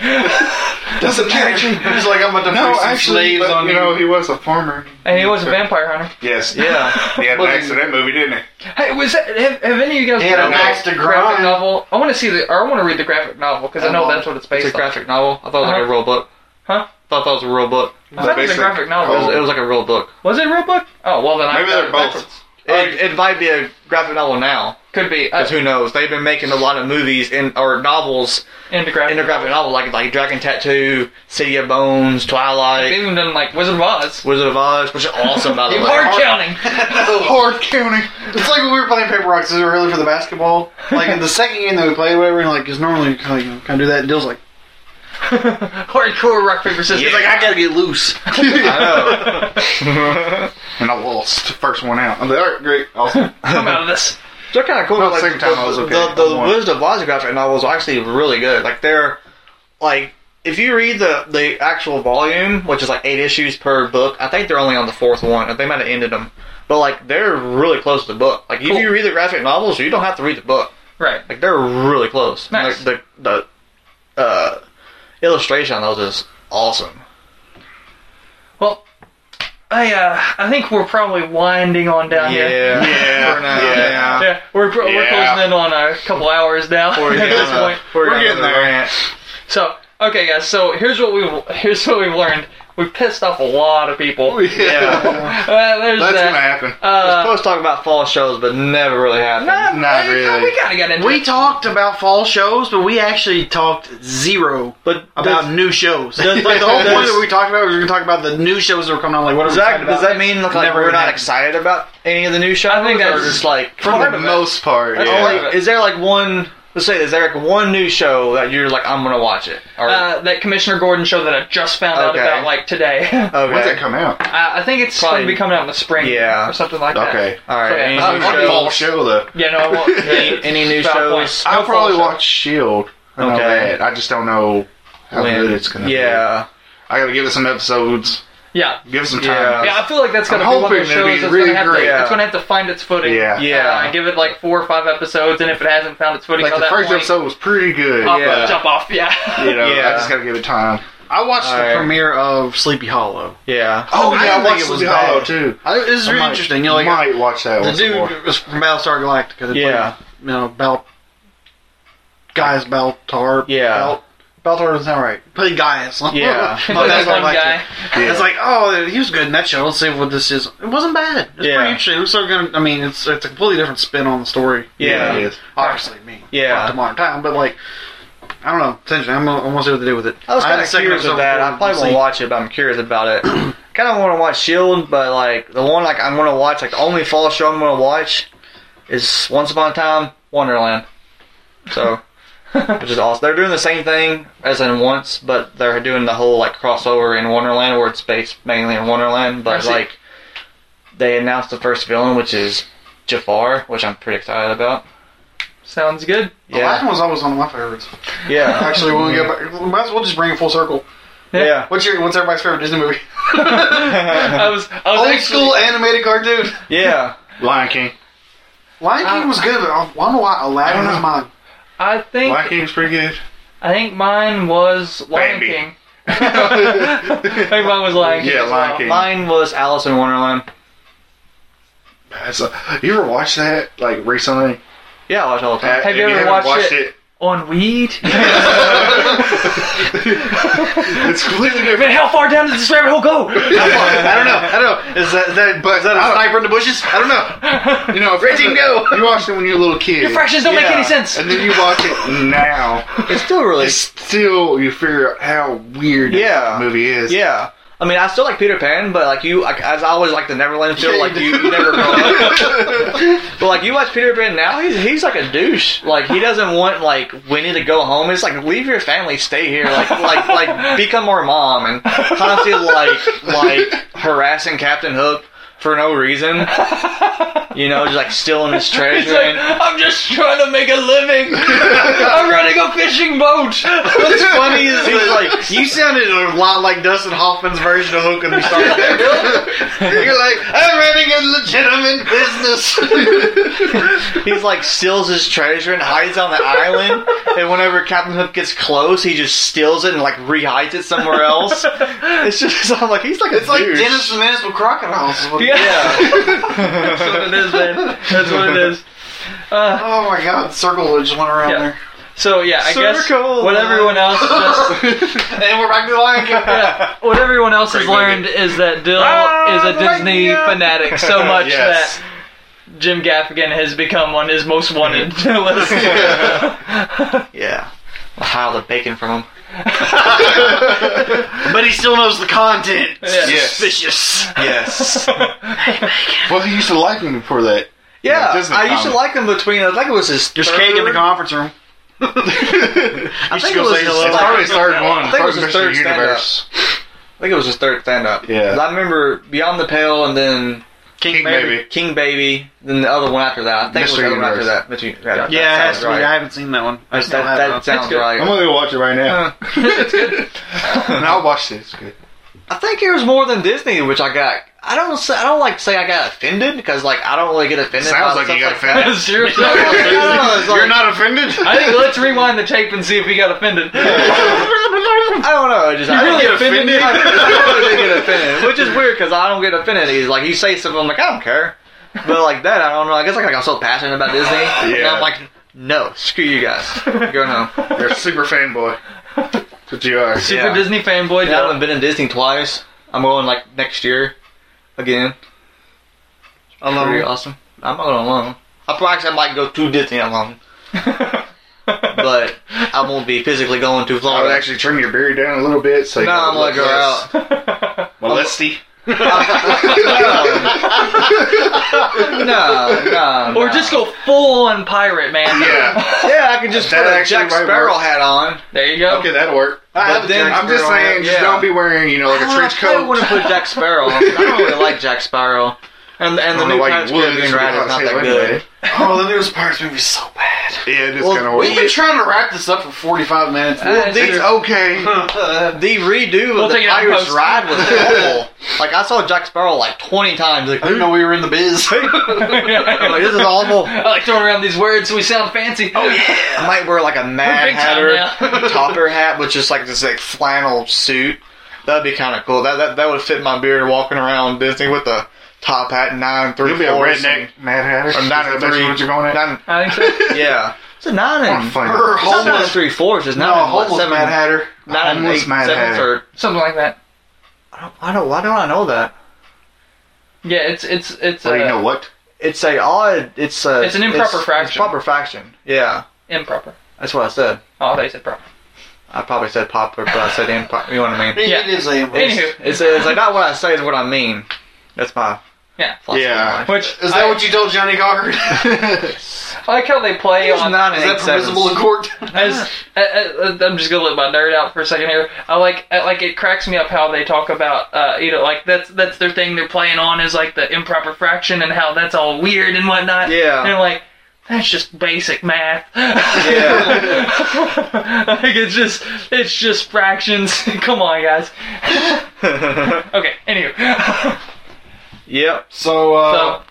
Doesn't matter. He's like, I'm about to No, free some actually, slaves but, on you know, he was a farmer. and he was a vampire hunter. [laughs] Yes. yeah. He had an axe in that movie, didn't he? Hey, was that, have, have any of you guys He had read an the axe to graphic grind. novel? I want to see the. Or I want to read the graphic novel because I know Oh, that's what it's based It's a on. graphic novel. I thought it was like Uh-huh. a real book. Huh? Oh. Thought that was a real book. I thought it was a Basically- graphic It was, novel. it was like a real book. Was it a real book? Oh well, then I Maybe got they're it both. backwards. It, it might be a graphic novel now, Could be uh, because who knows? They've been making a lot of movies in or novels into graphic. in a graphic novel, like like Dragon Tattoo, City of Bones, They've Twilight, even done like Wizard of Oz. Wizard of Oz, which is awesome by the way. Hard counting. [laughs] Hard counting. It's like when we were playing paper rock scissors earlier for the basketball. Like in the second game that we played, whatever, and like is normally kind of, you know, kind of do that. And Dill's like, Hardcore rock paper scissors. Yeah. Like, I gotta get [laughs] loose. I [laughs] know. And I lost. First one out. I'm like, all right, great. Awesome. I'm out of this. They're kind of cool. No, but, like, second time the, I was okay. The, the I won. Wizard of Oz graphic novels are actually really good. Like they're like if you read the the actual volume, which is like eight issues per book, I think they're only on the fourth one. They might have ended them, but like they're really close to the book. Like Cool. if you read the graphic novels, you don't have to read the book. Right. Like they're really close. And, Nice. Like, the the uh, illustration on those is awesome. Well, I uh, I think we're probably winding on down here. Yeah. [laughs] Yeah, For now, yeah. Yeah, we're, pro- we're Yeah. closing in on a couple hours now [laughs] We're at getting this on a- point. We're, We're getting getting there. So okay, guys. So here's what we have here's what we've learned. We pissed off a lot of people. Yeah. [laughs] Well, there's That's that. gonna happen. I Uh, supposed to talk about fall shows, but never really happened. nah, Not we- really. We gotta get into We it. talked about fall shows, but we actually talked zero But about does- new shows. does- like the whole [laughs] does- point that we talked about was we were going to talk about the new shows that were coming out. Like, what does are we talking that, about? does that mean like, Never we're not happened. excited about any of the new shows? I think or that's- just like For part the of it. most part, That's yeah. part of it. Is there like one? Let's say, is there like one new show that you're like, I'm gonna watch it? Or, Uh, that Commissioner Gordon show that I just found out Okay. about like today. [laughs] okay. When's that come out? I I think it's Probably- going to be coming out in the spring, Yeah. or something like that. Okay. All right. Okay. Any, Uh, new I'll Not shows. a fall show? show though. You know, [laughs] well, Any, any new Valid point. shows? No I'll probably fall show. watch Shield. I know Okay. that. I just don't know how When- good it's gonna be. yeah. I gotta give it some episodes. Yeah. Give it some Yeah. time. Yeah, I feel like that's gonna I'm be one of those hoping it'll shows be that's really gonna have great. to it's gonna have to find its footing. Yeah. Yeah. Uh, give it like four or five episodes, and if it hasn't found its footing, Like by the that first point, episode was pretty good. pop yeah. up, jump off. Yeah. [laughs] You know, Yeah. I just gotta give it time. I watched the Alright. premiere of Sleepy Hollow. yeah. Oh, yeah, I didn't think watched it was Sleepy bad. Hollow, too. I, it was I really might- interesting. You know, like, might watch that the one. dude More. was from Battlestar Galactica. They played, Yeah. you know, Bal, Gaius Baltar. Yeah. Bal, Baltar doesn't sound right. Played Gaius. Yeah. [laughs] Oh, Like [laughs] that Battlestar one Galactica. guy. Yeah. It's like, oh, he was good in that show. Let's see what this is. It wasn't bad. It's Yeah. pretty interesting. It was so good. I mean, it's it's a completely different spin on the story. Yeah. it is. Obviously, me. Yeah. Not to modern time, but like, I don't know. It's interesting. I'm almost sure what to do with it. I was had kind a of second curious episode of that. I before probably won't sleep. watch it, but I'm curious about it. [clears throat] kind of want to watch Shield, E but like the one like I'm gonna watch, like the only fall show I'm gonna watch is Once Upon a Time Wonderland. So, which is awesome. They're doing the same thing as in Once, but they're doing the whole like crossover in Wonderland, where it's based mainly in Wonderland. I But see. like they announced the first villain, which is Jafar, which I'm pretty excited about. Sounds good. Yeah, Aladdin was always one of my favorites. yeah, Actually, when we go back, we might as well just bring it full circle. [laughs] [laughs] yeah. What's your what's everybody's favorite Disney movie? I was I was Old actually- school animated cartoon. [laughs] yeah. Lion King. Lion King Uh, was good, but I don't know why I Aladdin don't was know. mine. I think Lion King's pretty good. [laughs] I think mine was Lion Bambi. King. [laughs] I think mine was Lion King. Yeah, as Lion well. King. Mine was Alice in Wonderland. That's a- you ever watched that like recently? Yeah, I watch all the time. Have you ever watched it? On weed. [laughs] It's completely different. Man, how far down does this rabbit hole [laughs] go? I don't know. I don't know. Is that, is that, But is that I a don't- sniper in the bushes? I don't know. You know, if Red team go. You watched it when you were a little kid. Fractions don't make Yeah. any sense. and then you watch it now. It's still really It's still you figure out how weird Yeah. the movie is. yeah. I mean, I still like Peter Pan, but like you, like, as I always like the Neverland feel, Yeah, you like you, do. you never grow up. [laughs] but like you watch Peter Pan now, he's he's like a douche. Like he doesn't want like Winnie to go home. It's like leave your family, stay here. Like like like become our mom and constantly like like harassing Captain Hook for no reason. You know, just like stealing [laughs] his He's treasure. like, and, I'm just trying to make a living. I'm running a fishing boat. [laughs] What's funny he's, he's like you sounded a lot like Dustin Hoffman's version of Hook when we started. [laughs] You're like, I'm running a legitimate [laughs] business. He's like steals his treasure and hides on the island. And whenever Captain Hook gets close, he just steals it and like rehides it somewhere [laughs] else. It's just I'm like he's like a it's like douche. Dennis the Menace with crocodiles. [laughs] is what- Yeah, That's what it is, man. That's what it is. Uh, Oh my god, the circle just went around Yeah. so yeah, I guess Circle what everyone else just, there. and we're back to the Lion King. [laughs] yeah, what everyone else has Great movie. learned is that Dill Ah, is a Disney yeah. fanatic so much Yes. that Jim Gaffigan has become on his most wanted [laughs] list. yeah. I hide the bacon [laughs] from him. [laughs] But he still knows the content. Yeah. Suspicious. Yes. Well, he used to like him before that. Yeah, Yeah, Disney I used to comic. like him between. I think it was his. There's third- cake in the conference room. I should think it go was say his hello. It's like- probably his third one. I think it was Probably his third Mr. Universe. I think it was his third stand up. Yeah. I remember Beyond the Pale and then King, maybe Baby. King Baby, then the other one after that. I think it was Mr. the other one after Universe. that. Mr. Yeah, that Yeah, it has sounds to be. I haven't seen that one. I That, still that, haven't. sounds good. right. I'm gonna go watch it right now. Uh, [laughs] and I'll watch this. [laughs] Good. I think it was more than Disney, which I got. I don't. Say, I don't like to say I got offended because like I don't really get offended. Sounds by like you got stuff offended. Seriously. that. [laughs] I don't know, it's like- You're not offended? [laughs] I [laughs] think let's rewind the tape and see if he got offended. I don't know. I Just I You really don't get offended? I, I don't really get offended, which is weird because I don't get offended. He's like you say something, I'm like I don't care, but like that I don't know. I guess like, I'm so passionate about Disney, and Yeah. I'm like no, screw you guys, You're going home. You're a super fanboy. That's you are. Super [laughs] Yeah. Disney fanboy. Yeah, I Dylan. haven't been in Disney twice. I'm going like next year again. Alone. Pretty awesome. I'm not going alone. I probably actually might go to Disney alone, but I won't be physically going to I would Florida. actually turn your beer down a little bit so you no, I'm gonna go out. [laughs] Molesty. No, no. [laughs] Or no. just go full on pirate, man. Yeah. Yeah, I can just That put a actually Jack might Sparrow work. hat on. [laughs] There you go. Okay, that'll work. I have But a then- Jack I'm just Sparrow hat. saying, just yeah. don't be wearing, you know, like [laughs] a trench I want coat. to put Jack Sparrow. on. 'cause I don't really like Jack Sparrow. And and the don't know new why you Pirates of would, Caribbean it's ride is about not the that same good. anyway. Oh, the newest Pirates movie is so bad. Yeah, it is Well, kind of We've been weird. trying to wrap this up for 45 minutes. Uh, Well, It's okay. [laughs] The redo We'll of the take it out Pirates post. ride [laughs] was awful. like I saw Jack Sparrow like 20 times. Like, I didn't know we were in [laughs] the biz. [laughs] I'm like, this is [laughs] awful. I like throwing around these words so we sound fancy. Oh yeah. I might wear like a We're Mad big time Hatter [laughs] now. topper hat, which is like this like flannel suit. That'd be kind of cool. That, that that would fit my beard walking around Disney with a top hat, nine three You'll be a fourths, redneck Mad Hatter. and- Or nine Is that and three. basically what you're going at? Nine, I think [laughs] so. yeah, it's a nine I'm and. fine. Her it's not nine homeless, and three fourths. It's nine no, and what, homeless seven, Mad Hatter. nine and Homeless eight, Mad seventh Hatter. or Something like that. I don't. Why do I know that? Yeah, it's it's it's Well, you uh, know what? It's a odd. It's a. It's an improper fraction. proper faction. Yeah, improper. that's what I said. Oh, they said proper. I probably said popular, but I said improper. You know what I [laughs] mean? It- Yeah. It is a Anywho, It's, it's like not what I say is what I mean. That's my yeah. philosophy. Yeah. on life. Which Is that I, what you told Johnny Cochran? I like how they play It's on not Is an that eight sevens. permissible in court? [laughs] As, I, I, I'm just gonna let my nerd out for a second here. I like, I like it cracks me up how they talk about, uh, you know, like that's that's their thing they're playing on is like the improper fraction and how that's all weird and whatnot. Yeah. [laughs] and I'm like that's just basic math. [laughs] Yeah. like it's just it's just fractions. [laughs] Come on, guys. okay, anyway, [laughs] Yep. [laughs] So, so uh,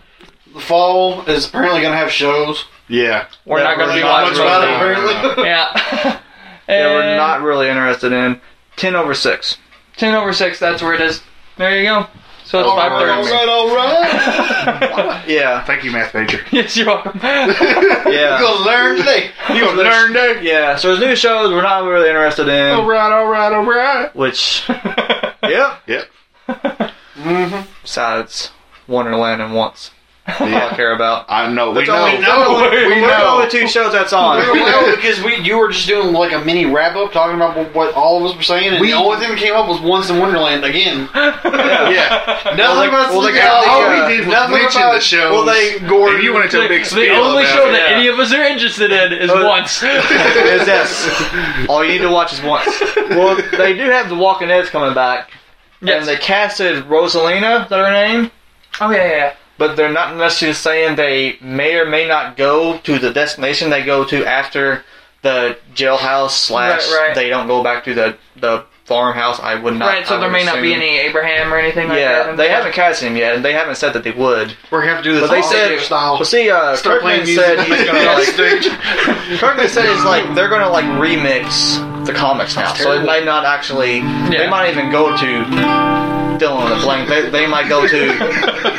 the fall is apparently going to have shows. Yeah. we're not gonna be Not watching much about it, those. [laughs] apparently. [laughs] Yeah. Yeah, we're And not really interested in ten over six. ten over six. That's where it is. There you go. So it's All five right. thirty. all [laughs] right. Yeah. Thank you, math major. [laughs] Yes, you're welcome. [laughs] We're Yeah. going to learn [laughs] today. [laughs] You a nerd, dude? Yeah. So there's new shows we're not really interested All in. right, all right, all [laughs] right. Which. Yep. Yep. Besides Wonderland and Once. All I Yeah. care about. I know. We That's all know. we know. We We're the only know. two shows that's on. No, because we you were just doing like a mini wrap up talking about what all of us were saying, and We- the only thing that came up was Once in Wonderland [laughs] again. Yeah. Nothing like- about well, like, uh, Sleepy all Hollow. we did was Nothing mention about- the shows. Well, they [laughs] Gordon. If you wanted to a big the spiel only about show it. that yeah. any of us are interested in is Oh, once. is this. All you need to watch [laughs] is once. Well, they do have The Walking Dead's coming back. Yes. And they casted Rosalina, is that her name? oh yeah, yeah, yeah. But they're not necessarily saying they may or may not go to the destination they go to after the jailhouse slash Right, right. they don't go back to the, the farmhouse. I would not. right. I So there would may not be assume. any Abraham or anything like that. Yeah, in they there. haven't cast him yet, and they haven't said that they would. We're gonna have to do this. But they all said, video style. well, see, uh, Start Kirkman playing music. said he's gonna Yeah, like [laughs] stage. Kirkman said it's like they're gonna like remix the comics now, so it might not actually. They Yeah. might even go to fill in the blank. They, they might go [laughs] to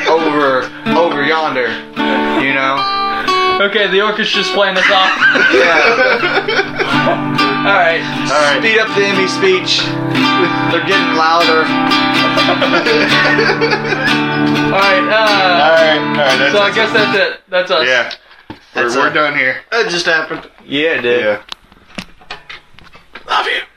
over over yonder. You know? Okay, the orchestra's playing us [laughs] off. Yeah. All right. All right. Speed up the Emmy speech. They're getting louder. All right. Uh, All right. All right. That's so I it. guess that's it. That's us. Yeah. We're, That's we're it. done here. That just happened. Yeah, dude. Yeah. Love you.